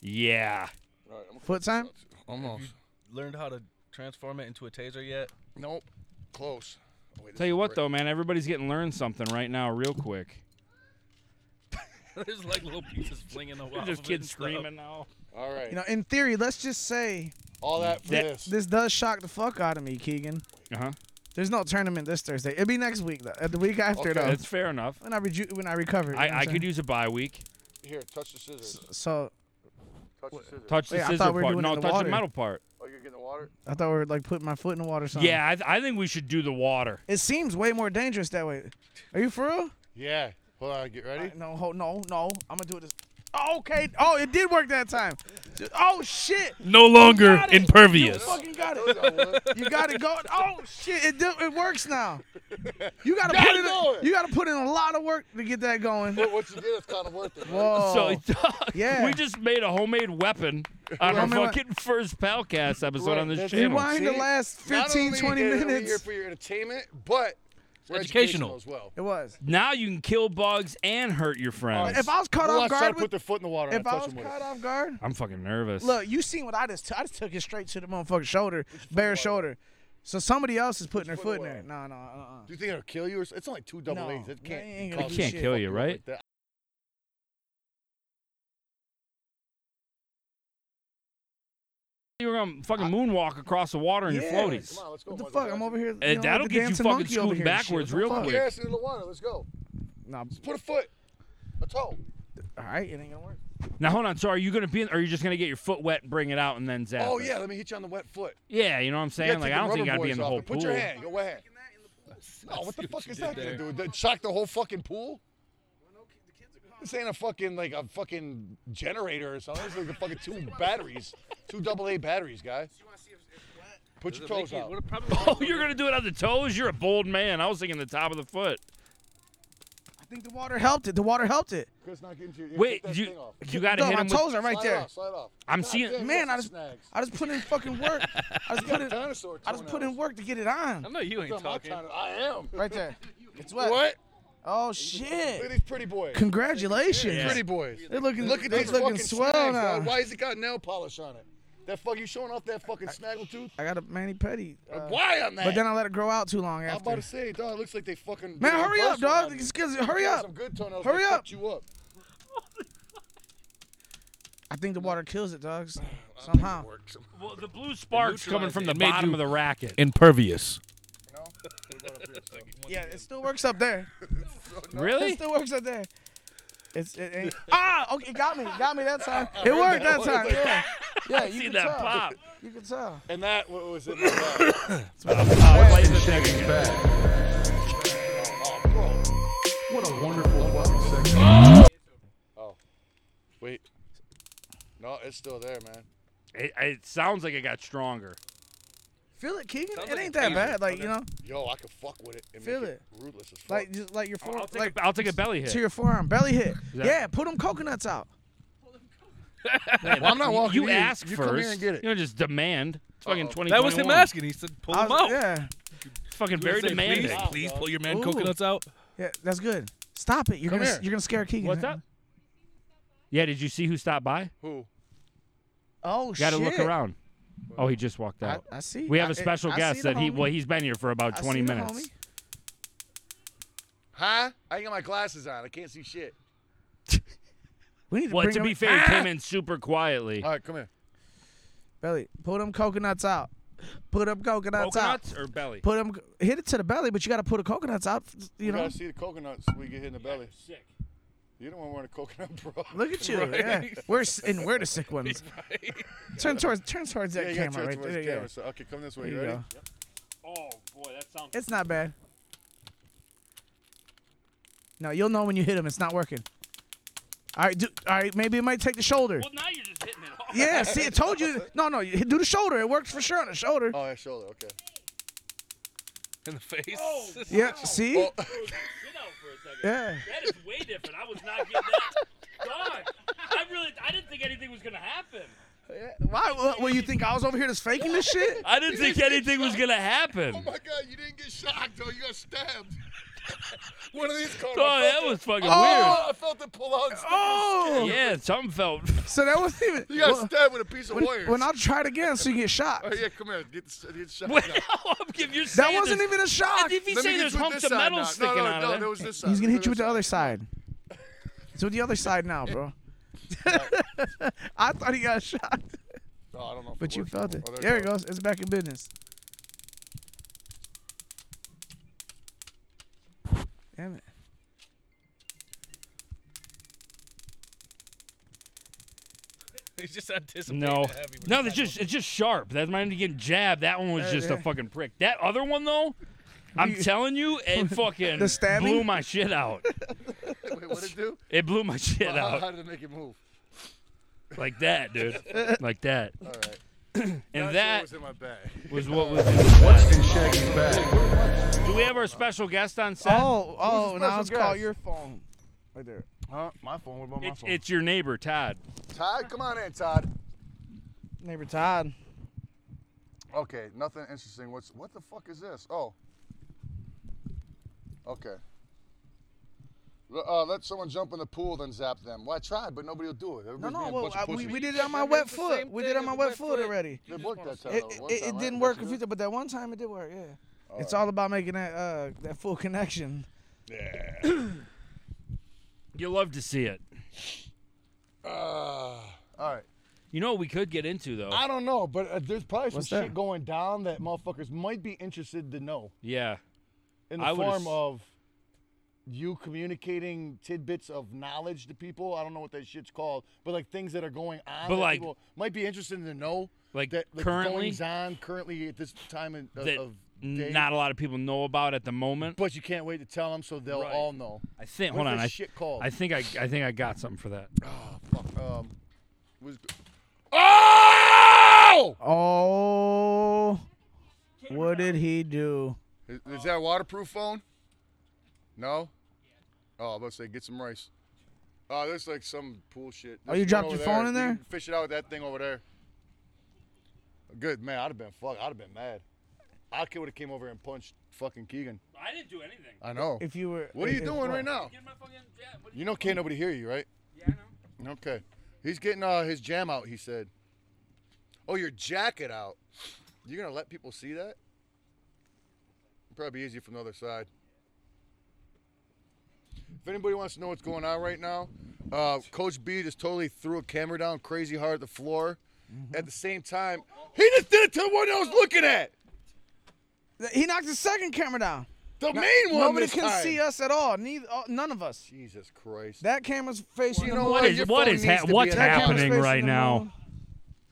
Yeah. All right, I'm gonna- foot time. Almost. Learned how to transform it into a taser yet? Nope. Close. Oh, wait, this Tell you is what great. though, man, everybody's getting learned something right now, real quick. there's like little pieces flinging the wall. Just kids screaming now. All right. You know, in theory, let's just say all that for that- this. this does shock the fuck out of me, Keegan. Uh huh. There's no tournament this Thursday. It'll be next week though. Uh, The week after Okay. though. That's fair enough. when I reju- when I recover. I, I could use a bye week. Here, touch the scissors. So Touch the scissors. Touch the Wait, I scissor thought we were part. doing No, the touch water. the metal part. Oh, you're getting the water. I thought we were like putting my foot in the water. Or something. Yeah, I, th- I think we should do the water. It seems way more dangerous that way. Are you for real? Yeah. Hold on. Get ready. Alright, no, hold, no, no. I'm gonna do it. This. Oh, okay. Oh, it did work that time. Oh shit. No longer Got it. You impervious. fucking got Told it. you I would. You got it going. Oh shit! It, do, it works now. You gotta Got put it in. A, going. you gotta put in a lot of work to get that going. But what you did is kind of worth it. Right? Whoa. So Oh, yeah. we just made a homemade weapon on our Homemade- fucking first Palcast episode Right, on this that's- channel. Rewind the See? last 15, 20 Not only are we here minutes. for your entertainment, but we're educational, educational. as well. It was. Now you can kill bugs and hurt your friends. Oh, If I was caught Who off else tried guard to put with, their foot in the water if and I touch was them with caught it. off guard, I'm fucking nervous. look, you seen what I just took. I just took it straight to the motherfucking shoulder, bare shoulder. So somebody else is putting their foot foot in away. there. No, no, uh-uh. Do you think it'll kill you? Or s- it's only two double No, A's. It no, can't. it ain't cause It gonna you can't to kill fuck you, up right? like that. you were gonna fucking moonwalk across the water in Yeah. your floaties. Come on, let's go. What the Mother fuck? Jackson. I'm over here. Uh, you that'll know, like the get you dancing fucking monkey over scooted here and shit. backwards What the real fuck? Put quick. your ass into the water. Let's go. Nah, Just put a foot, a toe. all right, it ain't gonna work. Now hold on. So are you gonna be? In, are you just gonna get your foot wet, bring it out, and then zap? Oh it? yeah, let me hit you on the wet foot. Yeah, you know what I'm You saying? gotta Like take I don't the think rubber I'd be boys in the off whole and pool. Put your hand. Your wet hand. No, what the fuck is that gonna do? That shock the whole fucking pool? This ain't a fucking like a fucking generator or something. This is like a fucking two batteries, two double A batteries, guy. Put your toes out. Oh, you're gonna do it on the toes? You're a bold man. I was thinking the top of the foot. I think the water helped it. The water helped it. Chris, not getting to your. take Wait, that you thing off. you gotta no, hit my him with. toes are right Slide there. Off, slide off. I'm God seeing- damn, Man, got I some just snags. I just put in fucking work. I just put in I dinosaur. just put in toenails. work to get it on. No, you ain't What the fuck am talking. I trying to- I am. Right there. It's wet. What? Oh Look at shit. these pretty boys. Congratulations. Yeah. Pretty boys. They're looking Look at they're these looking fucking swell snags, now. dog. Why has it got nail polish on it? That fuck you showing off that fucking snaggle tooth? I got a mani petty. uh, Why on that? but then I let it grow out too long I'm about to after. say, dog, it looks like they fucking. Man, they hurry up, bust one dog. on you. Excuse- They hurry got up. Some good toenails. Hurry they up. fucked You up. I think the water kills it, dogs. Somehow. Well, the blue sparks coming from the It made bottom you- of the racket. Impervious. Yeah, it still works up there. It Really? still works up there. It's it ain't ah okay, it got me, got me that time. It worked that time. Yeah, yeah, you See can that tell. pop? You can tell. And that what was it? oh, Oh, bro. What a wonderful fucking segment. Oh. Wait. No, it's still there, man. It, it sounds like it got stronger. Feel it, Keegan? Sounds it like ain't a that phaser. bad. Like you Okay. know, Yo, I could fuck with it and Feel make it. rootless as fuck. like just like your forearm, I'll take, like a, I'll take a belly hit. to your forearm, belly hit. Yeah. Yeah, put them coconuts out. Well, I'm not walking. you to ask you first. Come here and get it. You don't just demand. It's fucking 20. That was him asking. He said, pull I them was- out. Yeah, It's fucking You were very saying, demanding. Please, please pull your man Ooh. coconuts out. yeah, that's good. Stop it. You're Come gonna here. you're gonna scare Keegan. What's up? Yeah, did you see who stopped by? Who? Oh shit. Got to look around. Oh, he just walked I, out. I see. we have I- a special I see guest the that he homie. well he's been here for about I 20 see the minutes. homie. Huh? I ain't got my glasses on. I can't see shit. We need to Well, bring to him- be fair, he Ah! came in super quietly. All right, come here. Belly, pull them coconuts out. Put them coconuts out. Coconuts or belly? Put them. Hit it to the belly, but you gotta put the coconuts out. You You know. gotta see the coconuts we get hit in the belly. Sick. You don't want to wear a coconut bra. Look at you. Yeah. We're s- and we're the sick ones. Turn towards turn towards Yeah, that you got camera towards right towards there. the camera. yeah. So, okay, come this way. There You you ready? go. Oh boy, that sounds. It's not bad. No, you'll know when you hit him. It's not working. All right, do, all right. Maybe it might take the shoulder. Well, now you're just hitting it. Hard. Yeah, see, I told you. No, no, you do the shoulder. It works for sure on the shoulder. Oh, yeah, shoulder. Okay. in the face. Yeah, see? Oh, Get out for a second. Yeah. That is way different. I was not getting that. God, I really, I didn't think anything was gonna happen. Why? What, what, you think I was over here just faking this shit? I didn't think anything was gonna happen. my God, you didn't get shocked, though. You got stabbed. One of these caught Oh, I felt that it. was fucking Oh, I felt it pull out. Oh! weird. Yeah, something felt. So that wasn't even. You got well, stabbed with a piece of when, wire. when I'll try it again, so you get shot. Oh, yeah, come here. Get, the- get shot. Wait, now. I'm giving- you're That saying wasn't this- even a shot. If you Let me say hit there's you with humps this of side metal now. sticking no, no, out no, of There there. was this side. He's gonna There hit you was with the this other side. So with the other side now, bro. I thought he got shot, side. Oh, I don't know. if but you works felt it. anymore. Oh, There it goes. It's back in business. Damn it. He's just anticipating. No, a heavy no, attack. it's just it's just sharp. That's mine getting jabbed. That one was Uh, just yeah. a fucking prick. That other one though, I'm telling you, it fucking The stabbing? blew my shit out. Wait, what did it do? It blew my shit How, out how did it make it move? like that, dude, like that. All right. And That's that what was in my bag. was what was. in the- And Shaggy's back. Do we have our special guest on set? Oh, oh, now it's guest? called your phone. Right there. Huh? My phone. What about my It's, phone? it's your neighbor Todd. Todd, come on in, Todd. Neighbor Todd. Okay, nothing interesting. What's what the fuck is this? Oh. Okay. L- Uh, let someone jump in the pool, then zap them. Well, I tried, but nobody will do it. No, Everybody's no, being a well, bunch I, of we, pussies. we did it on my It's wet the foot. same We did it thing on my with the wet wet foot foot. already. It worked that time. It, though, it, Oh, one it time, right? didn't Don't work you do with it? you, but that one time it did work. Yeah. All it's right. all about making that uh that full connection. You love to see it. Uh, all right. You know what we could get into though. I don't know, but uh, there's probably some What's shit that? going down that motherfuckers might be interested to know yeah. in the I would've form s- of you communicating tidbits of knowledge to people. I don't know what that shit's called, but like things that are going on But, that like- people might be interested to know. Like, that like currently? goings on currently at this time in- of, That of day. not a lot of people know about at the moment. but you can't wait to tell them so they'll Right. all know. I think. What's hold on. this I, shit called? I think I. I think I got something for that. Fuck, um, was, oh! Oh, what did he do? Is, is that a waterproof phone? No? Oh, I was about to say, get some rice. Oh, there's like some pool shit. Oh, There's you one dropped over your phone in You there? can fish it out with that thing over there. Good, man. I'd have been fucked. I'd have been mad. I could would have came over and punched fucking Keegan. I didn't do anything. I know. If you were, What are you if- doing if- right now? Get my fucking jab. What You know can't nobody hear you, right? yeah, I know. Okay. He's getting uh, his jam out, he said. Oh, your jacket out. You're going to let people see that? Probably easier from the other side. If anybody wants to know what's going on right now, uh, Coach B just totally threw a camera down crazy hard at the floor. Mm-hmm. At the same time, he just did it to the one I was looking at. He knocked the second camera down. The main one. Nobody this can time. see us at all. Neither, uh, none of us. Jesus Christ. That camera's facing You the know moon. what? What Oh, Your phone is what is needs ha- to be what's in that That camera's happening facing right the now? moon.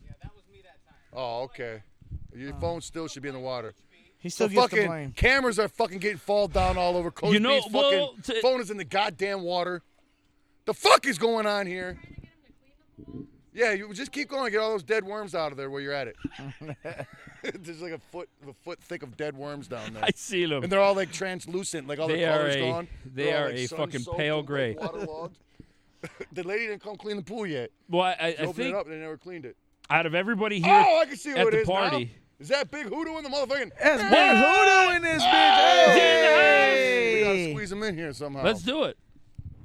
Yeah, that was me that time. Oh, okay. Your Uh. phone still should be in the water. He still the gets fucking the blame. cameras are fucking getting fall down all over. Coach You know, B's fucking well, to- phone is in the goddamn water. The fuck is going on here? Yeah, you just keep going. Get all those dead worms out of there while you're at it. There's like a foot, the foot thick of dead worms down there, I see them. and they're all like translucent, like all They their are colors a- gone. they They're all, are like, a fucking sun-soaked pale and, like, gray. waterlogged. the lady didn't come clean the pool yet. Well, I, I- She I opened think it up, and they never cleaned it. out of everybody here, Oh, I can see who at it the is now. party. Is that big hoodoo in the motherfucking? That's big hoodoo in this bitch. Hey! We gotta squeeze him in here somehow. let's do it.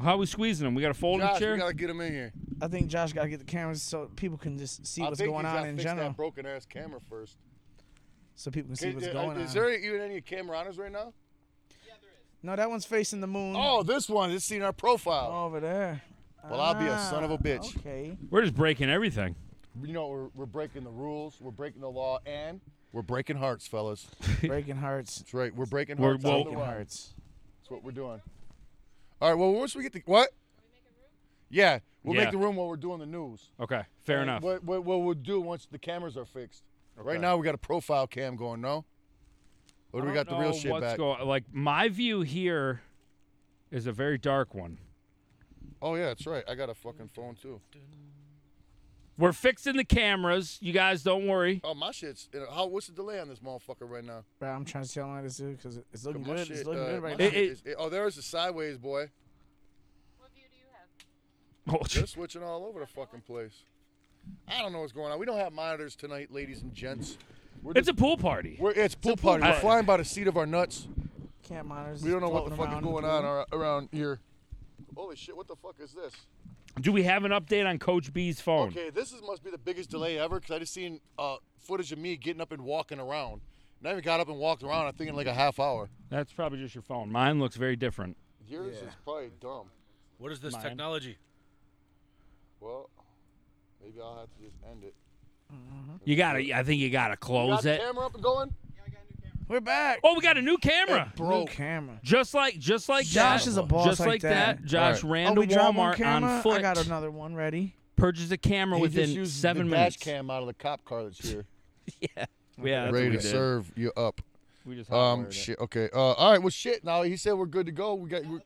How we squeezing them? We got to fold Josh, them chair. we gotta get him in here. I think Josh got to get the cameras so people can just see I what's think going he's on gotta in fix general. That broken ass camera first. So people can see what's is, going is on. there even any camera on us right now? No, that one's facing the moon. Oh, this one. It's seen our profile. Over there. Well, I'll be a son of a Ah, bitch. Okay. We're just breaking everything. You know we're, we're breaking the rules. We're breaking the law, and we're breaking hearts, fellas. Breaking hearts. That's right. We're breaking We're hearts. on the woke. Breaking run. hearts. That's what we're doing. All right. Well, once we get the what? Yeah, we'll Yeah. make the room while we're doing the news. Okay, fair And enough. What, what, what we'll do once the cameras are fixed. Okay. Right now we got a profile cam going, no? Or do we I got don't the real know shit what's back? go- like my view here is a very dark one. oh yeah, that's right. I got a fucking phone too. We're fixing the cameras. You guys don't worry. Oh my shit's. How? What's the delay on this motherfucker right now? Bro, I'm trying to see how long this is because it's looking My good. shit, it's looking uh, good right my now. It- shit it- is- oh, there's a sideways boy. What view do you have? Oh, They're switching all over the fucking place. I don't know what's going on. We don't have monitors tonight, ladies and gents. We're it's just, a pool party. we're, it's pool pool party. We're party. flying by the seat of our nuts. Can't monitors. We don't know what the floating fuck is around in the going on pool. ar- around here. Holy shit! What the fuck is this? Do we have an update on Coach B's phone? Okay, this is, must be the biggest delay ever because I just seen uh, footage of me getting up and walking around. And I even got up and walked around. I think in like a half hour. That's probably just your phone. Mine looks very different. Yours is probably dumb. What is this Mine. technology? Well, maybe I'll have to just end it. You gotta. I think you gotta Got close the it. camera up and going? uh, We're back. Oh, we got a new camera. New camera. Just like, just like Josh that. is a boss Just like like, that. that. Josh All ran oh, to we dropped one Walmart camera. on foot. I got another one ready. Purchased a camera He within just used seven the minutes. dash cam out of the cop car that's here. Yeah, that's Ready what we to did. serve you up. We just Um, hotwired it. shit. Okay. Uh, all right. Well, shit. Now he said we're good to go. We got. we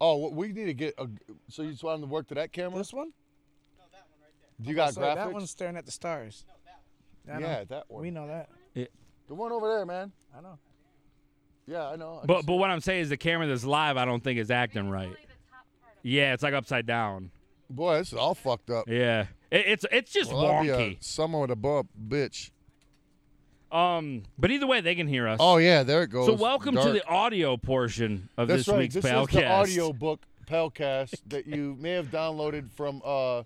Oh, well, we need to get a. So you just want him to work to that camera? This one? Do you got So graphics? that one's staring at the stars. I know. yeah, that one. We know that. The one over there, man. I know. Yeah, I know. I But just- but what I'm saying is the camera that's live, I don't think is acting right. Only the top part of Yeah, it's like upside down. boy, this is all fucked up. Yeah, it, it's it's just Well, that'd be a wonky. someone with a bub bitch. Um, but either way, they can hear us. Oh yeah, there it goes. so welcome to Dark. the audio portion of That's this right. week's this podcast. is the audio book Palcast that you may have downloaded from uh,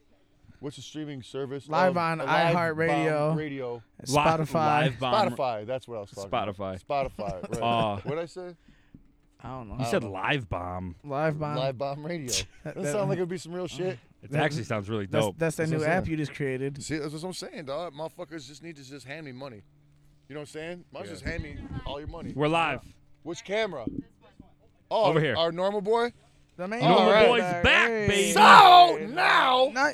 what's the streaming service? Live of- on uh, iHeartRadio. Bomb Radio. Li- Spotify. live bomb- Spotify. That's what I was talking. about. Um, Spotify. Spotify. Right. Uh, what I say? I don't know. You said live bomb. live bomb. Live Bomb Radio. That, that- sounds like it'd be some real shit. It actually sounds really That's, dope. that's that That's new what I'm app saying. you just created. See, that's what I'm saying, dog. Motherfuckers just need to just hand me money. You know what I'm saying? Might as well just hand me all your money. We're live. Which camera? Oh, Over here. Our normal boy. The main Normal All right. boy's back, baby. So now, Now-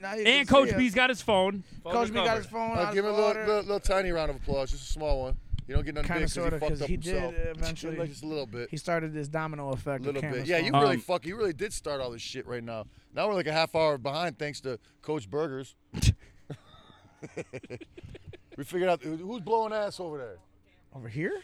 now you can And Coach see us. B's got his phone. Phone Coach B got recovered. his phone. uh, out give him of a little, order. little, little tiny round of applause, just a small one. You don't get nothing Kinda big because sorta, he fucked 'cause up he did himself. eventually. Like, just a little bit. He started this domino effect. a of little bit. cameras Yeah, you going. really Um, fuck. You really did start all this shit right now. Now we're like a half hour behind thanks to Coach Burgers. we figured out who- who's blowing ass over there. over here.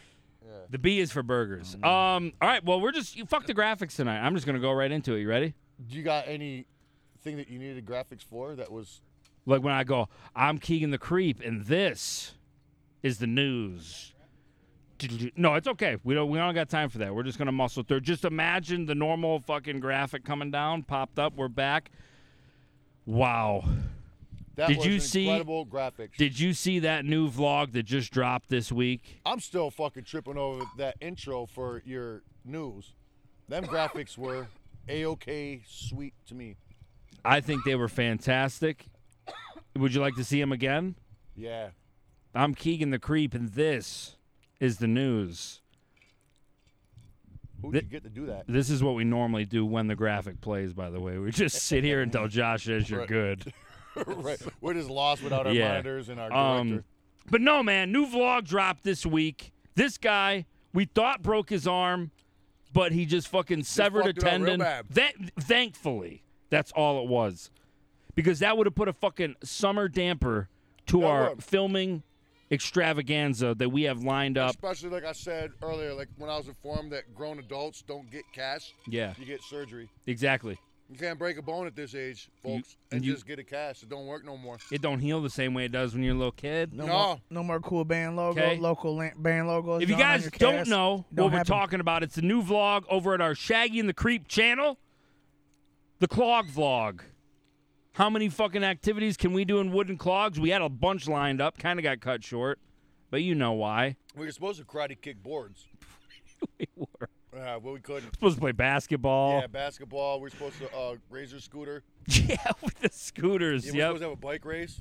The B is for burgers. Um. All right. Well, we're just you fuck the graphics tonight. I'm just gonna go right into it. You ready? Do you got anything that you needed graphics for that was Like when I go, I'm Keegan the Creep, and this is the news. No, it's okay. We don't. We don't got time for that. We're just gonna muscle through. Just imagine the normal fucking graphic coming down, popped up. We're back. Wow. that Did was you an see- incredible graphics? Did you see that new vlog that just dropped this week? I'm still fucking tripping over that intro for your news. Them graphics were a okay, sweet to me. I think they were fantastic. Would you like to see them again? Yeah. I'm Keegan the Creep, and this is the news. Who Th- did you get to do that? This is what we normally do when the graphic plays, by the way. We just sit here and tell Josh as you're Right. good. right. We're just lost without our Yeah. monitors and our director. Um, but no, man, new vlog dropped this week. This guy we thought broke his arm, but he just fucking severed fucked a it up real tendon. bad. That thankfully, that's all it was, because that would have put a fucking summer damper to That our would. filming extravaganza that we have lined up. Especially like I said earlier, like when I was informed that grown adults don't get cash. Yeah. You get surgery. Exactly. You can't break a bone at this age, folks, and you- just get a cash. It don't work no more. It don't heal the same way it does when you're a little kid. No. more, no more cool band logo. 'Kay. Local lan- band logo. If you drawn on guys your don't cast. know Don't what we're happen. talking about, it's a new vlog over at our Shaggy and the Creep channel, the Clog Vlog. How many fucking activities can we do in wooden clogs? We had a bunch lined up, kind of got cut short, but you know why. We were supposed to karate kick boards. we were Oh. Uh, well, we couldn't. supposed to play basketball. Yeah, basketball. We are supposed to uh, razor scooter. Yeah, with the scooters. Yeah, we were yep. supposed to have a bike race.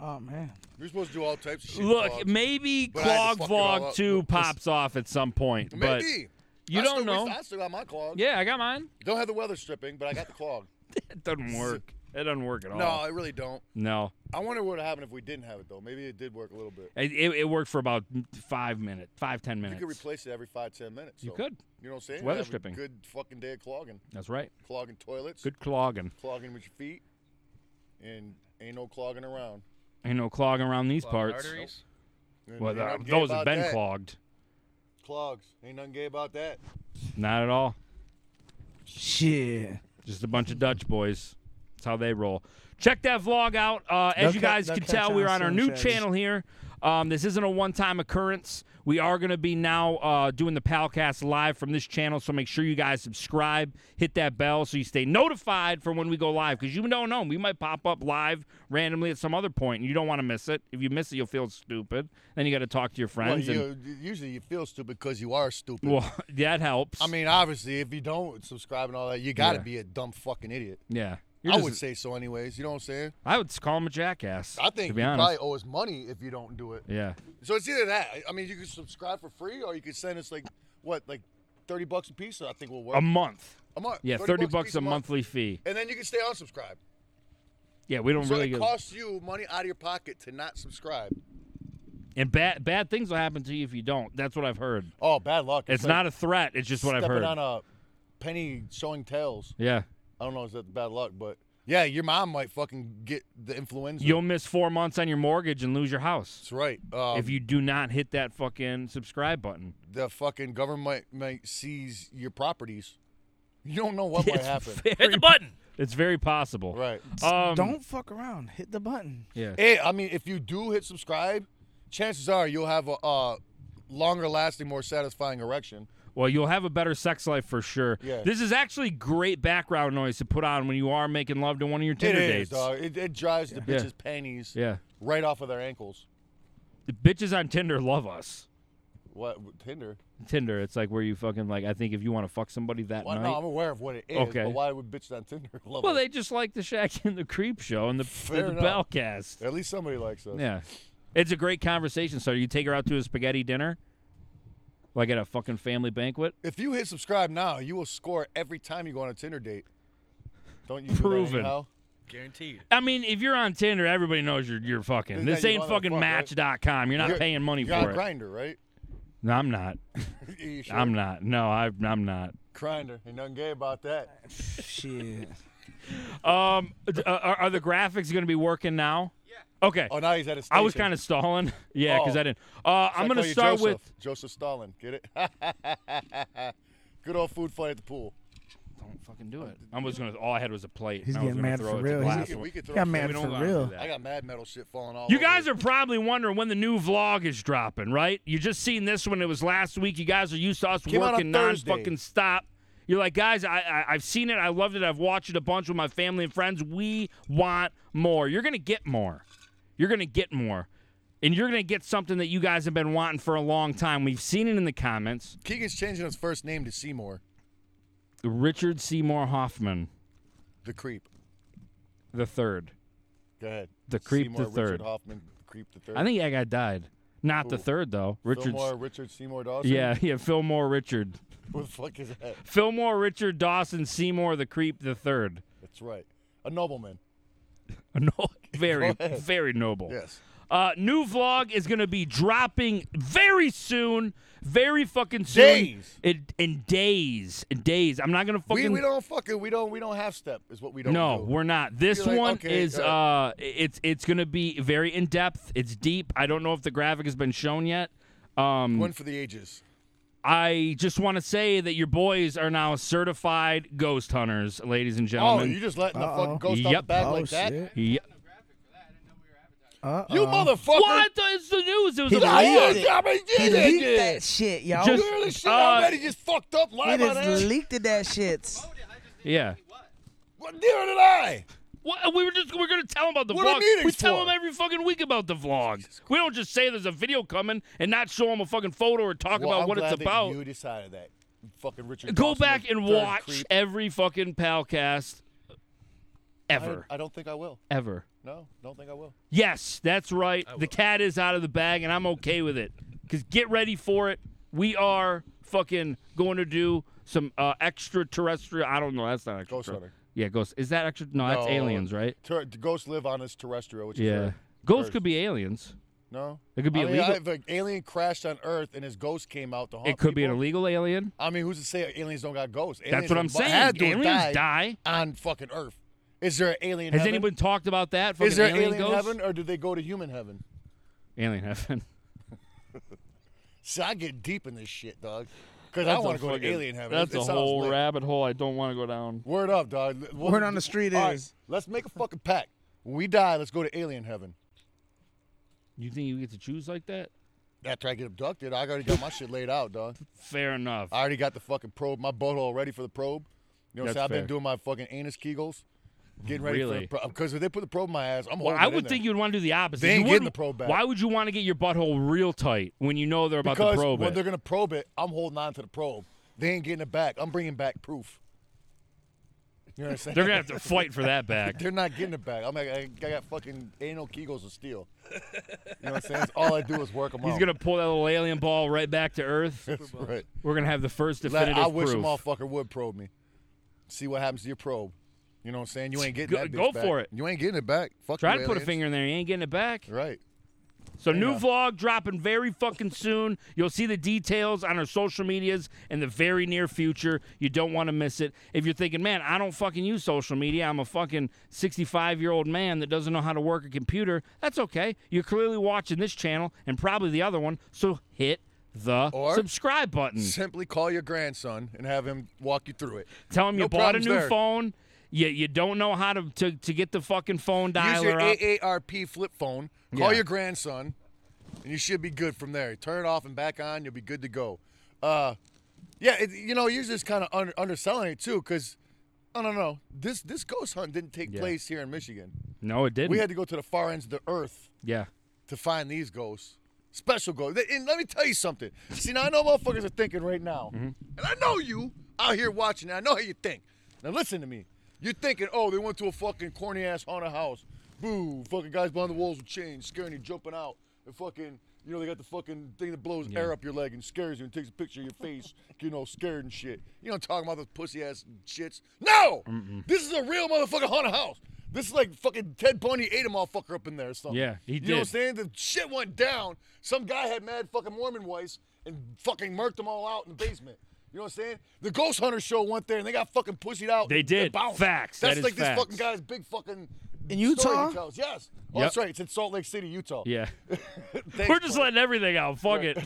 Oh man, We were supposed to do all types of shit. Look, dogs. maybe But I had to Clog fuck it all Vlog up. 2 Look, this- pops off at some point, but maybe You I don't still know. Wish, I still got my clog. Yeah, I got mine. Don't have the weather stripping, but I got the clog. It doesn't work. It doesn't work at all. no, I really don't. No. I wonder what would happen if we didn't have it though. Maybe it did work a little bit. It, it, it worked for about five minutes, five, ten minutes. You could replace it every five ten minutes. You so, could. You know what I'm saying? Weather Have a stripping. Good fucking day of clogging, That's right. clogging toilets, Good clogging. clogging with your feet, and ain't no clogging around. Ain't no clogging around these Clogged parts. arteries. And Well, ain't nothing th- gay those about have been that. clogged. Clogs. Ain't nothing gay about that. Not at all. Shit. Just a bunch of Dutch boys. That's how they roll. Check that vlog out. Uh, as They'll you ca- guys they'll can catch tell, we're on on our soon, new Shaggy. channel here. Um, this isn't a one-time occurrence. We are going to be now uh, doing the Palcast live from this channel, so make sure you guys subscribe, hit that bell, so you stay notified for when we go live. Because you don't know, we might pop up live randomly at some other point, and you don't want to miss it. If you miss it, you'll feel stupid. Then you got to talk to your Well, friends. and, you, usually you feel stupid because you are stupid. well that helps. I mean, obviously, if you don't subscribe and all that, you got to Yeah. be a dumb fucking idiot. yeah, You're I just- would say so, anyways. You know what I'm saying? I would call him a jackass. I think to you be honest. probably owe us money if you don't do it. Yeah. So it's either that. I- I mean, you can subscribe for free, or you could send us like what, like thirty bucks a piece. I think will work. A month. a month. Yeah, 30 piece bucks a monthly fee. and then you can stay unsubscribed. Yeah, we don't So really it get costs you money out of your pocket to not subscribe. And bad bad things will happen to you if you don't. That's what I've heard. Oh, bad luck. It's not a threat, it's just what I've stepping heard. on a penny showing tails. yeah. I don't know if that's bad luck, but yeah, your mom might fucking get the influenza. You'll miss 4 months on your mortgage and lose your house that's right. Um, if you do not hit that fucking subscribe button. the fucking government might seize your properties. You don't know what might It's happen. very- Hit the button. It's very possible. Right. Um, Don't fuck around. Hit the button. Yeah. Hey, I mean, if you do hit subscribe, chances are you'll have a uh, longer lasting, more satisfying erection. Well, you'll have a better sex life for sure. Yeah. This is actually great background noise to put on when you are making love to one of your It Tinder is, dates. dog. It, it drives the Yeah. bitches' panties Yeah. right off of their ankles. The bitches on Tinder love us. What Tinder? Tinder, it's like where you fucking like I think if you want to fuck somebody that Well, night. no, I'm aware of what it is. Okay. But why would bitches on Tinder love Well, us? they just like the Shack and the Creep show and the, Fair the enough. Bellcast. At least somebody likes us. Yeah. It's a great conversation starter. You take her out to a spaghetti dinner, like at a fucking family banquet. If you hit subscribe now, you will score every time you go on a Tinder date. Don't you do Proven. that anyhow? Guaranteed. I mean, if you're on Tinder, everybody knows you're you're fucking. Isn't This that you ain't wanna fucking fuck, right? Match.com. You're not You're- paying money You're on for it. Grinder, right? No, I'm not. You sure? I'm not. No, I, I'm not. Grinder. Ain't nothing gay about that. Shit. Um, d- uh, are, are the graphics going to be working now? Yeah. Okay. Oh, now he's at a station. I was kind of stalling. yeah, because Oh. I didn't. Uh, I'm going to start Joseph. with. Joseph Stalin. Get it? Good old food fight at the pool. Don't fucking do it. I was going to. All I had was a plate. He's and I was getting gonna mad throw for it to real. the He's We last That's could, one. we could throw Got some- mad we for don't wanna do real. that. I got mad metal shit falling all You over guys you. are probably wondering when the new vlog is dropping, right? You just seen this one; it was last week. You guys are used to us Came out on working non Thursday. fucking stop. You're like, guys, I, I I've seen it, I loved it, I've watched it a bunch with my family and friends. We want more. You're gonna get more. You're gonna get more, and you're gonna get something that you guys have been wanting for a long time. We've seen it in the comments. Keegan's changing his first name to Seymour, Richard Seymour Hoffman the creep. the third. Go ahead. The creep Seymour, the third. Richard Hoffman, creep the third. I think that guy died. Not the Who? third though. Richard. Fillmore, Richard Seymour Dawson. Yeah, yeah. Fillmore Richard. Who the fuck is that? Fillmore, Richard Dawson, Seymour, the Creep, the Third. That's right. A nobleman. No, Go very, ahead. very noble. Yes. Uh, new vlog is going to be dropping very soon, very fucking soon. Days. In, in days, in days. I'm not going to fucking. We, we don't fucking we don't we don't half step is what we don't no, do. we're not. This You're like, one okay, is uh, uh, it's it's going to be very in depth. It's deep. I don't know if the graphic has been shown yet. Um, one for the ages. I just want to say that your boys are now certified ghost hunters, ladies and gentlemen. oh, you just letting the Uh-oh. fucking ghost out Yep. the bag oh like that? shit. Ye- Uh-oh. You motherfucker! What? It's the news. It was He a lied. vlog. Yeah, I mean, He yeah, yeah, leaked yeah. that shit, y'all. Just- Clearly, shit Uh, already just fucked up. he Lie about just that. leaked that shit. Yeah. What nearer than I? What, we were just we're gonna tell them about the What are vlog. meetings We tell for? them every fucking week about the vlog. We don't just say there's a video coming and not show them a fucking photo or talk Well, about I'm what glad it's that about. You decided that. You Fucking Richard. Go Dawson, back the and third watch creep. every fucking palcast I- ever, I, don't think I will. ever. No, don't think I will. Yes, that's right. The cat is out of the bag, and I'm okay with it. Cause get ready for it. We are fucking going to do some uh, extraterrestrial. I don't know. That's not Ghost extraterrestrial. hunting. Yeah, ghost. Is that extra? No, that's No. aliens, right? Ter- ghosts live on this terrestrial, which is Yeah. Earth. Ghosts Earth. could be aliens. No, It could be I mean, illegal. I- if an alien crashed on Earth and his ghost came out to haunt it could be an people, illegal alien. I mean, who's to say aliens don't got ghosts? That's Aliens what I'm mu- had saying. to have Aliens died die. on fucking Earth. Is there an alien? Has heaven? anyone talked about that? Fucking Is there alien, alien, ghosts? heaven, or do they go to human heaven? Alien heaven. See, I get deep in this shit, dog, because I That's a want to go to fucking- alien heaven. That's it, it a sounds whole lit. rabbit hole. I don't want to go down. Word up, dog. L- Word on the street all right, is- let's make a fucking pact. When we die, let's go to alien heaven. You think you get to choose like that? After I get abducted, I already got my shit laid out, dog. Fair enough. I already got the fucking probe, my butthole ready for the probe. You know what I'm That's saying? I've been fair. doing my fucking anus kegels, getting ready for Really? the probe. Because if they put the probe in my ass, I'm Well, holding I it in would there. think you'd want to do the opposite. They You ain't getting wouldn't- the probe back. Why would you want to get your butthole real tight when you know they're about because to probe when it? they're gonna probe it, I'm holding on to the probe. They ain't getting it back. I'm bringing back proof. You know what I'm saying? They're gonna have to fight for that back. They're not getting it back. I'm like, I, I got fucking anal kegels of steel. You know what I'm saying? That's All I do is work them He's out. gonna pull that little alien ball right back to Earth. That's right. We're gonna have the first Let- definitive I wish a proof. motherfucker would probe me. See what happens to your probe. You know what I'm saying? You ain't getting Go- that bitch go back. for it. You ain't getting it back. Fuck Try you, to put a aliens. finger in there. You ain't getting it back. Right. So new Yeah. vlog dropping very fucking soon. You'll see the details on our social medias in the very near future. You don't want to miss it. If you're thinking, man, I don't fucking use social media. I'm a fucking 65 year old man that doesn't know how to work a computer. That's okay. You're clearly watching this channel and probably the other one. So hit the Or- subscribe button. Simply call your grandson and have him walk you through it. Tell them no you bought a problems new there. phone. You, you don't know how to, to to get the fucking phone dialer Use your up. AARP flip phone. Call Yeah. your grandson, and you should be good from there. Turn it off and back on. You'll be good to go. Uh, yeah, it, you know, you're just kind of under, underselling it too, because I don't know. This this ghost hunt didn't take Yeah. place here in Michigan. no, it didn't. We had to go to the far ends of the earth yeah. to find these ghosts. Special ghosts. And let me tell you something. See, now I know motherfuckers are thinking right now. Mm-hmm. And I know you out here watching. I know how you think. Now listen to me. You're thinking, oh, they went to a fucking corny ass haunted house. Boo, fucking guys behind the walls with chains, scaring you, jumping out. And fucking, you know, they got the fucking thing that blows air up your leg and scares you and takes a picture of your face, getting all scared and shit. You know, talking about those pussy ass shits. No! This is a real motherfucking haunted house. This is like fucking Ted Bundy ate a motherfucker up in there or something. Yeah, he you know what I'm did. saying? The shit went down. Some guy had mad fucking Mormon wives and fucking murked them all out in the basement. You know what I'm saying? The Ghost Hunter show went there and they got fucking pussied out. They and- did. and bounced. Facts. That's That is like this facts. fucking guy's big fucking. story In Utah? he tells. Yes. Oh, Yep. that's right. It's in Salt Lake City, Utah. Yeah. Thanks, We're just buddy. letting everything out. Fuck Right. it.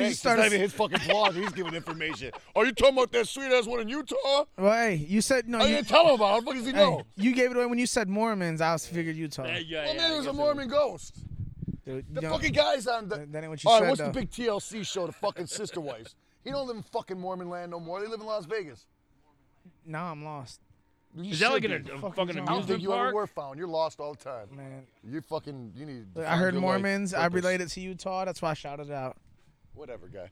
Thanks. as you It's start, not even his fucking blog. He's giving information. Are you talking about that sweet ass one in Utah? well, hey, you said no. I You, didn't tell him about. it. How the fuck does he hey, know? you gave it away when you said Mormons. I was figured Utah. Yeah, yeah, Well, yeah, man, I it was a guess it Mormon ghost. Dude, The you know, fucking guy's on the. That- that ain't what you All right, said, uh, what's the though. big TLC show? The fucking sister wives. He don't live in fucking Mormon land no more. They live in Las Vegas. now I'm lost, You Is that like should an, be. a Fuck fucking you, I don't think amusement you ever park? were found. You're lost all the time. man. You're fucking. You need. to I find heard your life Mormons. I purpose. related to Utah. That's why I shouted it out. Whatever, guy.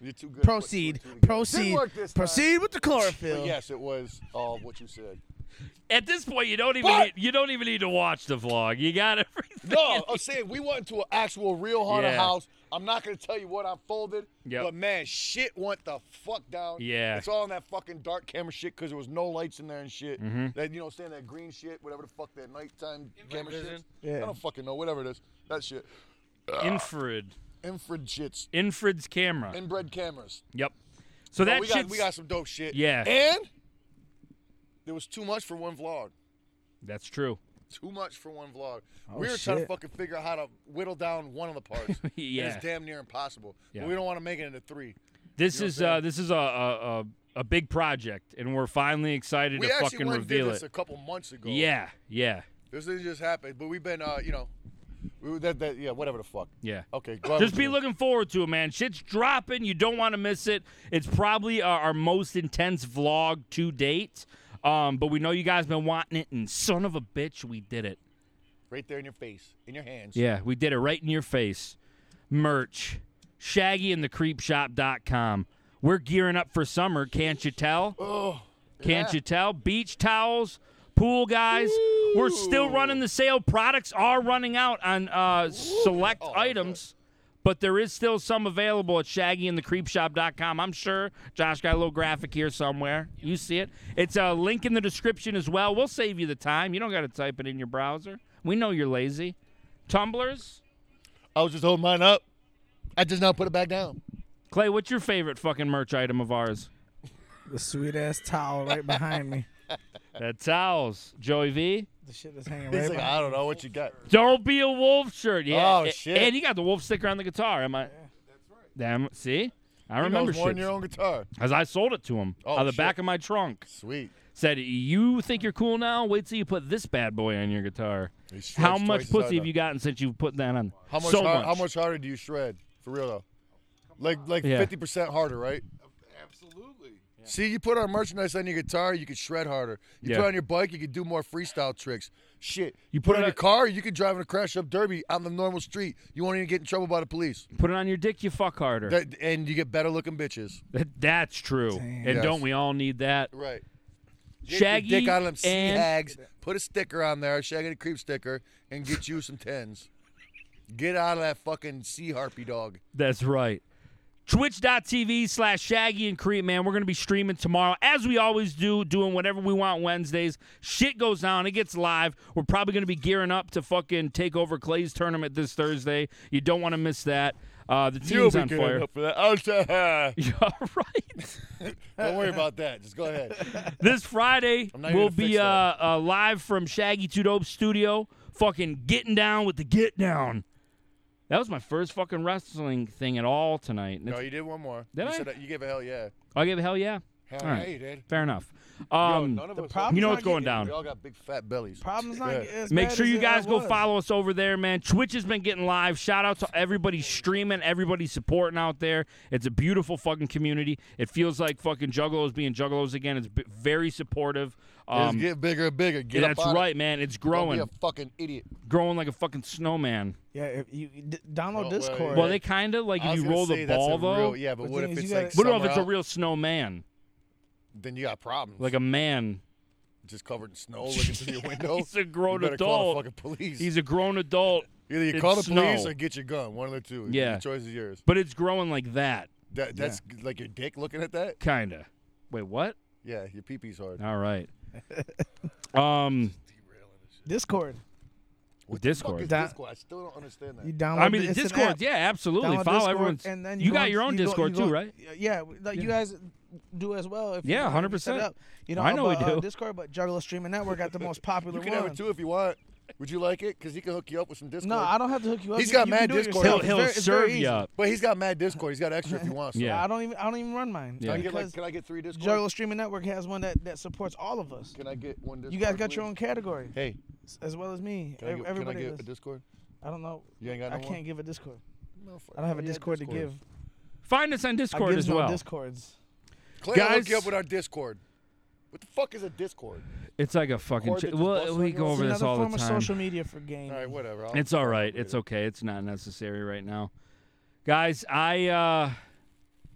You're too good. at putting two Proceed. and two together. Didn't Proceed. work this time, Proceed with the But chlorophyll. yes, it was all what you said. At this point, you don't even need, What? you don't even need to watch the vlog. You got everything. No, I'm saying we went to an actual real haunted Yeah. house. I'm not gonna tell you what unfolded, Yep. but man, shit went the fuck down. Yeah. it's all in that fucking dark camera shit because there was no lights in there and shit. Mm-hmm. That you know, saying that green shit, whatever the fuck that nighttime camera shit. is. Yeah. I don't fucking know, whatever it is. That shit, Infrared, infrared shits, infrared's camera. inbred cameras. yep. But So that we got we shit's- got some dope shit. Yeah. and there was too much for one vlog. that's true. Too much for one vlog. Oh, we were trying to shit. fucking figure out how to whittle down one of the parts. Yeah. It's damn near impossible. Yeah. But we don't want to make it into three. This You know what is I'm uh, saying? this is a, a a a big project, and we're finally excited we to actually fucking went and did reveal this it. a couple months ago. Yeah, yeah, This didn't just happen, but we've been, uh, you know, we were that, that, yeah, whatever the fuck. yeah. Okay, go ahead Just with be you. looking forward to it, man. Shit's dropping. You don't want to miss it. It's probably our, our most intense vlog to date. Um, but we know you guys been wanting it, and son of a bitch, we did it. right there in your face, in your hands. Yeah, we did it right in your face. Merch. ShaggyandTheCreepShop.com. We're gearing up for summer, can't you tell? can't you tell? Beach towels, pool guys. We're still running the sale. Products are running out on uh, select items, But there is still some available at shaggyandthecreepshop.com. I'm sure Josh got a little graphic here somewhere. You see it. It's a link in the description as well. We'll save you the time. You don't got to type it in your browser. We know you're lazy. Tumblers. I was just holding mine up. I just now put it back down. Clay, what's your favorite fucking merch item of ours? The sweet ass towel right behind me. Uh, The towels. Joey V. The shit that's hanging He's right like, behind I don't know what you got. Don't be a wolf shirt. Yeah. Oh, A- shit. And you got the wolf sticker on the guitar. Am I? Damn. See, I You remember knows more than shit. your own guitar. As I sold it to him Oh, out of the shit. back of my trunk. Sweet. Said, "You think you're cool now? Wait till you put this bad boy on your guitar. He shreds How twice much as hard pussy have though. you gotten since you've put that on? How much, So har- much. How much harder do you shred? For real though. Like like Yeah. fifty percent harder, right? Absolutely. See, you put our merchandise on your guitar, you could shred harder. You Yeah. put it on your bike, you could do more freestyle tricks. Shit. You You put put, it it on on- your car, you could drive in a crash up derby on the normal street. You won't even get in trouble by the police. Put it on your dick. You fuck harder. That, and you get better looking bitches. That- That's true. Damn. And Yes. don't we all need that? Right. Shaggy Get your dick out of them sea and hags. Put a sticker on there, Shaggy the Creep sticker, and get you some tens. Get out of that fucking sea harpy dog. That's right. Twitch.tv slash Shaggy and Creep, man. We're going to be streaming tomorrow, as we always do, doing whatever we want Wednesdays. Shit goes down. It gets live. We're probably going to be gearing up to fucking take over Clay's tournament this Thursday. You don't want to miss that. Uh, the team's on fire. for that. I'll tell- Yeah, right. Don't worry about that. Just go ahead. this Friday I'm not even we'll gonna be fix uh, that. uh, live from Shaggy Two Dope Studio, fucking getting down with the get down. That was my first fucking wrestling thing at all tonight. and No, it's- you did one more. Did you I? Said that- you gave a hell yeah. I gave a hell yeah. Hell All right. yeah, you did. Fair enough. Yo, Um, none of the us are- problem- you know I'm what's going We down. all got big fat bellies. Problem's not Yeah. as Make bad sure as you it guys go was. follow us over there, man. Twitch has been getting live. Shout out to everybody streaming, everybody supporting out there. It's a beautiful fucking community. It feels like fucking Juggalos being Juggalos again. It's b- very supportive. Just Um, get bigger and bigger. Get yeah, up that's on it. right, man. It's Don't be growing, a fucking idiot. growing like a fucking snowman. Yeah, if you you d- Well, download Oh, well, Discord. Well, they kind of like I if was you gonna roll say the that's a ball though. real- yeah, but But what then if if it's you like gotta- But no, if somewhere it's a else? real snowman, then you got problems. like a man? just covered in snow, looking through your window. He's a Oh, you grown better Call the adult. fucking police. He's a grown adult, Either you It's call the police snow. or get your gun. One of the two. Yeah. The choice is yours. but it's growing like that, That, that's like your dick looking at that? kinda. Wait, what? Yeah, your pee pee's hard. All right. Um, Discord. What Discord. The fuck That- is Discord? I still don't understand that. You download. I mean, the it's an Discord. app. Yeah, absolutely. Download Follow Discord, everyone's. And then you, you, go got on- your own you go- Discord you go- too, right? Yeah, we- like you guys do as well. If you Yeah, know how to 100%. set up. You know, I know we about, uh, do. Discord, but Juggalo Streaming Network got the most popular You can one. have it too if you want. Would you like it? Because he can hook you up with some Discord. No, I don't have to hook you up. He's You- got you mad can do it Discord. He'll, He'll- yourself. he'll It's very- serve it's very you easy. up. But he's got mad Discord. He's got extra if you want. So. Yeah. I don't even. I don't even run mine. Yeah. Can I, get like, because can I get three Discord? Juggalo Streaming Network has one that, that supports all of us. Can I get one Discord? You guys got your please? own category Hey, s- as well as me. can I get, Ev- can I Everybody get does. a Discord? I don't know. You ain't got no I one? can't give a Discord. No, fuck I don't have a no, you got Discord to give. Find us on I Discord give as no well. Discords. Clay, I'll hook Guys- you up with our Discord. What the fuck is a Discord? It's like a fucking. Cord Ch- that just busts well, on we you. go It's over it's this another all form the of time. social media for gaming. All right, whatever. I'll- It's all right. later. It's okay. It's not necessary right now. Guys, I uh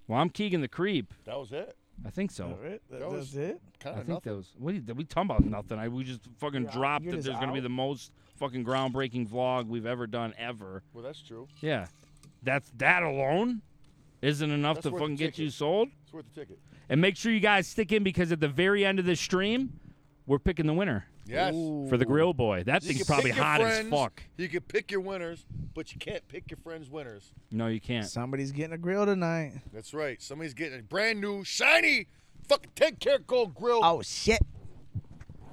well, I'm Keegan the Creep. That was it. I think All so. right, that- That was- that's it. Kind I of think nothing. that was what did we talk about nothing. I we just fucking Yeah, dropped you're that just there's gonna be out. the most fucking groundbreaking vlog we've ever done ever. Well, that's true. Yeah. That's that alone isn't enough That's to worth the fucking get you ticket. sold. It's worth the ticket. And make sure you guys stick in because at the very end of this stream, we're picking the winner Yes. for the grill boy. That You thing's can probably pick your hot as friends, fuck. You can pick your winners, but you can't pick your friends' winners. No, you can't. Somebody's getting a grill tonight. That's right. Somebody's getting a brand new, shiny, fucking 10 karat gold grill. Oh shit!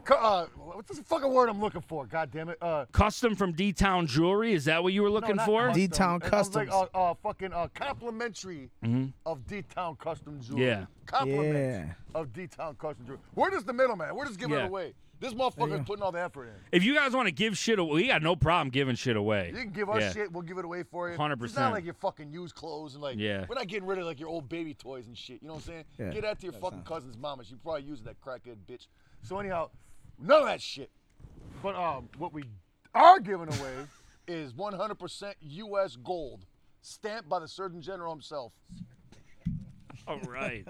Cu- Uh, what's the fucking word I'm looking for? God damn it. Uh, Custom from D Town Jewelry, is that what you were looking no, not for? custom. D-Town It was Like, Customs. uh, uh, fucking uh, complimentary of D Town Custom Jewelry. Mm-hmm. Yeah. Compliment of D Town Custom Jewelry. We're just the middleman. We're just giving Yeah. it away. This motherfucker's putting all the effort in. If you guys want to give shit away, we got no problem giving shit away. You can give us Yeah. shit, we'll give it away for you. It's 100%. not like your fucking used clothes and like Yeah. we're not getting rid of like your old baby toys and shit. You know what I'm saying? Yeah. Get that to your fucking cousin's mama. She probably used that crackhead bitch. So anyhow, none of that shit. But um, what we are giving away is 100% U.S. gold, stamped by the Surgeon General himself. All right.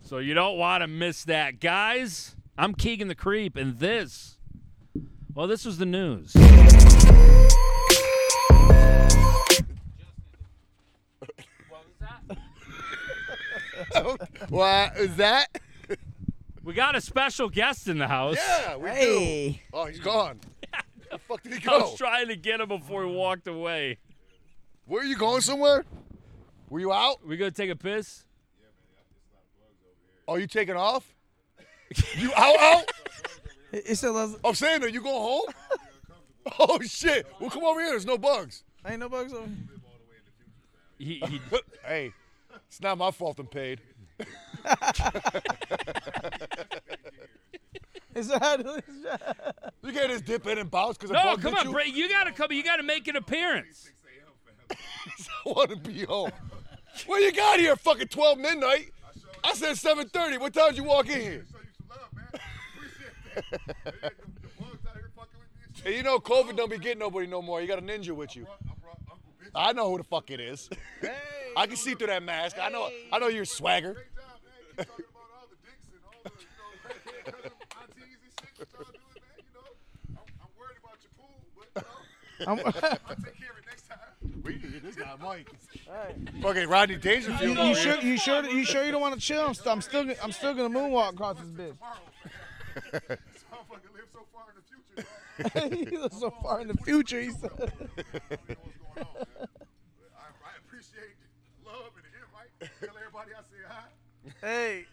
so you don't want to miss that, guys. I'm Keegan the Creep, and this, well, this was the news. Why is that? We got a special guest in the house. Yeah, we do. Hey. Oh, he's gone. Where the fuck did he I was go? trying to get him before he walked away. Where are you going somewhere? Were you out? We gonna take a piss? Oh, you taking off? You out out? It it still doesn't. I'm saying, are you going home? Oh shit! Well, come over here. There's no bugs. Ain't no bugs on. He, he, hey, it's not my fault. I'm paid. Is that how it is? You can't just dip in and bounce because no, bug come bit on, you. Brady. You gotta come. You gotta make an appearance. I want to be home. Well, you got here? Fucking 12 midnight. I said 7:30. What time did you walk in here? Hey, you know COVID don't be getting nobody no more. You got a ninja with you. I know who the fuck it is. I can see through that mask. I know. I know your swagger. We need this guy Mike. Fucking Rodney Dangerfield. You sure? You sure? You sure you don't want to chill? I'm, st- I'm still. I'm still gonna moonwalk across this bitch. he was so far in the future. He said. Hey,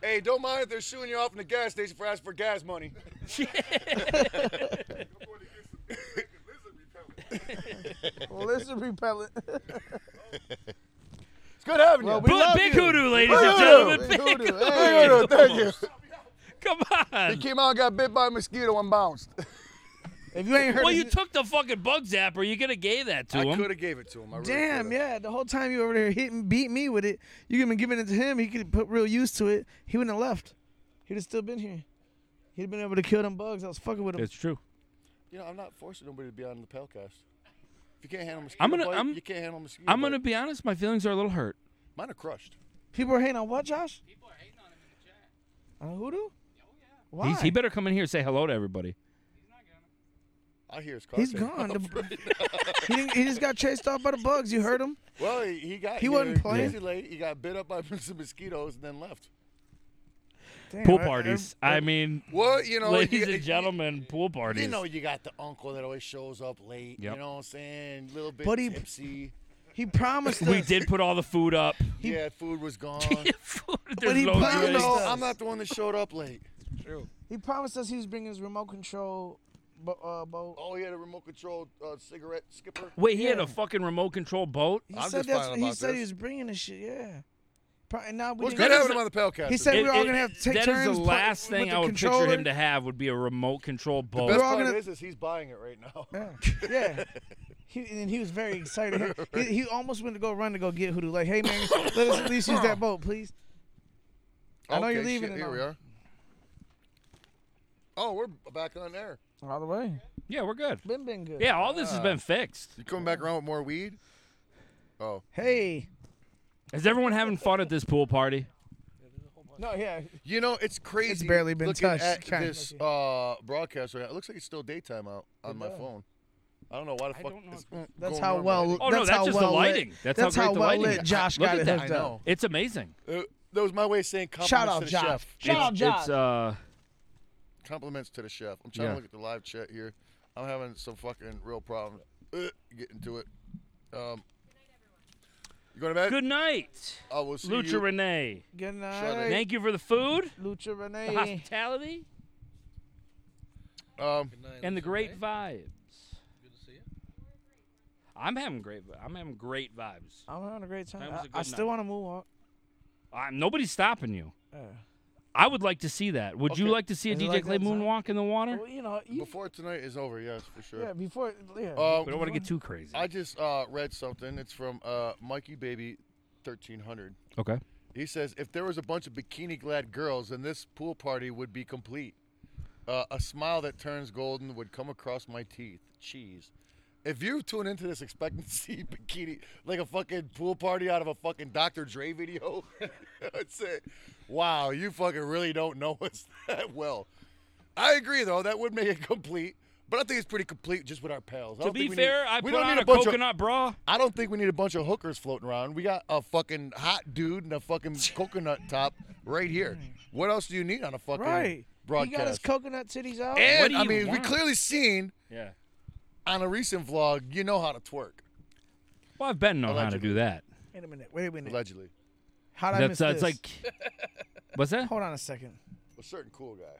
Hey, don't mind if they're shooing you off in the gas station for asking for gas money. listen, repellent. It's good having Well, you. we Bl- love Big you. hoodoo, ladies Big and hoodoo. gentlemen. Big Big hoodoo. hoodoo. Hey. Thank you. Thank you. Come He on. came out and got bit by a mosquito and bounced. If you ain't heard, Well, of you it- took the fucking bug zapper. You could have gave that to I him. could have gave it to him. I really Damn, coulda. yeah. The whole time you over there hitting, beat me with it. You could have been giving it to him. He could have put real use to it. He wouldn't have left. He'd have still been here. He'd have been able to kill them bugs. I was fucking with him. It's true. You know, I'm not forcing nobody to be on the Pelcast. If you can't handle mosquito I'm gonna- bite, I'm- you can't handle mosquito I'm gonna bite. be honest. My feelings are a little hurt. Mine are crushed. People are hating on what, Josh? People are hating on him in the chat. Oh, On hoodoo? Why? He's, he better come in here and say hello to everybody. I hear his car. He's taken gone. off. The- he, didn't- he just got chased off by the bugs. You heard him? Well, he, he got He wasn't here playing. crazy late. He got bit up by some mosquitoes and then left. Damn, Pool I- I- parties. I mean, Well, you know, ladies you, and gentlemen, pool parties. you know, you got the uncle that always shows up late. Yep. You know what I'm saying? A little bit But he- tipsy. he promised us. we did put all the food up. yeah, food was gone. There's he no planned I good. Really? know. does. I'm not the one that showed up late. He promised us he was bringing his remote control bo- uh, boat. Oh, he had a remote control uh, cigarette skipper. Wait, he had Yeah. a fucking remote control boat. He I'm said just that's fine what he about said he this. was bringing this shit. Yeah. Pro- and now we What's didn't- good having him on the Pelcast? He said we It- were all it- gonna have to take that is turns. the playing last with thing the I would picture controller. him to have would be a remote control boat. Best we're all part gonna- is, is he's buying it right now. Yeah. He, and he was very excited. He, he almost went to go run to go get Hoodoo. Like, hey man, let us at least use that boat, please. I know you're Okay, leaving shit, and Here all. we are. Oh, we're back on air. All the way. yeah, we're good. Been been good. Yeah, all this has been fixed. You coming back around with more weed? Oh. Hey. Is everyone having fun at this pool party? No, yeah. You know, it's crazy. barely been looking touched. At Kinda. this uh, broadcast right now. It looks like it's still daytime out on my phone. I don't know why the fuck. don't know it's mm, That's going how on well. right Oh, no, that's that's how just the well lighting. Lit, That's that's, how how, great the well lighting lit is. Josh Look got at it now. that. I hooked up. know. It's amazing. Uh, that was my way of saying compliments Shout to out, the Josh. chef. Shout it's, out, Josh. It's, uh, Compliments to the chef. I'm trying Yeah. to look at the live chat here. I'm having some fucking real problems uh, getting to it. Um, you going to bed? good night, I will see Lucha you. Renee. Good Hey. night, Thank you for the food, Lucha the Renee. hospitality, um, and the great vibes. Good to see you. I'm having great. vi- I'm having great vibes. I'm having a great time. That was I- a good I still night. want to move on. i nobody's stopping you. Yeah. I would like to see that. Would you Okay. like to see a Would you DJ like Clay that, Oh, son? moonwalk in the water? Well, you know, you, Before tonight is over, yes, for sure. yeah. Before, yeah. Uh, We don't want to get too crazy. I just uh, read something. It's from uh, Mikey Baby 1300. okay. He says, if there was a bunch of bikini clad girls, then this pool party would be complete. Uh, a smile that turns golden would come across my teeth. Cheese. If you tune into this expecting to see bikini, like a fucking pool party out of a fucking Dr. Dre video, I'd say, wow, you fucking really don't know us that well. I agree, though. That would make it complete. But I think it's pretty complete just with our pals. I To don't be think we fair, need, I we put don't on need a bunch coconut bra. Of, I don't think we need a bunch of hookers floating around. We got a fucking hot dude and a fucking coconut top right here. What else do you need on a fucking Right. broadcast? He got his coconut titties out. What and do I you mean, we want? clearly seen Yeah. on a recent vlog. You know how to twerk, Well, I've been known how to Allegedly. do that. Wait a minute. Wait a minute. allegedly. How did I miss That's uh, it's this? like. What's that? Hold on a second. A certain cool guy.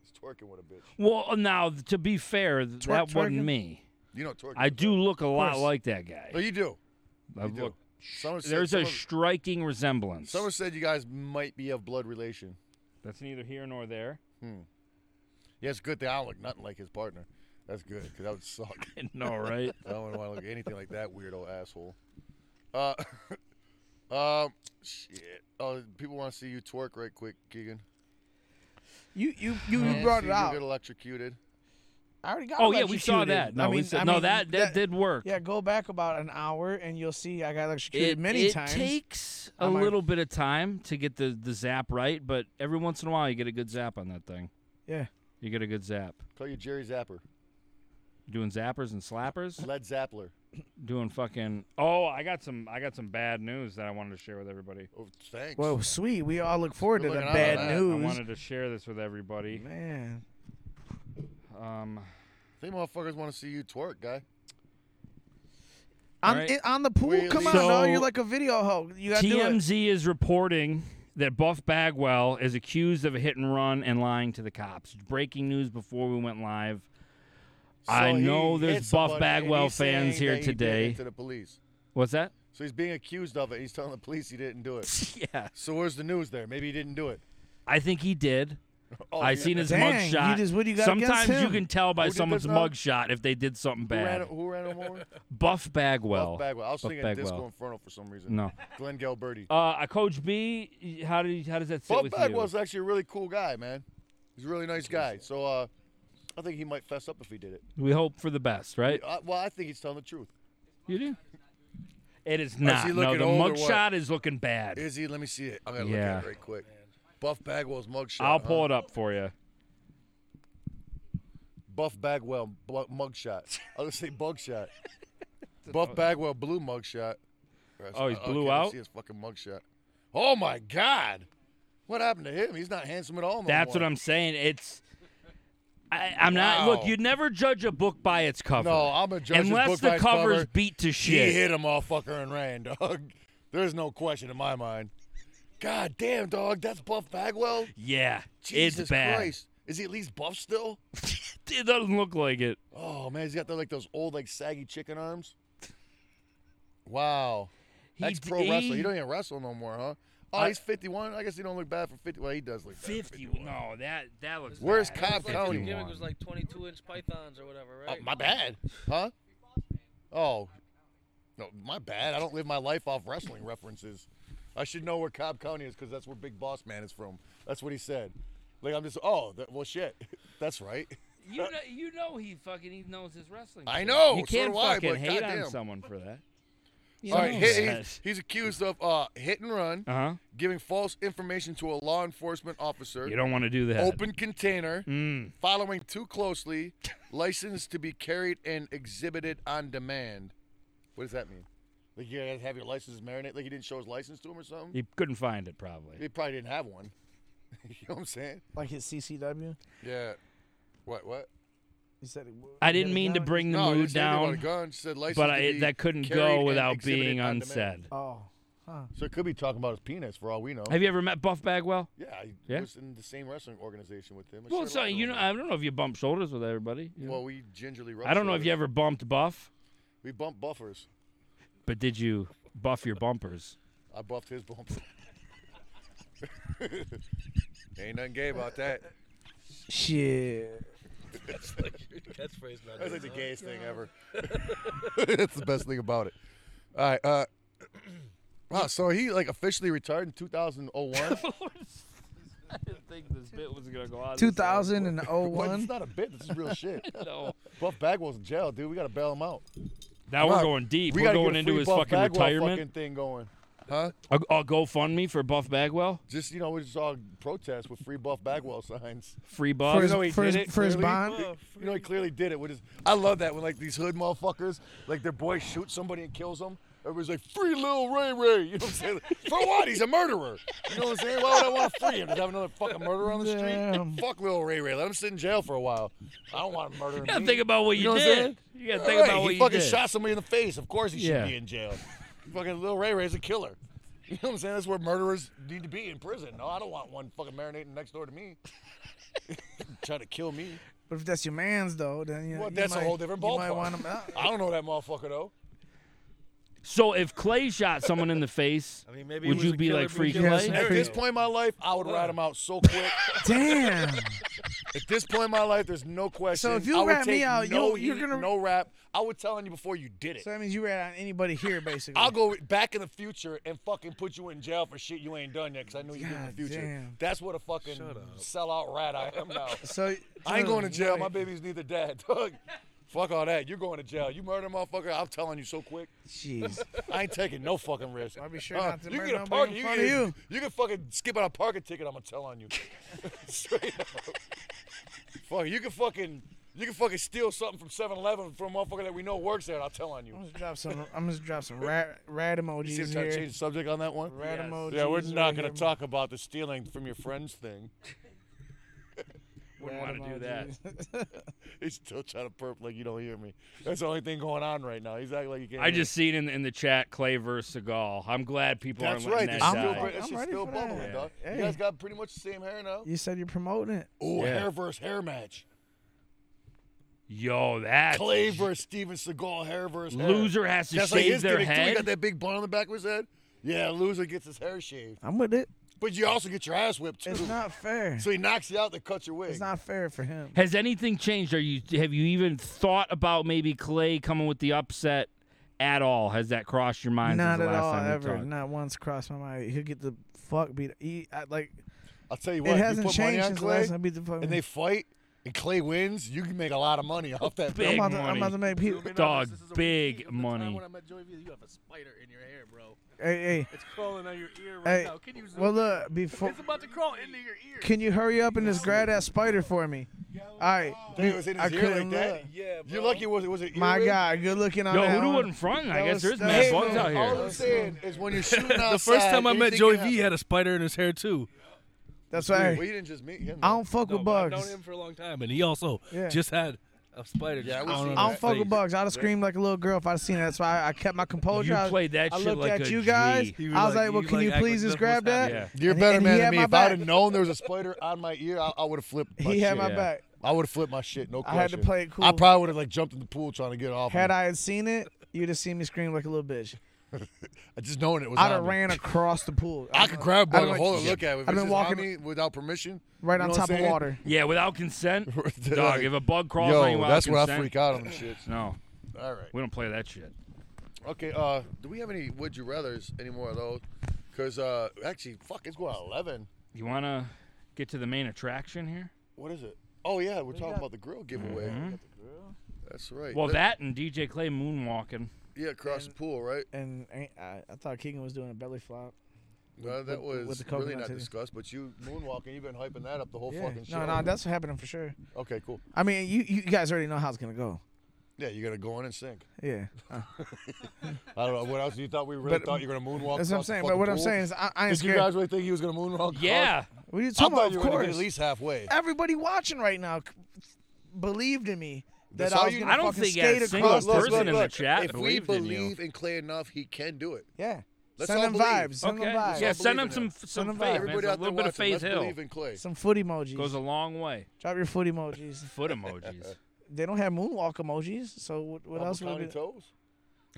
He's twerking with a bitch. Well, now to be fair, th- that twerking? wasn't me. You know twerking. I is do bad. look a lot course. like that guy. No, you do. I You do. look- Someone said- there's a someone- striking resemblance. Someone said you guys might be of blood relation. That's neither here nor there. Yeah, it's good that I don't look nothing like his partner. That's good, because that would suck. no, right? I don't want to look anything like that weirdo asshole. Uh, um, shit. Oh, people want to see you twerk right quick, Keegan. You you you, Wanna you brought see it out. get electrocuted. I already got. Oh yeah, we electrocuted. saw that. No, I we mean, said, I no, mean, that, that did work. Yeah, go back about an hour and you'll see I got electrocuted it, many it times. takes I a might- little bit of time to get the, the zap right, but every once in a while you get a good zap on that thing. yeah. You get a good zap. Call you Jerry Zapper. Doing zappers and slappers. Led Zappler. Doing fucking. Oh, I got some. I got some bad news that I wanted to share with everybody. Oh, thanks. Well, sweet. We all look forward We're to the looking out bad for that. I I news. wanted to share this with everybody. Man, Um, they motherfuckers want to see you twerk, guy. on right. it, on the pool. Wait, Come on, Lisa. dog. You're So- like a video hoe. You got to do it. TMZ is reporting that Buff Bagwell is accused of a hit and run and lying to the cops. Breaking news before we went live. I So he know hit there's somebody, and Buff Bagwell he's saying fans here that he did it today. To the police. What's that? So he's being accused of it. He's telling the police he didn't do it. Yeah, So where's the news there? Maybe he didn't do it. I think he did. Oh, I yeah. seen his Dang, you mugshot. just- what do you got against Sometimes you him? can tell by Who did someone's this now? mugshot if they did something Who ran, bad. who ran him over? Buff Bagwell. Buff Bagwell. I was Buff thinking Disco Bagwell. Inferno for some reason. No. Glenn Galberti. Uh, Coach B, how do you, how does that sit Buff with Bagwell's actually a really cool guy, man. He's a really nice guy. So uh, I think he might fess up if he did it. you? We hope for the best, right? Uh, well, I think he's telling the truth. You do. It is not. he No, looking the old or mugshot is looking bad. Is he? Let me see it. I'm gonna Yeah. look at it right quick. Buff Bagwell's mugshot. I'll pull huh? it up for Oh, you. Buff Bagwell bu- mugshot. I was gonna say bugshot. Buff Bagwell blue mugshot. Oh, he's Okay, blue let's out? See his fucking mugshot. Oh my God! What happened to him? He's not handsome at all. No That's what more. I'm saying. It's. I, I'm not. Look, Wow. you never judge a book by its cover. No, I'm a judge. his Unless book the by its cover's cover. beat to He shit. hit a motherfucker and ran, dog. There's no question in my mind. God damn, dog. That's Buff Bagwell. yeah, Jesus it's bad. Christ. Is he at least buff still? It doesn't look like it. Oh man, he's got the, like those old like saggy chicken arms. Wow. He Ex pro d- wrestler. he- He don't even wrestle no more, huh? Oh, I- he's 51. I guess he don't look bad for 50. Well, he does look bad. for 50. No, that that looks. Where's bad. Cobb That's County? like Tony. a Gimmick one. was like 22 inch pythons or whatever, Oh, right? my bad. Huh? Oh. No, my bad. I don't live my life off wrestling references. I should know where Cobb County is because that's where Big Boss Man is from. That's what he said. Like, I'm just, oh, that, well, shit. That's right. You know, you know he fucking he knows his wrestling. I shit. know, You so can't do I, fucking but hate goddamn. on someone for that. All right, he- that. he's, he's accused of uh, hit and run, Uh huh. giving false information to a law enforcement officer, You don't want to do that. open container, Mm. following too closely, licensed to be carried and exhibited on demand. What does that mean? Like you gotta have your license marinate? Like he didn't show his license to him or something? He couldn't find it probably. He probably didn't have one. you know what I'm saying? Like his CCW. Yeah. What? What? He said it, I didn't mean to bring the no, I mood didn't say anything about down, a gun. She said license but to I, be that couldn't carried go and without exhibited being on demand. unsaid. Oh, huh. So it could be talking about his penis, for all we know. Have you ever met Buff Bagwell? yeah, I Yeah? was in the same wrestling organization with him. I Well, shared a so locker you room know, with I don't know if you bumped shoulders with everybody. you him. know? Well, we gingerly. rubbed I don't know if you shoulders. ever bumped Buff, We bumped buffers. but did you buff your bumpers? I buffed his bump. Ain't nothing gay about that. shit. That's like your catchphrase now. That's like the gayest thing ever. Oh, That's the best thing about it. All right. Uh, wow. So he like officially retired in 2001. I didn't think this bit was gonna go on. 2001. What? It's not a bit. This is real shit. No. Buff Bagwell's in jail, dude. We gotta bail him out. Now we're Nah, going deep. we we're gotta going get a into free his Buff fucking Bagwell retirement. fucking thing going. Huh? A, a GoFundMe for Buff Bagwell, Just you know, we just all protest with free Buff Bagwell signs. free For Buff. his, Oh, know he for did his, it, for his clearly. bond. You know, he clearly did it. With his, I love that when like these hood motherfuckers, like their boy shoots somebody and kills them. Everybody's like, "Free Lil Ray Ray." You know what I'm saying? For what? He's a murderer. You know what I'm saying? Why would I want to free him? To have another fucking murderer on the street? Damn. Fuck Lil Ray Ray. Let him sit in jail for a while. I don't want him murdering. You gotta me. think about what you, know what I'm did. saying? You gotta think Right, about what he you fucking did. shot somebody in the face. Of course he should Yeah. be in jail. Fucking Lil Ray Ray's a killer. You know what I'm saying? That's where murderers need to be in prison. No, I don't want one fucking marinating next door to me. Trying to kill me. But if that's your man's though, then you know, Well, you that's a might- whole different You might ballpark. want him out. I don't know that motherfucker though. So if Clay shot someone in the face, I mean, maybe Would it was you a be killer like being free killed Clay? scenario. At this point in my life, I would rat him out so quick. Damn. At this point in my life, there's no question. So if you I would rat me take out, no you- you're heat, gonna- no rap. I would tell you before you did it. So that means you ran on anybody here basically. I'll go back in the future and fucking put you in jail for shit you ain't done yet because I know you did in the God future. damn. That's what a fucking sellout rat I am now. So I ain't going to jail. Right. My baby's neither dad. Dog. Fuck all that. You're going to jail. You murder a motherfucker. I'm telling you so quick. Jeez. I ain't taking no fucking risk. I'll be sure Uh, not to you murder get a nobody parking. in You, front get of a- you. you can fucking skip out a parking ticket. I'm gonna tell on you. Straight up. Fuck. You can fucking you can fucking steal something from 7-Eleven from a motherfucker that we know works there. And I'll tell on you. I'm just drop some. I'm just drop some rat rat You see, I'm trying emojis to Oh, here. change the subject on that one. Rat emojis. Yeah, we're right not gonna here. talk about the stealing from your friends thing. wouldn't Rat want to do that. emojis. He's still trying to perp like you don't hear me. That's the only thing going on right now. He's acting like he can't. I hear me. just seen in in the chat Clay versus Seagal. I'm glad people That's aren't right. letting This that is I'm still, die. ready- bur- this I'm shit's ready still for bubbling, that. dog. Hey. You guys got pretty much the same hair now. You said you're promoting it. Ooh, Yeah. hair versus hair match. Yo, that Clay versus Steven Seagal, hair versus hair. loser has to That's like shave his their gimmick too. He head. got that big bun on the back of his head. Yeah, loser gets his hair shaved, I'm with it. but you also get your ass whipped too. It's not fair. so he knocks you out. They cut your wig. It's not fair for him. Has anything changed? Are you have you even thought about maybe Clay coming with the upset at all? Has that crossed your mind? since Not the at last all, time we ever. talked? Not once crossed my mind. He'll get the fuck beat. He, I, like I'll tell you what. it you hasn't put money changed on since the last Clay, time I beat the fuck. and they fight, and Clay wins. You can make a lot of money off that. Big bill. I'm about, to, I'm money. about to make people. Zoom in on Dog, this. This is a big repeat of the time money. When I met Joey Vila, you have a spider in your hair, bro. Hey, hey. It's crawling on your ear right Hey, now. Can you zoom well in? look before. It's about to crawl into your ear. Can you hurry up and just grab that spider for me? All right, Dude, it was in I his ear couldn't like that. look. yeah, bro. You're lucky. it Was it was it? my earring? God, good looking on Yo, that who do one. it in front? I That guess was- there's that mad was- bugs out All here. I'm saying is when you're shooting outside. The first time I you met think Joey you have- V, he had a spider in his hair too. That's Well, right. you didn't just meet him. I though. don't fuck No, with but I've bugs. known him for a long time, and he also Yeah. just had a spider. Yeah, I just crawling on would see I that. his don't fuck with face. bugs. I'd have screamed like a little girl if I'd seen it. That's why I, I kept my composure. You I, was- played that I shit looked like at a you G. guys. He was I was like- like, "Well, he can like you act please like just nothing was grab that?" happening. You're a And- better and he man had than me. my If I back. would have known there was a spider on my ear, I, I would have flipped. My He had shit. my Yeah. back. I would have flipped my shit. No I question. had to play it cool. I probably would have like jumped in the pool trying to get off. Had him. I had seen it, you'd have seen me scream like a little bitch. just knowing it was. I'd on have me. ran across the pool. I could grab by I'd the have hole went- and look at it. If I'd have it's been just on walking me without permission. right you on know what I'm top of saying? water. Yeah, without consent. They're Dog, like, if a bug crawls on you Yo, without that's when consent, I freak out on the shit. No, All right. we don't play that shit. Okay. Uh, do we have any would you rather's any more of those? Cause uh, actually, fuck, it's going on eleven. You wanna get to the main attraction here? What is it? Oh yeah, we're talking about the grill giveaway. That's right. Mm-hmm. Well, That- that and DJ Clay moonwalking. yeah, across the pool, right? And ain't- I, I thought Keegan was doing a belly flop. No, that with- with was the really coconut not titty. discussed, but you moonwalking, you've been hyping that up the whole Yeah. fucking show. No, no, that's happening for sure. okay, cool. I mean, you you guys already know how it's gonna go. Yeah, you're gonna go in and sink. Yeah, I don't know what else you thought we really But- thought you were gonna moonwalk. that's what I'm across the saying. But fucking what I'm pool? saying is, I, I ain't Did you scared. guys really think you was gonna moonwalk? across? Yeah, what are you I talking thought about? you Of were gonna get course, at least halfway. everybody watching right now c- believed in me that That's I all was you- gonna I don't fucking think skate a single across. person the- in the chat if we believed in you. believe in Clay enough, he can do it. yeah, Let's send all them believe. vibes. Send okay. them vibes. Yeah, Y'all send them believe in some him. some them faith, vibes. man. Everybody It's out a little there bit of watching, Faith let's Hill believe in Clay. Some foot emojis. goes a long way. Drop your foot emojis. Foot emojis. They don't have moonwalk emojis, so what, what Upper else would county it be? toes?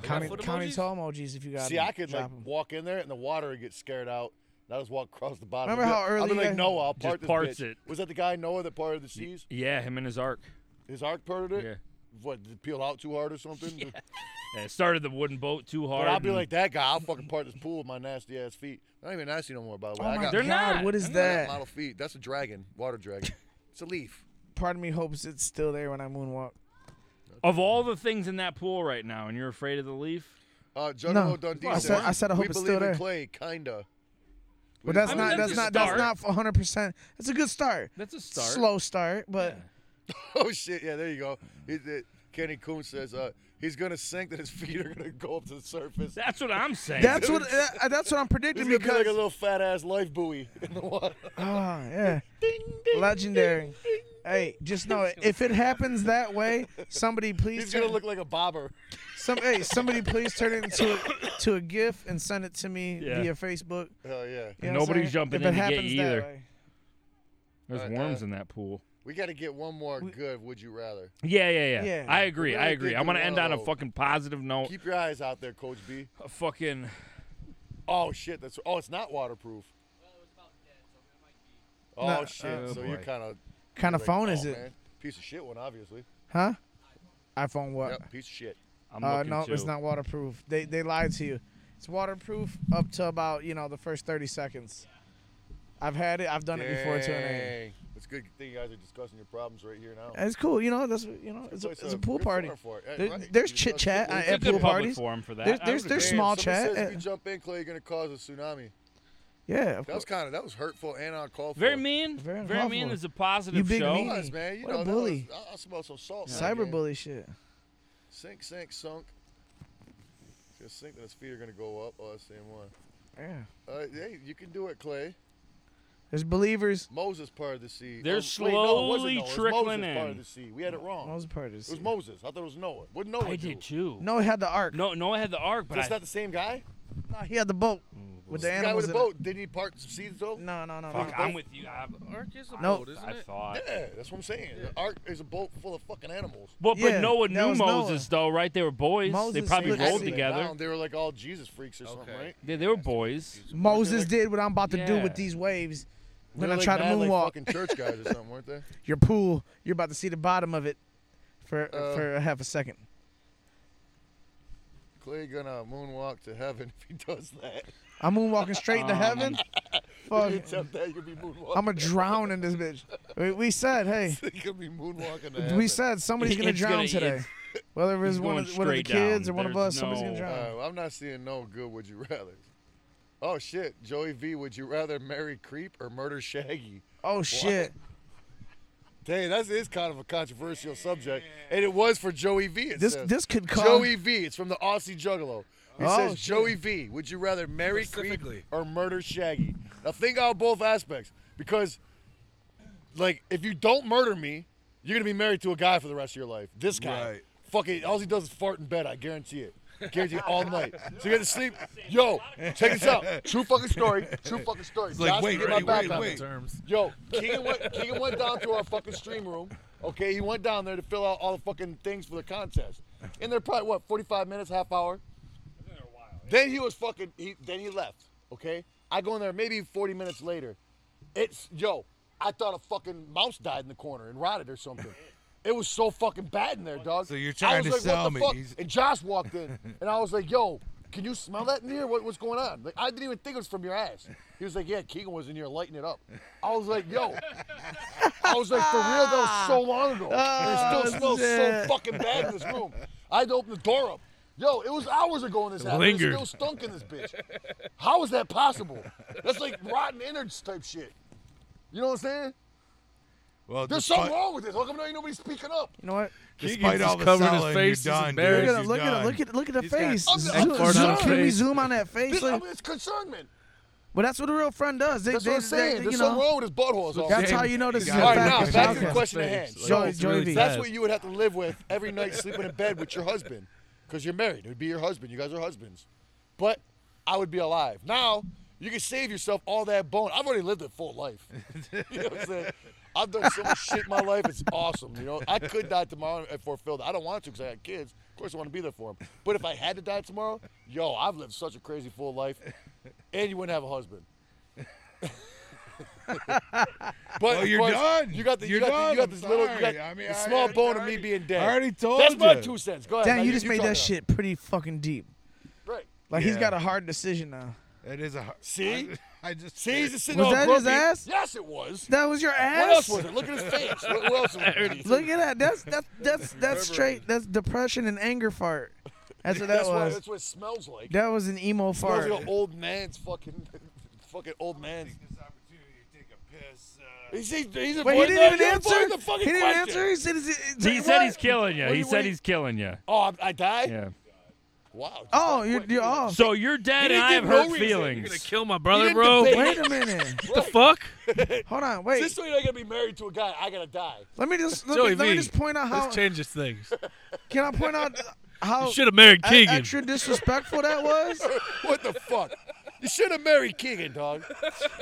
County, foot county emojis? toe emojis if you got See, them. I could Drop like 'em. walk in there and the water would get scared out. And I just walk across the bottom. Remember I'd be- how early I'd be you like guys- Noah, I'll Just part this parts bitch. it. Was that the guy Noah that parted the seas? Yeah, him and his arc. His arc parted it. Yeah. What did it peel out too hard or something? Yeah, it started the wooden boat too hard. But I'll be and- like that guy. I'll fucking part this pool with my nasty ass feet. Not even nasty no more. By the way, Oh I my got They're God, not. What is They're I got that? model feet. That's a dragon, water dragon. it's a leaf. Part of me hopes it's still there when I moonwalk. of all the things in that pool right now, and you're afraid of the leaf. Uh, Juggalo No. Dundee. I said- I said I hope we it's believe still in there." Clay, kinda. But that's I mean, not that's that's, a not start. that's not 100. percent That's a good start. That's a start. Slow start, but Oh shit! Yeah, there you go. He, uh, Kenny Coon says uh, he's gonna sink, that his feet are gonna go up to the surface. That's what I'm saying. that's what uh, that's what I'm He's predicting gonna be because like a little fat ass life buoy in the water. Ah, yeah. Legendary. Hey, just know it. If it happens that way, somebody please He's gonna turn- look like a bobber. some hey, somebody please turn it into a, to a GIF and send it to me Yeah. via Facebook. Hell yeah! You know what I'm Nobody's saying? jumping in if it to get happens you that either. way. There's Uh, worms uh, in that pool. We gotta get one more good. Would you rather? Yeah, yeah, yeah. Yeah. I agree. We're I gonna agree. get I to want to end on a Lolo. fucking positive note. Keep your eyes out there, Coach B. A fucking Oh shit! That's oh, it's not waterproof. Oh Nah, shit! uh, so you're kind of What kind of oh, phone is it? Piece of shit one, obviously. Huh? iPhone what? Yep, piece of shit. I'm Uh, looking no, too. it's not waterproof. They they lied to you. It's waterproof up to about you know the first thirty seconds. I've had it. I've done it before to an A. Dang. It's a good thing you guys are discussing your problems right here now. It's cool, you know. That's you know, it's a, place, it's a uh, pool good party. forum for it. Eh, There- right. There's You chit discuss chat it. at, It's a at good pool public parties. forum for that. There's- I there's- would there's agree. Damn, small somebody chat, Says if eh. you jump in, Clay, you're gonna cause a tsunami. Yeah, of That was course. kind of that was hurtful and uncalled for. Very mean. Very Very, mean unhelpful. is a positive big show. It meanie. was, man. You What a know, that bully. was- I, I smell some salt. in that game. Cyberbully shit. Sink, sink, sunk. Just sink that his feet are gonna go up. Oh, that's the same one. Yeah. Uh, hey, you can do it, Clay. There's believers. Moses part of the sea. Oh, wait, no, it They're wasn't slowly Noah. It was trickling Moses part in. of the sea. We had it wrong. Those parties. It was Moses. I thought it was Noah. What Noah I do? did too. No, he had the ark. No, Noah had the ark, but That's I, not the same guy. No, he had the boat with the The guy animals. with the in it. boat. Didn't he part some seas though? No, no, no, fuck, no. I'm with you. I, Ark is a No. boat, isn't I it? thought. Yeah, that's what I'm saying. The ark is a boat full of fucking animals. Well, but Yeah, Noah that knew was Moses though, right? They were boys. they Moses probably ain't rolled see it. together. Wow, They were like all Jesus freaks or something, Okay. right? Yeah, they were boys. Moses did what I'm about to do Yeah. with these waves. They When I were, like, try to mad, like, moonwalk, fucking church guys or something, weren't they? your pool, you're about to see the bottom of it for Uh, for a half a second. Clay gonna moonwalk to heaven if he does that. I'm moonwalking straight to heaven. If you Fuck. attempt that, you'll be moonwalking. Um, I'm gonna drown in this bitch. We, we said, hey, You'll be moonwalking to heaven. we said somebody's gonna It's drown gonna- today. it's- Whether it was he's one going of, one of the straight kids down. or one of There's us, somebody's no- gonna drown. Uh, I'm not seeing no good. Would you rather? Oh shit, Joey V. Would you rather marry Creep or murder Shaggy? oh shit. Dang, that's is kind of a controversial subject, and it was for Joey V. It This says. this could cause Joey V. It's from the Aussie Juggalo. He Oh, says, shit. Joey V. Would you rather marry Creep Specifically. or murder Shaggy? Now think out both aspects because, like, if you don't murder me, you're gonna be married to a guy for the rest of your life. This guy, Right. fucking, all he does is fart in bed. I guarantee it. Guarantee it all night. So you got to sleep. Yo, check this out. True fucking story. True fucking story. It's like, Josh wait, did wait, my wait, background. wait. Terms. Yo, Keegan went, Keegan went down to our fucking stream room. Okay, he went down there to fill out all the fucking things for the contest. And they're probably what, 45 minutes, half hour. Then he was fucking. He, then he left. Okay, I go in there maybe 40 minutes later. It's yo. I thought a fucking mouse died in the corner and rotted or something. It was so fucking bad in there, dog. So you're I trying was to like, what sell the me. fuck? He's- And Josh walked in, and I was like, "Yo, can you smell that in here? What, what's going on?" Like, I didn't even think it was from your ass. He was like, "Yeah, Keegan was in here lighting it up." I was like, "Yo," I was like, "For real? That was so long ago. and Ah, it still smells shit. so fucking bad in this room." I had to open the door up. Yo, it was hours ago in this house. It Lingered. still stunk in this bitch. How is that possible? That's like rotten innards type shit. You know what I'm saying? Well, There's despite, something wrong with this. How come there ain't nobody speaking up? You know what? Despite all the covering his selling, face, he's you're done, dude. Look embarrassed. You're at it, look at done. it, look at look at the He's got face. I'm- Zo- I'm zoom- sorry. can we zoom on that face? This, I Like, mean, it's concernment. but that's what a real friend does. They, That's they, what I'm they- saying. you There's know, something wrong with this butthole. is all. That's how you know this is a All right, fact. now of back to the podcast. question at hand. Joey- So Joey V. that's what you would have to live with every night, sleeping in bed with your husband, because you're married. It would be your husband. You guys are husbands. But I would be alive. Now you can save yourself all that bone. I've already lived a full life. you know what I'm saying? I've done so much shit in my life. It's awesome. You know, I could die tomorrow at Fort Field. I don't want to because I got kids. Of course, I want to be there for them. But if I had to die tomorrow, yo, I've lived such a crazy full life, and you wouldn't have a husband. but Well, of Oh, you're course, done. You got the, you You're got, the, you got done. this I'm little, you sorry. got I mean, the I- small I- bone of I me already- being dead. I already told That's my you. two cents. Go ahead. Damn, man. you just made talk that now. shit pretty fucking deep. Right. Like he's Yeah. got a hard decision now. It is a hard. See? I, I just. See, he's just sitting Was all that his grumpy. ass? Yes, it was. That was your What else ass. was it? Look at his face. What, what else was it? Look at that. That's that's that's that's straight. That's depression and anger fart. That's what that that's What, was. that's what it smells like. That was an emo It smells fart. like an old man's fucking, fucking old man. This opportunity to take a piss. Uh, He's, he's, he's Wait, he avoiding- didn't even he's answer. avoiding The he fucking didn't question. answer. He said, is it, is He it said what? he's killing you. What do He you- what said do you- he's killing you. Oh, I, I died. Yeah. Wow. Oh, Wait, you're, wait, you're wait. off. So you're dead, He didn't and I have give no hurt reason. You're feelings. gonna kill my You brother, didn't bro. debate Wait a minute. the fuck? Hold on. Wait. This way you're not gonna be married to a guy. I gotta die. let me just let, Joey me, let me V, just point out how Let's change this thing. can I point out how You should have married e- Keegan. extra disrespectful that was? What the fuck? You should have married Keegan, dog.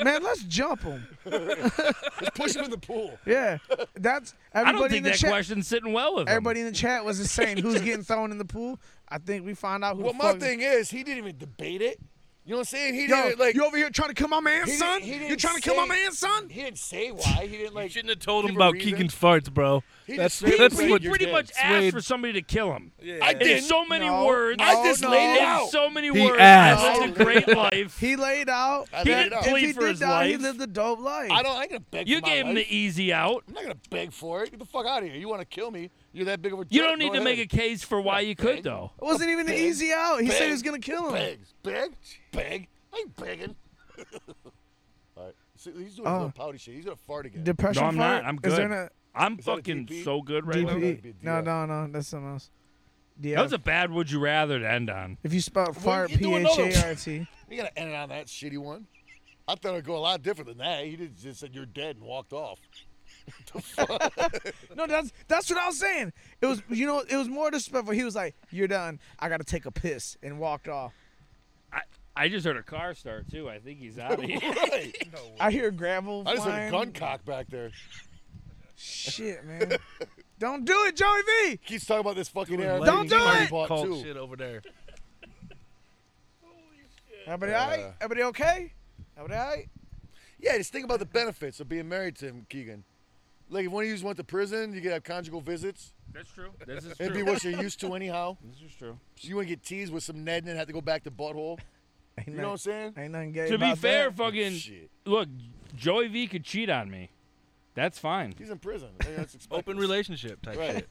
Man, let's jump him. Just push him in the pool. Yeah, that's I don't everybody think in the that chat. question's sitting well with him. Everybody in the chat was just saying who's getting thrown in the pool. I think we found out who. Well, the my fuck- thing is, he didn't even debate it. You know what I'm saying? He Yo, didn't like. you over here trying to kill my man, He son? didn't- he you didn't trying to kill my say- man, son? he didn't say why. He didn't like. Shouldn't have told him Give a about reason. Keegan's farts, bro. He That's, just straight that's up said what you're pretty dead. much asked Suede- for somebody to kill him. I In didn't. so many No, words. I just no, laid it in out. so many He words. asked. I lived a great life. He laid out. I He laid it didn't out. If plead he for did his die, he life. lived a dope life. I don't. I ain't gonna beg. You for my gave him life. the easy out. I'm not gonna beg for it. Get the fuck out of here. You want to kill me? You're that big of a. You don't need to make a case for why you could, big. though. It wasn't even an easy out. He said he Bang. was gonna kill him. Begs, beg, beg. I ain't begging. All right. See, he's doing Oh. his little pouty shit. He's gonna fart again. Depression. No, I'm fart? not. I'm Is there good. not I'm Is that a fucking DP? so good right now. that'd be DP? a No, DF. no, no. That's something else. DF. That was a bad would you rather to end on. if you spelled fart, you P doing H another A R T. You gotta end it on that shitty one. I thought it'd go a lot different than that. He did- just said you're dead and walked off. No, that's that's what I was saying. It was you know it was more disrespectful. He was like, "You're done. I gotta take a piss," and walked off. I, I just heard a car start, too. I think he's out of here. right. I hear gravel. I just heard a flying. gun cock back there. Shit, man. Don't do it, Joey V. Keeps talking about this fucking air. lady Don't do he it! bought, Cult too. shit over there. Everybody, all right? Yeah. Everybody, okay? Everybody, all right? Yeah, just think about the benefits of being married to him, Keegan. Like if one of you went to prison, you could have conjugal visits. That's true. This is It'd be true. what you're used to anyhow. This is true. So you wouldn't get teased with some Ned and then have to go back to butthole. Ain't You know what I'm saying? Ain't nothing gay To be about fair, that. fucking Shit. look, Joey V could cheat on me. That's fine. He's in prison. I mean, that's expected. Open relationship type Right. shit.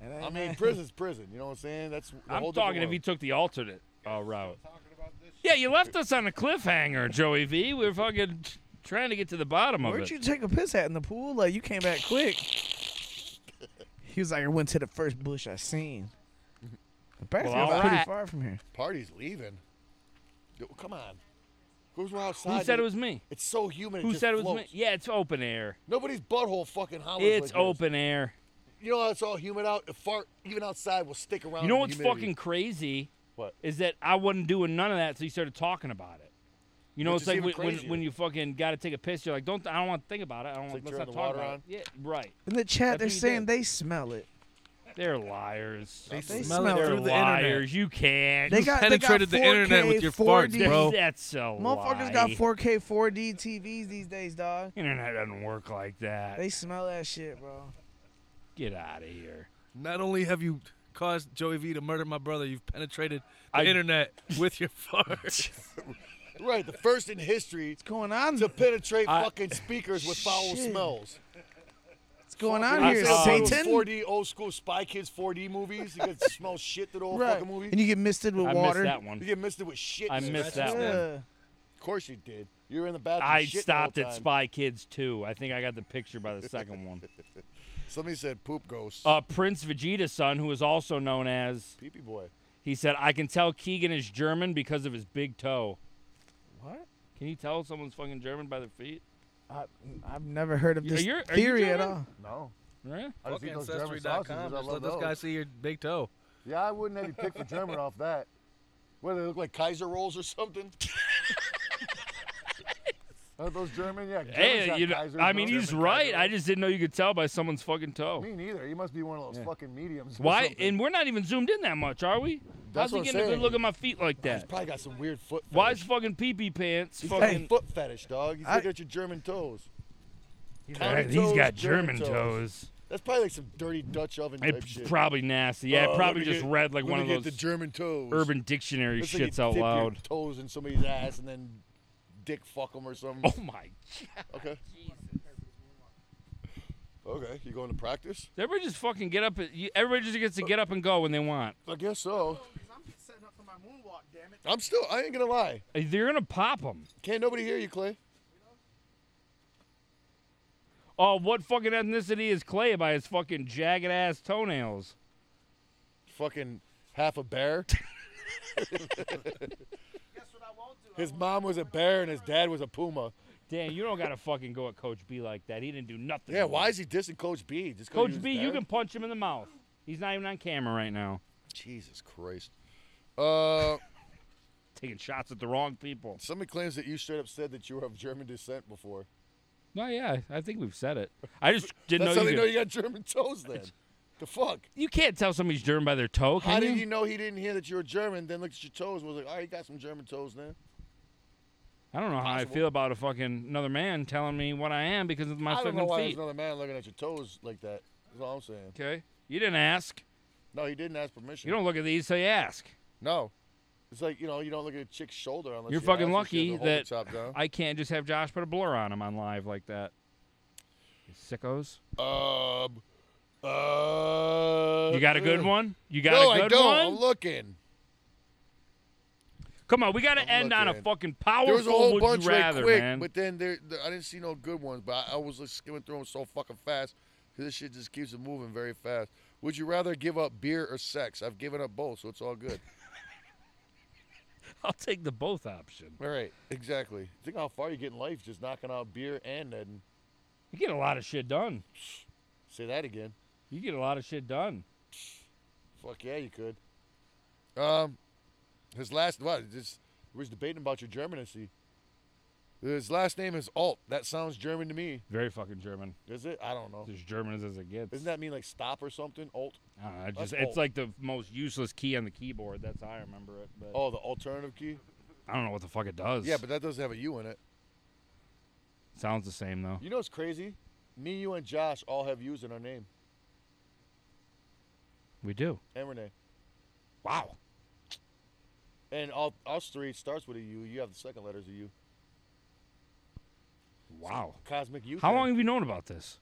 It ain't I mean, nothing- prison's prison. You know what I'm saying? That's the I'm whole talking if different he took the alternate uh, route. talking about this shit. Yeah, you left us on a cliffhanger, Joey V. We were fucking trying to get to the bottom of where'd it. you take a piss at in the pool? Like you came back quick. He was like, I went to the first bush I seen. The backfield's all pretty right. far from here. world. Party's leaving. Yo, come on. Who's we're outside? Who said it dude. was me? It's so humid. Who just said it was me? floats. Yeah, it's open air. Nobody's butthole fucking hollers It's like yours. open air. You know how it's all humid out? A fart, even outside, will stick around. You know in what's Oh, humidity. fucking crazy? What? Is that I wasn't doing none of that, so you started talking about it. You know, Which it's is like even when, when, crazier. when you fucking got to take a piss, you're like, don't, I don't want to think about it. I don't like want, let's turn not the talk water about it. Yeah, right. In the That's chat, they're what he saying did. they smell it. They're liars. They Smell smell it it. They're through the internet. liars. You can't. They got penetrated they the got 4K, internet with your farts, 4D. bro. That's a lie. Motherfuckers got 4K, 4D TVs these days, dog. Internet doesn't work like that. They smell that shit, bro. Get out of here. Not only have you caused Joey V to murder my brother, you've penetrated the I- internet with your farts. right. The first in history What's going on? to penetrate I- fucking speakers with foul Shit. smells. What's going on I here, saw those Satan? 4D old school Spy Kids 4D movies. You can smell shit through the whole Right. fucking movie. And you get misted with I water. missed that You one. get misted with shit. I in there. missed that one. Yeah. Of course you did. You were in the bathroom. I shitting stopped the whole at time. Spy Kids 2. I think I got the picture by the second one. Somebody said poop ghost. Uh, Prince Vegeta's son, who is also known as, Pee pee boy. he said, I can tell Keegan is German because of his big toe. What? Can you tell someone's fucking German by their feet? I, I've never heard of Are this you- are you theory at German? all. No. Right? I Fuck just eat those German Ancestry.com. sausages. I Just let love this guy those. see your big toe. Yeah, I wouldn't have you picked for German off that. What, do they look like Kaiser rolls or something? Are those German? Yeah, Germans Hey, got you know, Kaiser I mean, rolls. he's German right. Kaiser I rolls. just didn't know you could tell by someone's fucking toe. Me neither. He must be one of those fucking mediums. or Why? something. And we're not even zoomed in that much, are we? That's How's he what I'm getting a good saying. look at my feet like that? He's probably got some weird foot. Why fetish. is fucking pee pee pants He's fucking. got foot fetish, dog. He's I- looking at your German toes. He's he's got German toes. That's probably like some dirty Dutch oven type It's shit. probably nasty. Yeah, I Oh, probably let me just get- read like let one me of get those the German toes. Urban Dictionary It's like you shits out dip your loud. toes in somebody's ass and then dick fuck them or something. Oh my! Is Okay. Okay, you going to practice? Everybody just fucking get up. and- you- Everybody just gets to get up and go when they want. I guess so. my moonwalk, damn it. I'm still. I ain't gonna lie. Uh, They're gonna pop them. Can't nobody hear you, Clay. Oh, what fucking ethnicity is Clay by his fucking jagged ass toenails? Fucking half a bear. That's what I won't do. His mom was a bear and his dad was a puma. Damn, you don't gotta fucking go at Coach B like that. He didn't do nothing. Yeah, why is he dissing Coach B? Just 'cause he Coach was B? a You bear? can punch him in the mouth. He's not even on camera right now. Jesus Christ. Uh, Taking shots at the wrong people. somebody claims that you straight up said that you were of German descent before. No, yeah, I think we've said it. I just didn't That's know how they you. could- know you got German toes. Then the fuck. you can't tell somebody's German by their toe, can How you? did you know he didn't hear that you were German? Then looked at your toes and was like, "All right, you got some German toes, man." I don't know how I Possible. feel about a fucking another man telling me what I am because of my I don't know fucking why feet. there's another man looking at your toes like that. That's all I'm saying. Okay, you didn't ask. No, he didn't ask permission. You don't look at these, so you ask. No, it's like you know you don't look at a chick's shoulder unless You're you fucking ask if she has lucky her holder that chopped down. I can't just have Josh put a blur on him on live like that. You sickos. Um, uh, You got a good one? You got no, a I good don't. one? I'm looking. Come on, we got to I'm end on a looking. fucking powerful There was a whole would bunch you right rather, quick, man. but then there, there- I didn't see no good ones. But I, I was like skimming through them so fucking fast because this shit just keeps it moving very fast. Would you rather give up beer or sex? I've given up both, so it's all good. I'll take the both option. all right, exactly. Think how far you get in life just knocking out beer and then You get a lot of shit done. say that again. You get a lot of shit done. Fuck yeah, you could. Um, his last what? Just we was debating about your Germanacy. His last name is Alt. That sounds German to me. Very fucking German. Is it? I don't know. It's As German as it gets. Doesn't that mean like stop or something? Alt. I don't know, Uh, I That's just, it's old. like the most useless key on the keyboard. That's how I remember it. But Oh, the alternative key. I don't know what the fuck it does. Yeah, but that doesn't have a U in it. sounds the same though. You know what's crazy? Me, you, and Josh all have U's in our name. We do. And Renee. Wow. And all us three starts with a U. You have the second letters of U. Wow. Cosmic U. How thing. long have you known about this?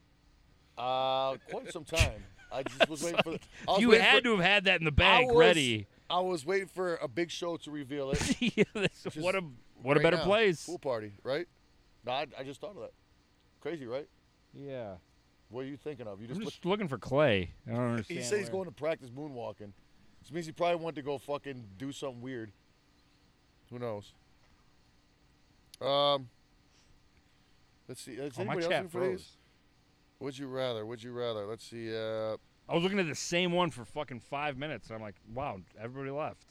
Uh, quite some time. I just was waiting for. The, I was You waiting had for, to have had that in the I bag was- ready. I was waiting for a big show to reveal it. Yeah, that's- what a what a right better now. place. Pool party, right? No, I, I just thought of that. Crazy, right? Yeah. What are you thinking of? You just, I'm just looking for Clay. I don't put, understand. he said he's going where- to practice moonwalking, which means he probably wanted to go fucking do something weird. Who knows? Um, let's see. Is Oh, my anybody else chat in for these? froze. Would you rather? Would you rather? Let's see. Uh, I was looking at the same one for fucking five minutes, and I'm like, wow, everybody left.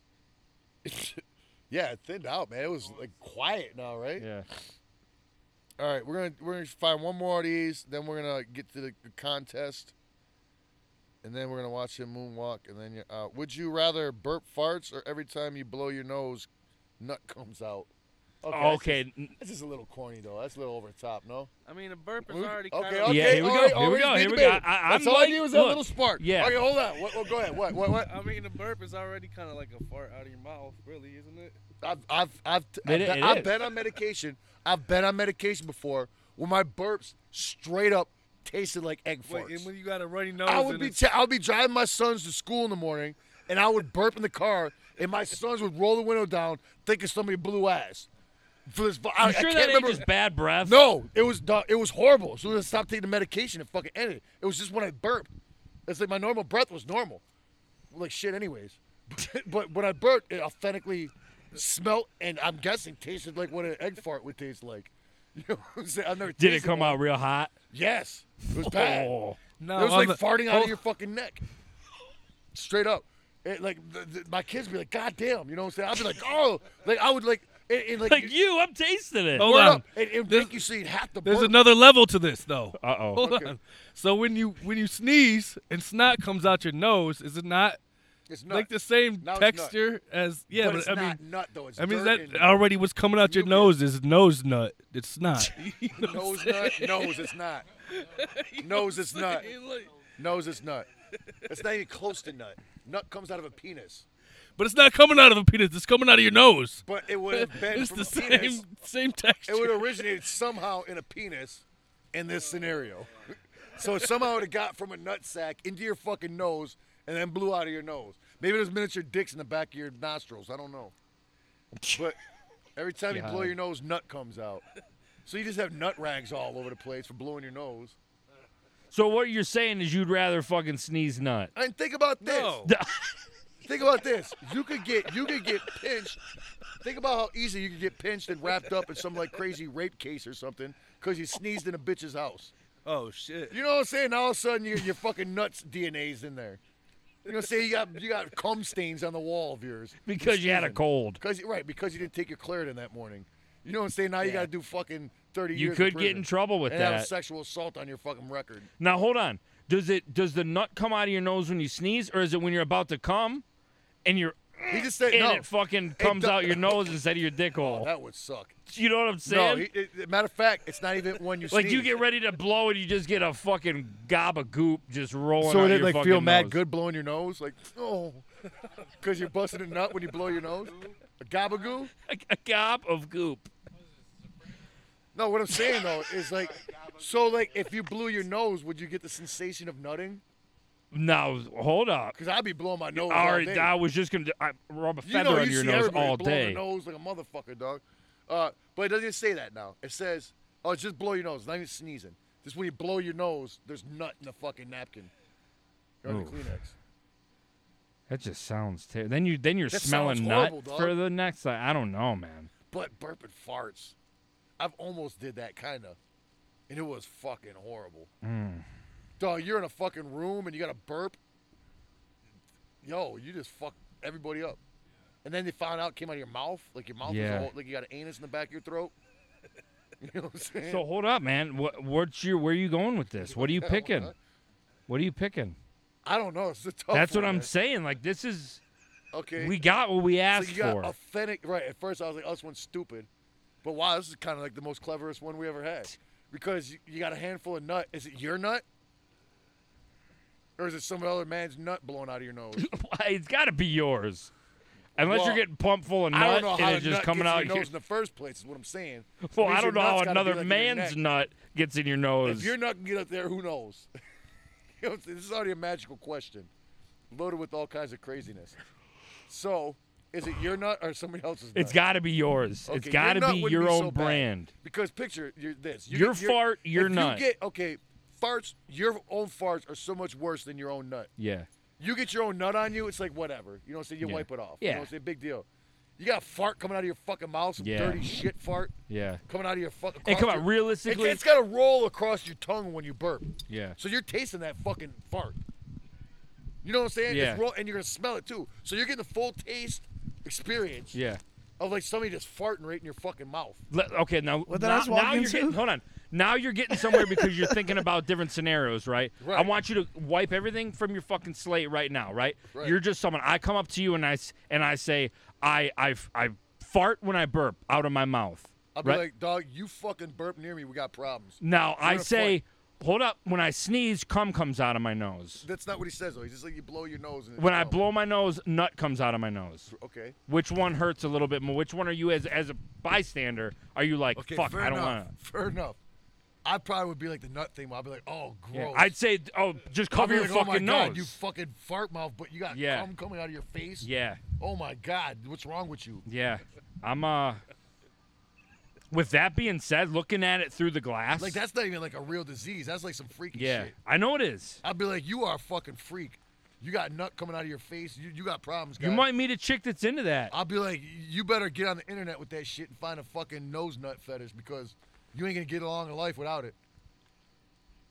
yeah, it thinned out, man. It was like quiet now, right? Yeah. All right, we're gonna we're gonna find one more of these. Then we're gonna get to the contest, and then we're gonna watch him moonwalk. And then you're out. Would you rather burp farts or every time you blow your nose, nut comes out? Oh, Okay. that's just- n- That's just a little corny though. That's a little over the top, no? I mean, a burp is We- already kind okay, of. okay. Yeah, here we all go, right, here all we right, go, it's here we go. debatable. I- I- That's I'm all I like- need was that look, little spark. yeah. Okay, hold on. What, what, go ahead. What? What? What? I mean, a burp is already kind of like a fart out of your mouth, really, isn't it? I've I've I've, t- I've, It i- been, it I've is. been on medication. I've been on medication before when my burps straight up tasted like egg farts. Wait, and when you got a runny nose, I would and be it's- t- I would be driving my sons to school in the morning, and I would burp in the car, and my sons would roll the window down, thinking somebody blew ass. For this, I, You I sure can't that ain't remember. just bad breath? no, it was du- it was horrible. So I stopped taking the medication. It fucking ended. It was just when I burped. It's like my normal breath was normal, like shit. Anyways, but when I burped, it authentically smelt, and I'm guessing tasted like what an egg fart would taste like. You know what I'm saying? I've never Did it tasted come one. out real hot? Yes, it was bad. Oh. No, it was on like the- farting out oh. of your fucking neck. Straight up. It, like the, the, my kids be like, "God damn," you know what I'm saying? I'd be like, "Oh," like I would like, and, and, like, Like you, I'm tasting it. Oh. word hold on. up, and it would make you see half the. There's burp. another level to this, though. Uh oh. Hold on. So when you when you sneeze and snot comes out your nose, is it not It's not, like the same Now it's nut. texture as yeah? but, But, it's I mean, not nut though. It's I mean dirt that and already was coming out your Mucus. nose is nose nut. It's not. nose nut. Nose, it's not. Nose, it's not. Nose, it's not. It's not even close to nut. Nut comes out of a penis, But it's not coming out of a penis. It's coming out of your nose. but it would have been It's from the a penis. same same texture. it would have originated somehow in a penis in this scenario. So somehow it got from a nut sack into your fucking nose and then blew out of your nose. Maybe there's miniature dicks in the back of your nostrils. I don't know. But every time you blow God. your nose, nut comes out. So you just have nut rags all over the place for blowing your nose. So what you're saying is you'd rather fucking sneeze nut. And think about this. No. Think about this. You could get you could get pinched. Think about how easy you could get pinched and wrapped up in some like crazy rape case or something because you sneezed in a bitch's house. Oh shit. You know what I'm saying? All of a sudden, your your fucking nuts DNA's in there. You know, say you got you got cum stains on the wall of yours Because you had a cold. because right because you didn't take your Claritin that morning. You know what I'm saying? Now you got to do fucking thirty You years. could get in prison trouble with and have that. sexual assault on your fucking record. Now hold on. Does it does the nut come out of your nose when you sneeze, or is it when you're about to come, and you're He just said and no. it fucking comes do- out your nose instead of your dick hole? that would suck. you know what I'm No, saying? he, it, matter of fact, it's not even when you like you sneeze. get ready to blow and you just get a fucking gob of goop just rolling. So out it didn't your like fucking feel mad nose. good blowing your nose, like oh, because you're busting a nut when you blow your nose. A gabagoo? A, a gob of goop. No, what I'm saying though is like, so like if you blew your nose, would you get the sensation of nutting? Now hold up. Because I'd be blowing my nose all, All right, day. I was just gonna I, rub a you feather know, under you your see nose everybody all blowing their day. nose like a motherfucker, dog. Uh, but it doesn't say that now. It says, oh, just blow your nose, not even sneezing. Just when you blow your nose, there's nut in the fucking napkin or the Oof. Kleenex. That just sounds terrible. Then you then you're That smelling sounds nut horrible, dog. for the next. I, I don't know, man. but burping farts. I've almost did that kind of, and it was fucking horrible. Mm. Dog, you're in a fucking room and you got to burp. Yo, you just fuck everybody up. And then they found out it came out of your mouth, like your mouth Yeah. was all, like you got an anus in the back of your throat. You know what I'm saying? So hold up, man. What what's your where are you going with this? What are you Yeah, what picking? the- What are you picking? I don't know. It's a tough. That's what one, I'm man. saying. Like this is Okay. we got what we so asked you got for. authentic, right? At first, I was like, "Oh, this one's stupid," but wow, this is kind of like the most cleverest one we ever had because you, you got a handful of nut. Is it your nut, or is it some other man's nut blowing out of your nose? it's got to be yours. Unless Well, you're getting pumped full of nut I don't know how and the it's just nut coming gets in your out. Your, nose in the first place. Is what I'm saying. well, means I your don't know how nut's gotta be, another like, in your man's neck. nut gets in your nose. If your nut can get up there, who knows? you know, what I'm saying? this is already a magical question, loaded with all kinds of craziness. So, is it your nut or somebody else's? Nut? it's got to be yours. Okay, it's your got to nut be wouldn't your be own so bad. brand. Because picture you're this. You Your get- fart, your if nut. You get okay. Farts, your own farts are so much worse than your own nut. Yeah. You get your own nut on you, it's like whatever. You know what I'm saying? You Yeah. wipe it off. You Yeah. know what I'm saying? Big deal. You got a fart coming out of your fucking mouth, some Yeah. dirty shit fart Yeah. coming out of your fucking. And come on, realistically, it's got to roll across your tongue when you burp. yeah. So you're tasting that fucking fart. You know what I'm saying? Yeah. It's roll, and you're gonna smell it too. So you're getting the full taste experience Yeah. of like somebody just farting right in your fucking mouth. Le- okay, now, Well, then now, that's what I'm now you're into. getting. Hold on. Now you're getting somewhere because you're thinking about different scenarios, right? I Right. want you to wipe everything from your fucking slate right now, right? Right. You're just someone. I come up to you and I s- and I say, I I f- I fart when I burp out of my mouth. I'll be right? like, dog, you fucking burp near me. We got problems. now I gonna say, hold up. When I sneeze, cum comes out of my nose. That's not what he says though. He's just like you blow your nose. And it's When I gone." blow my nose, nut comes out of my nose. Okay. Which one hurts a little bit more? Which one are you as as a bystander? Are you like, Okay. fuck, fair I don't enough. want to. Fair enough. I probably would be like the nut thing. Where I'd be like, oh, gross. Yeah, I'd say, oh, just I'd cover be your like, fucking oh my nose. God, you fucking fart mouth, but you got Yeah. cum coming out of your face. yeah. Oh my God, what's wrong with you? Yeah. I'm uh with that being said, looking at it through the glass. Like that's not even like a real disease. That's like some freaky yeah. shit. I know it is. I'd be like, you are a fucking freak. You got nut coming out of your face. You, you got problems, guy. You might meet a chick that's into that. I'll be like, you better get on the internet with that shit and find a fucking nose nut fetish because you ain't gonna get along in life without it.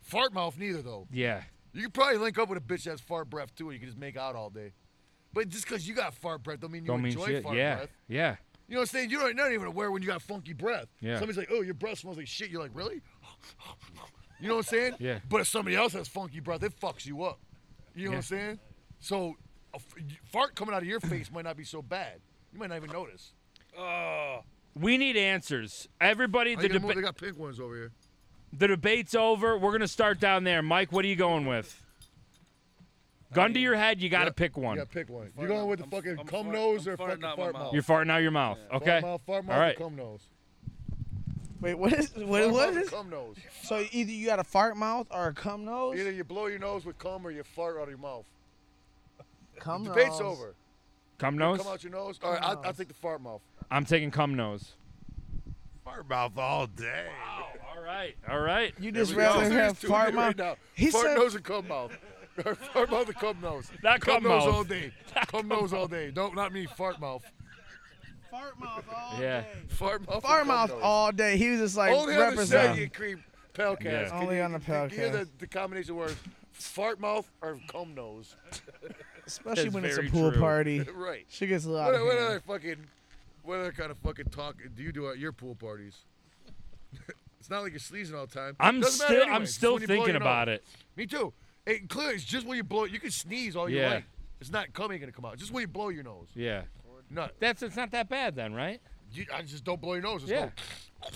Fart mouth neither though. yeah. You could probably link up with a bitch that's fart breath too, and you can just make out all day. But just because you got fart breath, don't mean you Don't mean enjoy shit. fart Yeah. breath. Yeah. You know what I'm saying? You don't not even aware when you got funky breath. Yeah. Somebody's like, oh, your breath smells like shit. You're like, really? You know what I'm saying? Yeah. But if somebody else has funky breath, it fucks you up. You know what Yeah. I'm saying? So, a f- fart coming out of your face might not be so bad. You might not even notice. Oh, We need answers. I Everybody, the, think I'm- deba- they got pink ones over here. the debate's over. We're gonna start down there. Mike, what are you going with? Gun to your head, you gotta yeah, pick one. You got pick one. You going with the I'm- fucking I'm cum fart- nose I'm or farting fucking out my fart mouth. mouth? You're farting out your mouth. Okay. Fart mouth, fart mouth, All right. or cum nose. Wait, what is what Fart what mouth or is? cum nose. So either you got a fart mouth or a cum nose. Either you blow your nose with cum or you fart out of your mouth. Come Debate's nose. over. Cum nose? Come out your nose. All right, I'll, I'll take the fart mouth. I'm taking cum nose. Fart mouth all day. All right. All right. You just Y'all rather serious have to me fart mouth. right now. He fart said- nose and cum mouth. fart mouth and cum nose. Not cum nose mouth. all day. cum nose all day. Don't not me. Fart mouth. Fart mouth all Yeah. Fart mouth. and Fart cum mag nose. all day. He was just like Only on the represent. Shaggy and Cream Palcast. Yeah. Can Only you- on the can you Hear the, Palcast. the combination words. Fart mouth or cum nose. especially That's when it's a very pool true. party. Right. She gets a lot What, of what other fucking, what other kind of fucking talk do you do at your pool parties? it's not like you're sleazing all the time. I'm Doesn't still matter anyway, I'm just still when you blow thinking your about nose. it. Me too. It clear. It's just when you blow. You can sneeze all you Yeah. like. It's not coming gonna come out. Just when you blow your nose. Yeah. No, That's it's not that bad then, right? you, I just don't blow your nose. Just Yeah. go.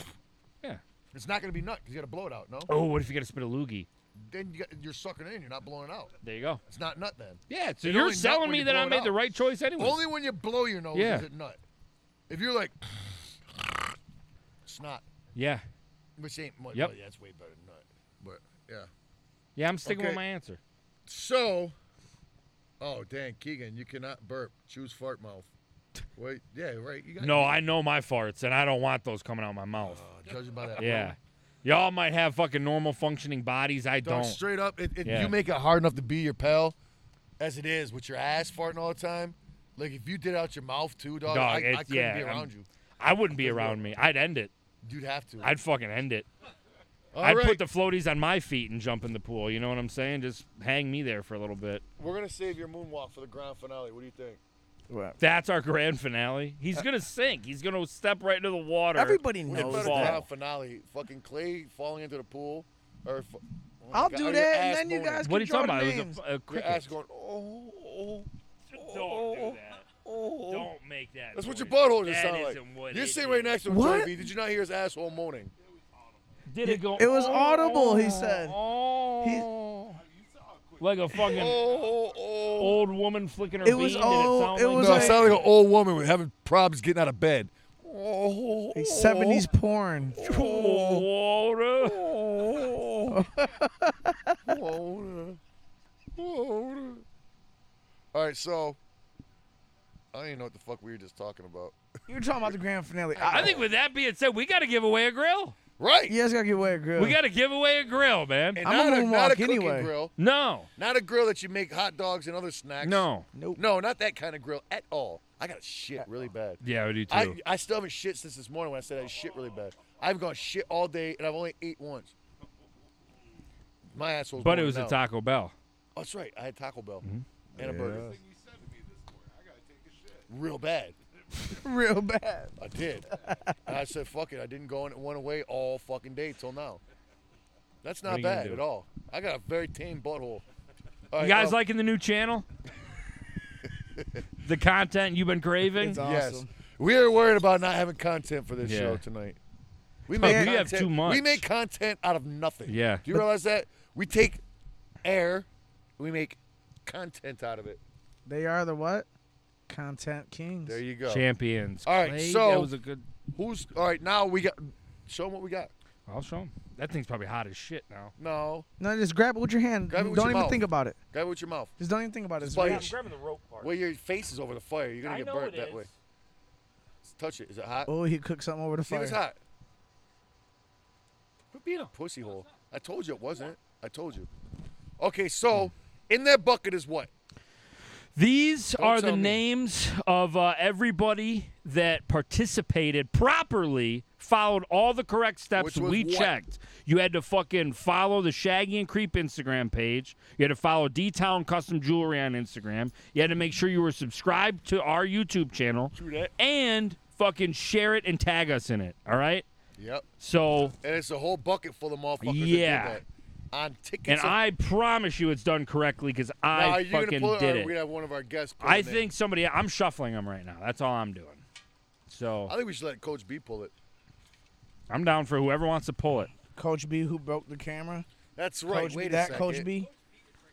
Yeah. It's not gonna be nut because you gotta blow it out. No. Oh, what if you got to spit a loogie? Then you got, you're sucking it in. You're not blowing it out. There you go. It's not nut then. Yeah. So It you're only nut selling when me you that blow I it made the out. right choice anyway. Only when you blow your nose Yeah. is it nut. If you're like, snot, yeah. which ain't much. Yep. Well, yeah, that's way better than nut. But yeah. Yeah, I'm sticking with Okay. my answer. So, oh dang, Keegan, you cannot burp. Choose fart mouth. Wait, yeah, right. You got No, I know my farts, and I don't want those coming out of my mouth. Oh, judging by that. Yeah. Y'all might have fucking normal functioning bodies. I Dog, don't. straight up, it, it, Yeah. you make it hard enough to be your pal, as it is with your ass farting all the time. Like if you did out your mouth too, dog, Dog, I, I it's- couldn't yeah, be I'm- around you. I wouldn't be around me. I'd end it. You'd have to. I'd fucking end it. All I'd right, put the floaties on my feet and jump in the pool. You know what I'm saying? Just hang me there for a little bit. we're gonna save your moonwalk for the grand finale. What do you think? That's our grand finale. He's gonna sink. He's gonna step right into the water. Everybody We should put No a knows. fall. that. grand finally. Fucking Clay falling into the pool, or f- oh my I'll God, do or your that, and ass then you moaning. guys What are can you talking draw about? the It names. was a, a Your cricket. ass going, oh, oh, Don't do that. Don't make that. That's what your noise. butthole just That sounded like. isn't what You're it sitting is. right next to him, What? Joey B. Did you not hear his asshole moaning? Did it go? It was audible, he "Oh, said. Oh, like a fucking Oh, oh. old woman flicking her It was bean. all- Did it sound it like was no, that? it like- sounded like an old woman with having problems getting out of bed. Oh, Like 70s porn. Cool water. Oh. All right, so I don't even know what the fuck we were just talking about. You were talking about the grand finale. I think with that being said, we got to give away a grill. Right. you guys gotta give away a grill. We got to give away a grill, man. And I'm not a a, not a moonwalk cooking anyway. grill. No, Not a grill that you make hot dogs and other snacks. no. nope. No, not that kind of grill at all. I got to shit really bad. Yeah, I do too. I, I still haven't shit since this morning when I said I shit really bad. I've gone shit all day and I've only ate once. My asshole's. but it going was a now. Taco Mm-hmm. Bell. Oh, that's right. I had Taco Bell and a burger. Real bad. Real bad. I did. and I said, "Fuck it." I didn't go and it went away all fucking day till now. That's What not are you gonna bad do? at all. I got a very tame butthole. All You right, guys uh, liking the new channel? the content you've been craving? It's awesome. Yes. We are worried about not having content for this Yeah. show tonight. We we have content- too much. We make content out of nothing. Yeah. Do you realize that? We take air, we make content out of it. They are the what? Content kings. There you go. Champions. All right, Clay, so- that was a good. Who's all right? Now we got. Show 'em what we got. I'll show him. That thing's probably hot as shit now. No, no, just grab it with your hand. Grab it don't with your even mouth. think about it. grab it with your mouth. Just don't even think about it. It's Just bite real. it. grabbing the rope part. Well, your face is over the fire. You're gonna I get know burnt it that is. way. Touch it. Is it hot? Oh, he cooked something over the See, fire. it's hot. Quit being a pussy hole. I told you it wasn't. I told you. Okay, so in that bucket is what? These Don't are the tell me. names of uh, everybody that participated properly, followed all the correct steps. Which was We what? checked. You had to fucking follow the Shaggy and Creep Instagram page. You had to follow D Town Custom Jewelry on Instagram. You had to make sure you were subscribed to our YouTube channel that. and fucking share it and tag us in it. All right. Yep. So, And it's a whole bucket full of motherfuckers. Yeah. That did that. On tickets. and of- I promise you, it's done correctly because Now, are I you fucking gonna pull did or it. We have one of our guests. pull I it in? think somebody. I'm shuffling them right now. That's all I'm doing. So Uh, I think we should let Coach B pull it. I'm down for whoever wants to pull it. Coach B who broke the camera. That's right. Coach Wait B, a that second. Coach B.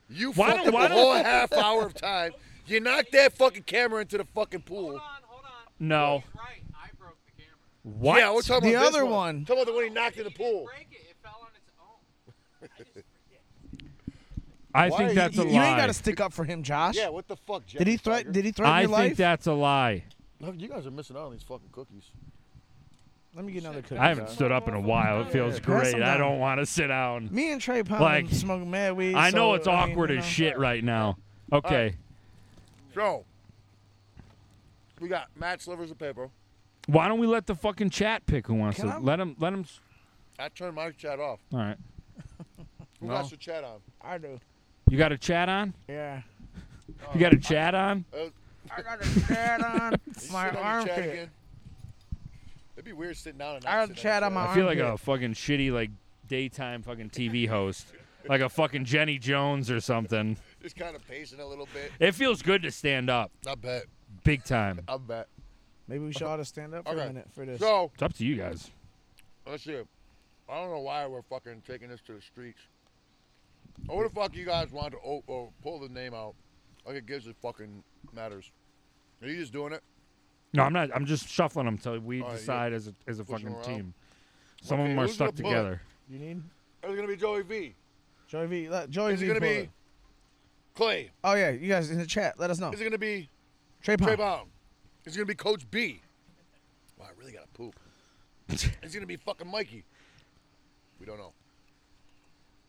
You Why fucked don't- up why a don't- whole half hour of time. You knocked that fucking camera into the fucking pool. Hold on, hold on. No. He's right. I broke the camera. What? Yeah, we're talking The about this other one. one. Talking about the one he knocked in the He didn't pool. break it. It fell on its own. I Why think are that's you, a you ain't lie. gotta stick up for him, Josh. Yeah, what the fuck, Jack? did he threaten? Did he threaten I your think life? that's a lie. Look, you guys are missing out on these fucking cookies. Let me get another cookie. I haven't stood up in a while. It feels great. some I down. don't want to sit down. Me and Trey Pound Like, smoking mad weed. I know so, it's I mean, awkward you as know. shit right now. Okay. So, we got Matt Slivers of paper. Why don't we let the fucking chat pick who wants Can to? I- Let him. Let him. I turned my chat off. All right. Who No. got your chat on? I do. You got a chat on? Yeah. You Uh, got a chat on? I got a chat on Did you my sit on your chat armpit. again? It'd be weird sitting down and I not got a sitting chat your on my I armpit. feel like a fucking shitty like daytime fucking TV host, like a fucking Jenny Jones or something. Just kind of pacing a little bit. It feels good to stand up, I bet. big time. I bet. Maybe we should all just stand up for Okay. a minute for this. So, It's up to you guys. let's see. I don't know why we're fucking taking this to the streets. Or the fuck you guys wanted to oh, oh, pull the name out? Like it gives it fucking matters. Are you just doing it? No, I'm not. I'm just shuffling them till we All right, yeah. decide as a, as a Push 'em fucking around. team. Some Okay, of them are who's gonna stuck pull it? together. You need It's gonna be Joey V. Joey V. Let Joey Is it V. gonna pull be it. Clay? Oh yeah, you guys in the chat. Let us know. Is it gonna be Trey Pound. Trey Baum? Is it gonna be Coach B? Wow, I really gotta poop. Is it gonna be fucking Mikey? We don't know.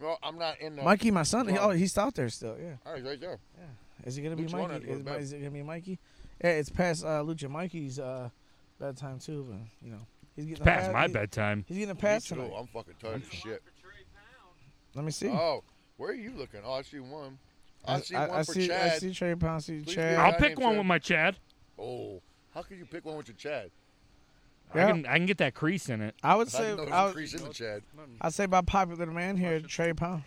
Well, I'm not in the. Mikey, my son. he- Wrong. oh, he's out there still. Yeah. All right, right there. Is it gonna Lucha be wanted to Mikey? go to Is, bed. is it gonna be Mikey? Yeah, it's past uh, Lucha Mikey's uh, bedtime too, but you know he's getting Past a- my he- bedtime. He's getting a Me pass too. tonight. I'm fucking tired of shit. Let me see. Oh, where are you looking? Oh, I see one. I, see one for see, Chad. I see Trey Pound. I see Please Chad. Yeah, I'll I pick named one Chad. with my Chad. Oh, how could you pick one with your Chad? Yeah. I can I can get that crease in it. I would I say didn't know there was a I would, crease in the Chad. I'd say by popular demand here, Trey Pound.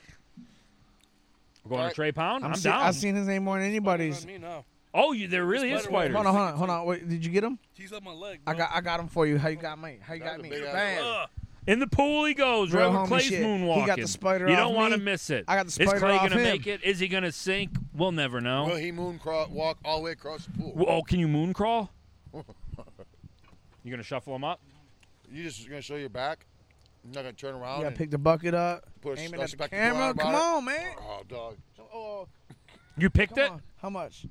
We're going All right. to Trey Pound. I'm, see- down. I've seen his name more than anybody's. me now. oh, you, there really is Spider-Man. spiders. Hold on, hold on, hold on. Wait, did you get him? He's up my leg. I bro. got I got him for you. How you got me? How you That got was a me? big ass- Bam. Ugh. In the pool he goes, Real right where homie Clay's shit. moonwalking. He got the spider You off don't wanna me. miss it. I got the spider Is Clay off gonna him. make it? Is he gonna sink? We'll never know. Will he moon crawl, walk all the way across the pool? Well, Oh, can you moon crawl? you gonna shuffle them up? You just gonna show your back? You're not gonna turn around You gotta and pick the bucket up. put a, s- aim it a at the spectacle camera. on about Come it? on, man. Oh, dog. Oh, You picked come it? on. How much?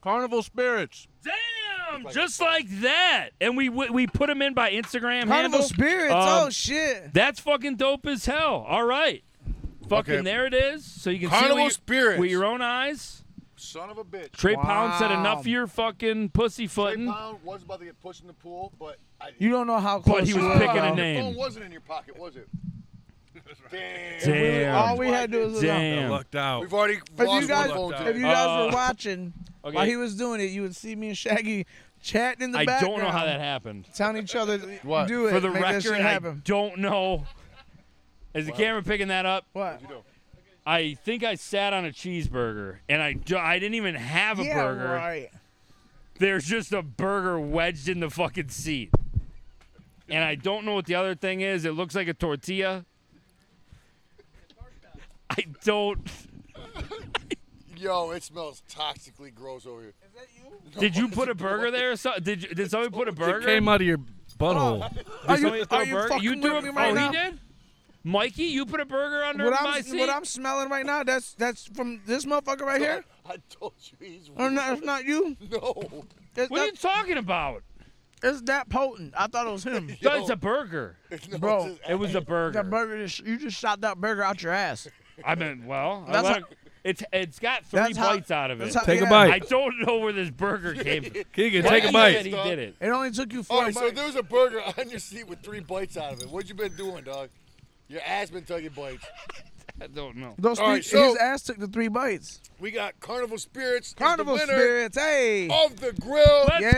Carnival spirits. Damn! like a just like that, and we we we put them in by Instagram Carnival handle. Spirits. Um, oh shit. That's fucking dope as hell. All right, fucking Okay. there it is. So you can see Carnival with, Spirits. your, with your own eyes. Son of a bitch. Trey Pound said Wow. enough of your Trey fucking pussyfooting. Pound was about to get pushed in the pool, but I. You don't know how close. he was you Ah, were, picking a bro. name. Your phone wasn't in your pocket, was it? Damn. Damn. All we had to do was look up. I Damn. lucked out. We've already If lost you guys, one phone locked today. if you guys Uh, were watching okay. while he was doing it, you would see me and Shaggy chatting in the I background. don't know how that happened. Telling each other, What? do it. For the make that shit record, I happen. don't know. Is the camera picking that up? What? I think I sat on a cheeseburger and I, d- I didn't even have a yeah, burger. right. There's just a burger wedged in the fucking seat. And I don't know what the other thing is. It looks like a tortilla. I don't. Yo, it smells toxically gross over here. Did you put a burger there? Or so, did you, did somebody put a burger? It came out of your butthole. Did somebody throw are a you burger? fucking threw with a- me right oh, now? he did. Mikey, you put a burger under What my I'm, seat. what I'm smelling right now, that's that's from this motherfucker right here? I told you he's. Or not, it's not you? No. It's, what are you that, talking about? it's that potent. I thought it was him. That's a burger. No, Bro, it's his It was a burger. That burger, just, you just shot that burger out your ass. I mean, well, I That's let how- it- it's it's got three That's how- bites out of it. That's how- Take a yeah. bite. I don't know where this burger came. from. Keegan, Mikey take a said bite. He did it. It only took you All four right, Oh, so bites. there was a burger on your seat with three bites out of it. What you been doing, dog? Your ass been taking bites. I don't know. Those All three, right, so- his ass took the three bites. We got Carnival Spirits. is the Carnival winner Oh, spirits, hey! of the grill. Let's yeah,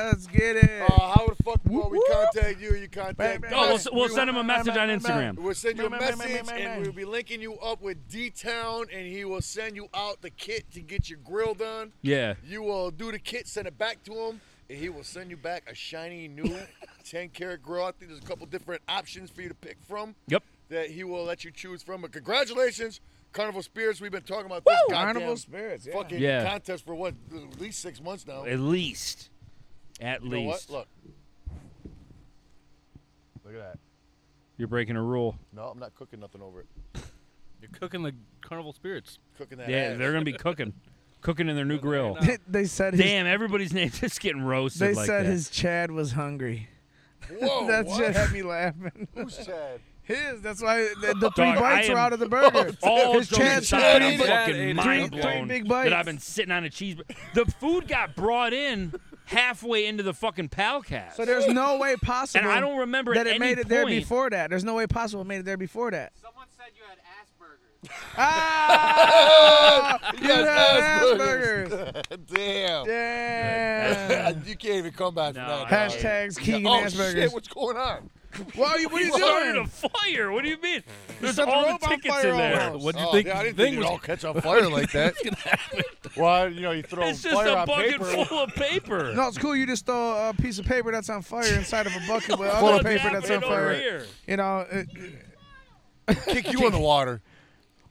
go. let's get it. Uh, how the fuck will we Whoop, whoop. contact you? You contact Bang, us. bang, Oh, we'll, Hey, we'll we send him a want- man, message on man, man, Instagram. We'll send you a Bang, bang, bang, message, bang, bang, and bang. we'll be linking you up with D Town, and he will send you out the kit to get your grill done. Yeah. You will do the kit, send it back to him, and he will send you back a shiny new 10 karat grill. I think there's a couple different options for you to pick from Yep. that he will let you choose from. But congratulations, Carnival Spirits. We've been talking about this goddamn Carnival spirits, yeah. fucking Yeah. contest for what at least six months now. At least. At You know least. what? Look. Look at that. You're breaking a rule. No, I'm not cooking nothing over it. You're Cooking the carnival spirits. Cooking that. Yeah, ass. they're gonna be cooking, cooking in their new grill. they said his, Damn, everybody's name's just getting roasted. they like said that. his Chad was hungry. Whoa, that Oh, what? just had me laughing. Who's Chad? His. That's why the, the three Dog, I bites am- Oh, are out of the burger. all his joking Chad's aside, three I'm big- Chad fucking ate mind three blown big that I've bites. been sitting on a cheeseburger. The food got brought in halfway into the fucking palcast. So there's no way possible. I don't remember at that it any made it there point- before that. There's no way possible it made it there before that. Someone said you had Asperger's. Ah! you Yes, had Asperger's. Asperger's. Damn. Damn. you can't even come back No, from that. I- dog. Hashtags Keegan oh Asperger's. shit! What's going on? What are you, what are you started a doing? fire. What do you mean? There's set the all rope the on tickets fire in there. almost. What do you oh, think? Yeah, I didn't the think thing was it'd all catch on fire like that. Well, you know, you throw It's just fire a on bucket paper. full of paper. No, it's cool. You just throw a piece of paper that's on fire inside of a bucket with What's other paper that's on happening over fire. here? You know, it, Kick you in the water.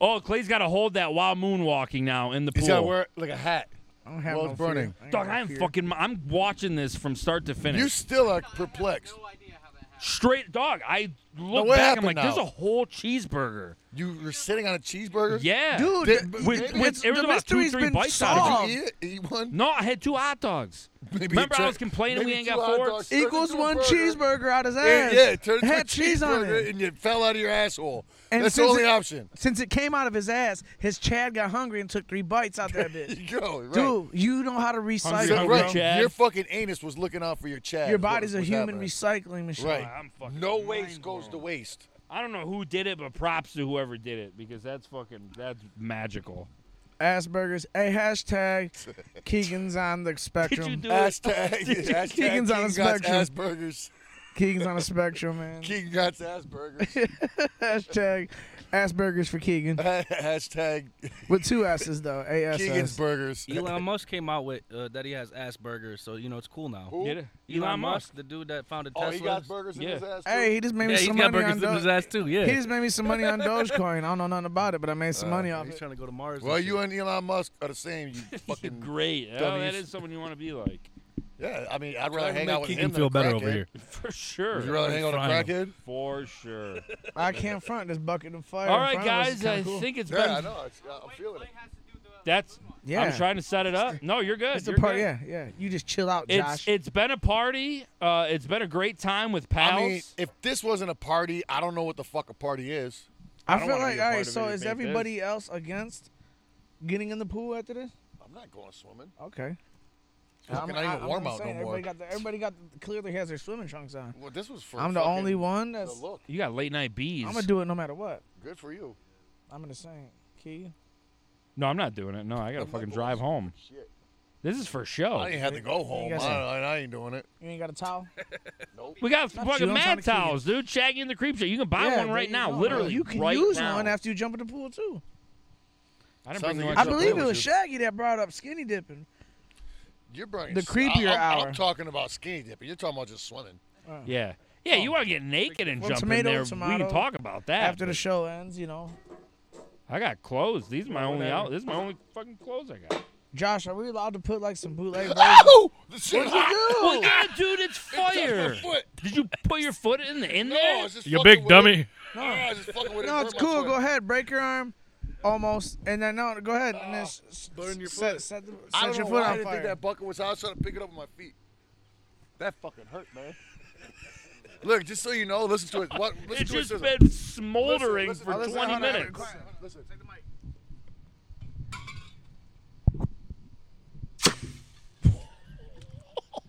Oh, Clay's got to hold that while moonwalking now in the pool. He's got to wear like a hat. I don't have Well, no it's burning. fear. Dog, got no I am fear. fucking. I'm watching this from start to finish. You still are perplexed. No idea how that happened. Straight dog. I look what back. I'm happened like, there's now? a whole cheeseburger. You were sitting on a cheeseburger. Yeah, Dude, Did- the- with- it's- with- it was the about two, mystery's three been bites out of solved. Did you eat, it? eat one? No, I had two hot dogs. Maybe Remember, it I tur- was complaining maybe we ain't got two hot forks? dogs turned Equals into a one burger. cheeseburger out his ass. And, yeah, it turned It into a had cheese on cheeseburger it. and it fell out of your asshole. And That's the since only it- option. Since it came out of his ass, his Chad got hungry and took three bites out that bitch. You go, right. Dude, you know how to recycle. So, hungry right, Chad. your fucking anus was looking out for your Chad. Your is what body's a was human happening. recycling machine. Right. I'm fucking No mind waste goes blown. to waste. I don't know who did it, but props to whoever did it because that's fucking that's magical. Asperger's. Hey, hashtag Keegan's on the Did spectrum. you do it? Hashtag, hashtag Keegan's on a Keegan got spectrum. Asperger's. Keegan's on the spectrum, man. Keegan got Asperger's. hashtag Asperger's for Keegan. hashtag With two S's, though. A-S-S. Keegan's Burgers. Elon Musk came out with uh, that he has Asperger's, so you know it's cool now. Who? Did it? Elon, Musk, the dude that founded Oh, Tesla. he got burgers in Yeah. his ass. too? Hey, he just made me yeah, he's some got money burgers on in his Do- ass too. Yeah, He just made me some money on Dogecoin. I don't know nothing about it, but I made Uh, some money off he's it. trying to go to Mars. well, and you shit. and Elon Musk are the same. You fucking Great. Oh, that Dummies. is someone you want to be like. yeah. I mean, I'd rather hang Make out with Keegan him feel than a better over crackhead. here. For Would sure. you rather hang out with a Frying crackhead? For sure. I can't front this bucket of fire. All in right, front of us. It's guys. kinda I cool. think it's Yeah, I been. know. It's, I'm feeling it. Clay has to do the That's. Yeah. I'm trying to set it up. No, you're good. It's you're the part. good. Yeah, yeah. You just chill out, It's Josh. it's been a party. Uh, it's been a great time with pals. I mean, if this wasn't a party, I don't know what the fuck a party is. I, don't feel wanna be like, a all part right, of so it if is it everybody else against getting in the pool after this? I'm not going swimming. Okay. I'm not even warm just out saying, no more. Everybody got, the, everybody got the, clearly has their swimming trunks on. Well, this was for. I'm the fucking only one The that's. look. you got late night bees. I'm gonna do it no matter what. Good for you. I'm gonna sing. Key. No, I'm not doing it. No, I I'm gotta not fucking going drive home. Shit. This is for show. I ain't had to go home. I, Oh, guys- I, I ain't doing it. You ain't got a towel? We got fucking you, I'm trying mad to kill you. towels, dude. Shaggy and the creep show. You can buy Yeah, one there right you now, go. literally. You can right use now. one after you jump in the pool too. I didn't Sounds bring the like one. you I jump in believe it with was you. Shaggy that brought up skinny dipping. You're bringing The s- creepier I, I'm, hour. I'm talking about skinny dipping. You're talking about just swimming. Yeah. Yeah, you want to get naked and Oh. Well, jump tomato, in there. We tomato. can talk about that. After the but show ends, you know. I got clothes. These are my only Whatever. out. This is my only fucking clothes I got. Josh, are we allowed to put like some bootleg versions? Oh, Ow! The shit hot. Well, yeah, dude, it's fire. my foot. Did you put your foot in the in No, there? I was just You fucking big with dummy. it. No, I was just fucking with it. No, it's Burn my cool. foot. Go ahead, break your arm, almost, and then no, go ahead Uh, and then s- s- burn your set, foot. Set, the, I set don't your know why foot I on didn't fire. think that bucket was. I was trying to pick it up with my feet. That fucking hurt, man. Look, just so you know, listen to it. What, listen It's to just it. sizzle. been smoldering Listen, listen, for listen, listen, 20 hold on, hold on, minutes. quiet, Listen, take the mic.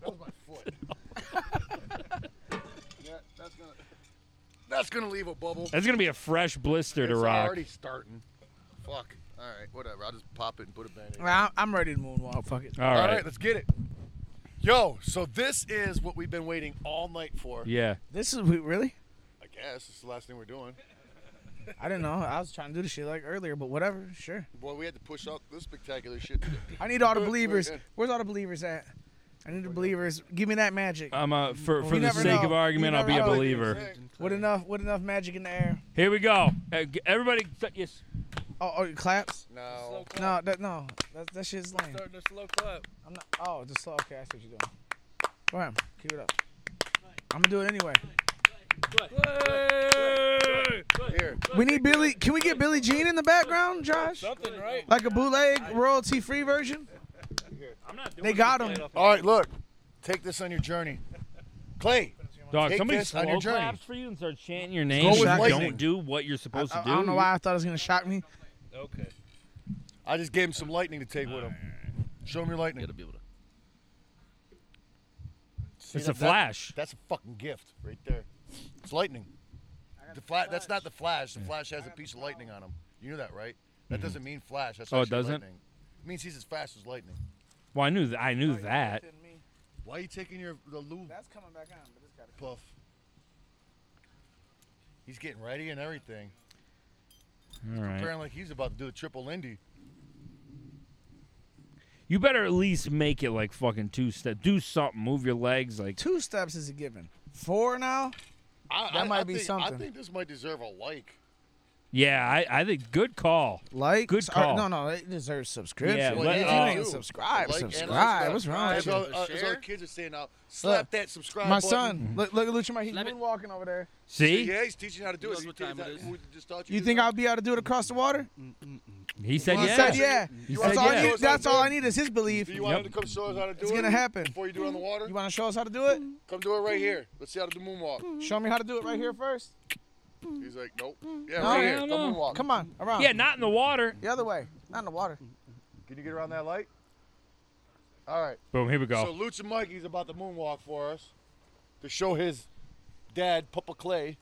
That was my foot. yeah, that's gonna. That's gonna leave a bubble. That's gonna be a fresh blister to It's rock. already starting. Fuck. All right, whatever. I'll just pop it and put it back. in. Well, I'm- I'm ready to moonwalk. Fuck it. All All right. right, let's get it. Yo, so this is what we've been waiting all night for. Yeah. This is we really. I guess it's the last thing we're doing. I didn't know. I was trying to do this shit like earlier, but whatever. Sure. Boy, we had to push up this spectacular shit. to the- I need all the Good, good, believers. good. Where's all the believers at? I need the believers. Give me that magic. I'm uh, for for You the never sake know. of argument, You I'll be never a know. believer. With enough, with enough magic in the air. Here we go. Uh, g- Everybody, yes. Oh, oh claps. No. No, that no, that that shit's lame. Starting a slow clap. I'm not. Oh, just slow. Okay, I see what you're doing. Go ahead, keep it up. I'm gonna do it anyway. Hey! here. We need Billy. Can we get Billy Jean in the background, Josh? Something, right? Like a bootleg, royalty free version? I'm not doing They got him. All right, look. Take this on your journey. Clay, Dog, Take somebody this on slow your journey. claps for you and start chanting your name. with and you lightning. don't do what you're I, supposed I- to do. I don't know why I thought it was gonna shock me. Okay. I just gave him some lightning to take with him. Show him your lightning. Gotta be able to. See, It's that- a flash. That, that's a fucking gift right there. It's lightning. The fla- that's not the flash. The flash has a piece of lightning on him. You knew that, right? That doesn't mean flash. That's Mm-hmm. Oh, it actually doesn't? Lightning. It means he's as fast as lightning. well, I knew th- I knew Oh, that. Why are you taking your the Lou That's coming back on, but it's gotta puff? He's getting ready and everything. All right. Preparing like he's about to do a triple Lindy. You better at least make it like fucking two step. Do something. Move your legs. Like Two steps is a given. Four now? I, That might be think- I something. think this might deserve a like. yeah, I, I think good call. Like Good or- call. no, no, it deserves subscription. Yeah, let- if you uh, ain't subscribe, Like and subscribe. What's wrong with As you? all, uh, as all the Share? kids are saying now, slap that subscribe My button. son, Mm-hmm. look, look at Luchima. He's Let me- moonwalking over there. See, Yeah, he's teaching how to do He it. knows He what did time it that- is. we just taught You did think that. I'll be able to do it across the water? he said He yeah. said yeah. You That's wanna all, show I need, us how to that's do all it? I need is his belief. Do you want Yep. him to come show us how to do It's it? gonna happen. Before you do it on the water? You want to show us how to do it? Come do it right here. Let's see how to do moonwalk. Show me how to do it right here first. He's like, nope. Yeah, right No, no, here. Come no. moonwalk. Come on, around. Yeah, not in the water. The other way, not in the water. Can you get around that light? All right. Boom. Here we So go. Lucha Mikey's about to moonwalk for us to show his dad, Papa Clay,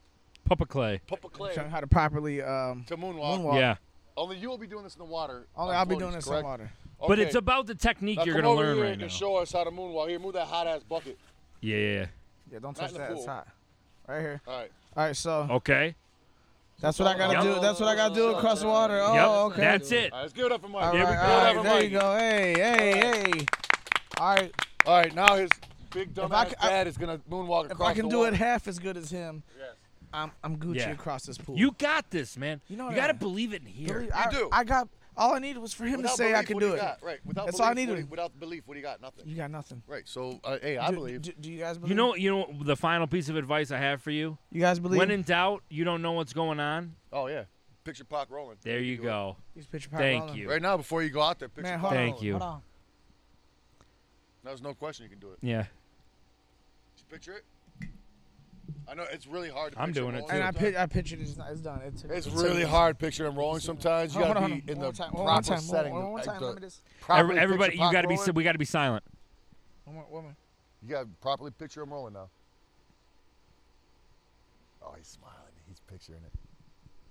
Papa Clay. Papa Clay, Show me how to properly um, to moonwalk. moonwalk. yeah, Only you will be doing this in the water. Only on I'll be floaties, doing this correct? in water. but Okay. it's about the technique Now you're come gonna over learn here right and now. show us how to moonwalk. Here, move that hot ass bucket. Yeah, yeah. Yeah, don't Not touch in the that. It's pool. hot. Right here. All right. All right, so yeah. Okay. that's what I gotta Yep. do. That's what I gotta do across the water. Oh, yep. okay. That's it. All right, let's give it up for Mike. all There right, we go. all Give right, it up there for you Mike. go. Hey, hey, hey. All right, All right, now his big If I dumbass c- I- dad is gonna moonwalk if across I can the do water. it half as good as him, Yes. I'm I'm Gucci Yeah. across this pool. You got this, man. You, You know gotta that. believe it in here. Believe- I, do. I got all I needed was for him Without to say belief, I can what do you it. got? Right. Without That's belief, all I what needed. do you- without belief, what do you got? Nothing. You got nothing. Right. So, uh, hey, I do, believe. Do, do you guys believe? You know, you know the final piece of advice I have for you. You guys believe? When in doubt, you don't know what's going on. oh yeah. Picture Pac rolling. There you Do it. go. Use picture power Thank rolling. you. Right now, before you go out there, picture Man, Pac hold Thank on, you. Hold on. Now, There's no question you can do it. Yeah. Just picture it. I know it's really hard. To I'm picture doing it, rolling too. And I, sometimes. pi- I pictured it. It's, not- it's done. It took, It's it took really me- hard picturing rolling sometimes. You Hold on, gotta hold on, be in one the more time, one more proper time, one- setting. One, more like time. the Let me just. properly Every- picture everybody, you Pac gotta be. si- rolling. We gotta be silent. One more, one more. You gotta properly picture him rolling now. Oh, he's smiling. He's picturing it.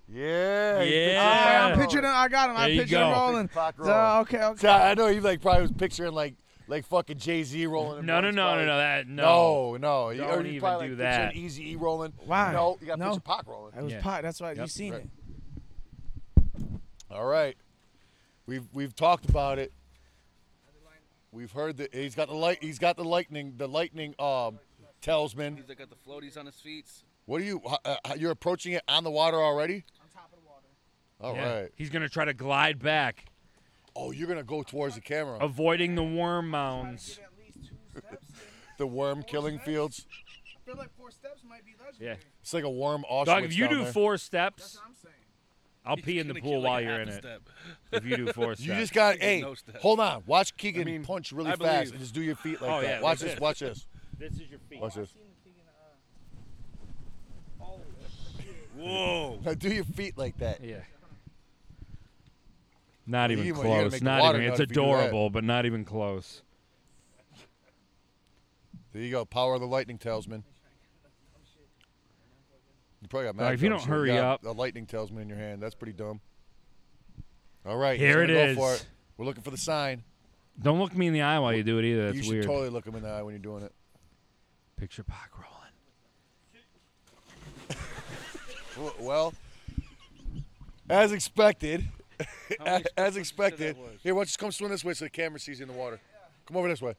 Yeah. he's picturing Yeah. Pac Ah, I rolling. pictured him. I got him. There I you pictured go. him rolling. Pac So, rolling. okay, okay. So I know he like probably was picturing like like fucking Jay Z rolling. in No, no, Bronx, no, no, probably. no. That no. No, no. You- Don't or you even probably, do like, picturing that. Easy E rolling. Why? No, you got to No. picture Pac rolling. It was Yeah. pot. That's why Yep. you seen Right. it. All right. We've we've talked about it. We've heard that he's got the light. He's got the lightning. The lightning um, talisman. He's like got the floaties on his feet. What are you? Uh, uh, you're approaching it on the water already. On top of the water. All right. Yeah. He's gonna try to glide back, Oh, you're gonna go towards the camera. Oh. avoiding the worm mounds. the worm killing fields. I feel like four steps might be Yeah. It's like a worm Auschwitz. Dog, if you down do there. four steps, I'm saying. I'll pee in the pool while you're in it. If you do four steps. You just got. Keegan Hey, knows that. hold on. Watch Keegan mean, punch really I fast believe. and just do your feet like Oh, that. yeah, watch like this. this. Watch this. This is your feet. Watch this. Whoa. Now do your feet like that. Yeah. Not You even even- you gotta close. make the Not water even. nut It's if you do that. adorable, but not even close. There you go. Power of the lightning talisman. You probably got mad. Dog, if you dumb don't shit. hurry got up. A lightning talisman in your hand. That's pretty dumb. All right. Here so it we go for is. it. We're looking for the sign. Don't look me in the eye while you do it either. you That's should weird. totally look him in the eye when you're doing it. Picture Pac rolling. W- Well, as expected, as, as expected. Here, watch. Just come swim this way so the camera sees you in the water. Come over this way.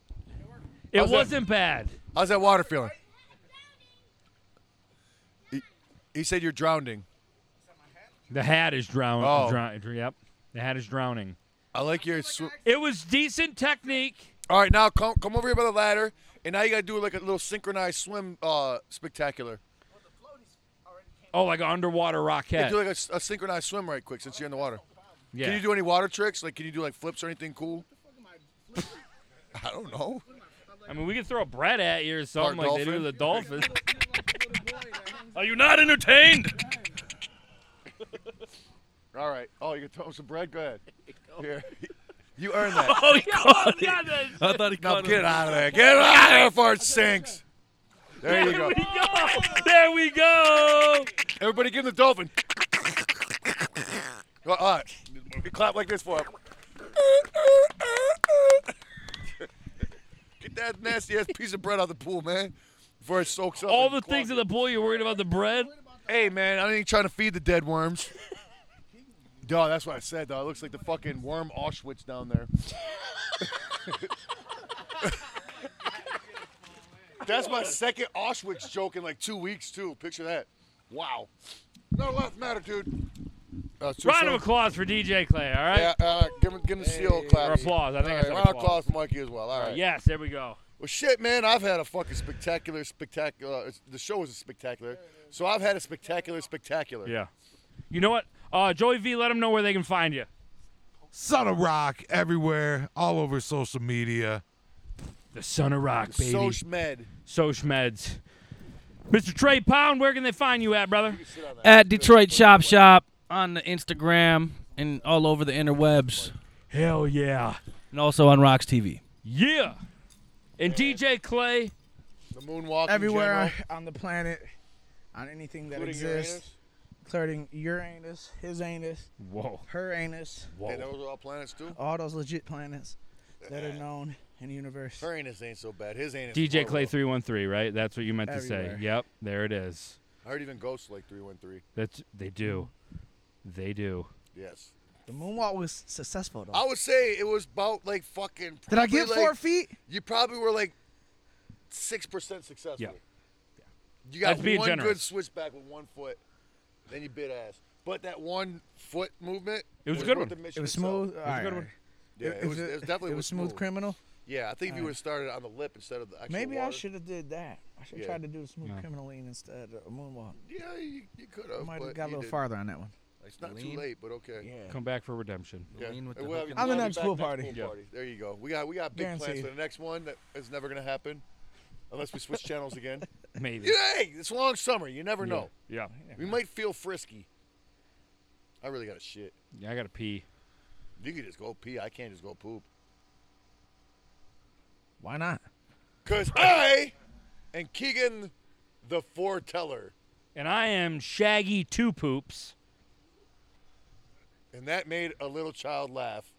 It How's that? wasn't bad. How's that water feeling? He, he said you're drowning. The hat is drowning. Oh. yep. The hat is drowning. I like your. Sw- It was decent technique. All right, now come come over here by the ladder, and now you gotta do like a little synchronized swim uh, spectacular. Well, the floaties already came Oh, like an underwater rocket. do like a s- a, synchronized swim right quick since you're in the water. yeah. Can you do any water tricks? Like, can you do like flips or anything cool? I don't know. I mean, we could throw a Brett at you or something Or a like they do to the dolphins. Are you not entertained? All right. Oh, you can throw some bread. Go ahead. Here. You earned that. Oh, he caught it. I thought he now caught get it. out of there. Get out of there before it sinks. There you go. we go. There we go. Everybody give him the dolphin. All right. We clap like this for him. Get that nasty ass piece of bread out of the pool, man. Before it soaks up. All and the things in clogs the pool you're worried about the bread. it. Hey, man, I ain't trying to feed the dead worms. Dog, that's what I said, dog. It looks like the fucking worm Auschwitz down there. that's my second Auschwitz joke in like two weeks, too. Picture that. Wow. No laughing matter, dude. Uh, two Round of songs. applause for DJ Clay. All right. Yeah, uh, give him, give him a seal clap. Or applause, I think I All said right, round of applause. applause for Mikey as well. All right. Yes. There we go. Well, shit, man, I've had a fucking spectacular, spectacular. it's- The show was a spectacular, so I've had a spectacular, spectacular. Yeah. You know what? Uh, Joey V, let them know where they can find you. Son of Rock everywhere, all over social media. The Son of Rock, baby. So schmed. Soch Meds. Mr. Trey Pound, where can they find you at, brother? At Detroit Chop Shop on the Instagram and all over the interwebs, Hell yeah. and also on Rocks TV. Yeah. And DJ Clay, The moonwalk. in general, Everywhere on the planet, on anything that including exists, Uranus. including your anus, his anus, whoa, her anus, Hey, those are all planets too. all those legit planets that are known in the universe. Her anus ain't so bad. His anus. is DJ horrible. Clay 313, right? That's what you meant to Everywhere. say. Yep, there it is. I heard even ghosts like three one three. That's they do. They do. Yes. The moonwalk was successful though. I would say it was about like fucking. Did I probably, get like, four feet? You probably were like six percent successful. Yeah. You got That's being one good generous. switchback with one foot, then you bit ass. But that one foot movement. It was a good worth one. the mission It was itself. smooth. Alright, good one. alright. Yeah, it, If was, it, was definitely it was smooth, criminal. Yeah, I think if you would have started on the lip instead of the actual Maybe I water- should have did that. I should have Yeah. tried to do the smooth criminal lean instead of a moonwalk. Yeah, you, you could I have. might have but got a you little didn't. farther on that one. It's not Lean. too late, but okay. Yeah. Come back for redemption. Yeah. Lean with the We'll hook have- and On the we'll have you next back pool party. pool party. There you go. We got we got big plans Guaranteed. for the next one that is never gonna happen, unless we switch channels again. Maybe. Yeah, hey, it's a long summer. You never know. Yeah. We might feel frisky. I really got to shit. Yeah, I gotta pee. You can just go pee. I can't just go poop. Why not? Cause I and Keegan, the foreteller, And I am Shaggy Two Poops. and that made a little child laugh.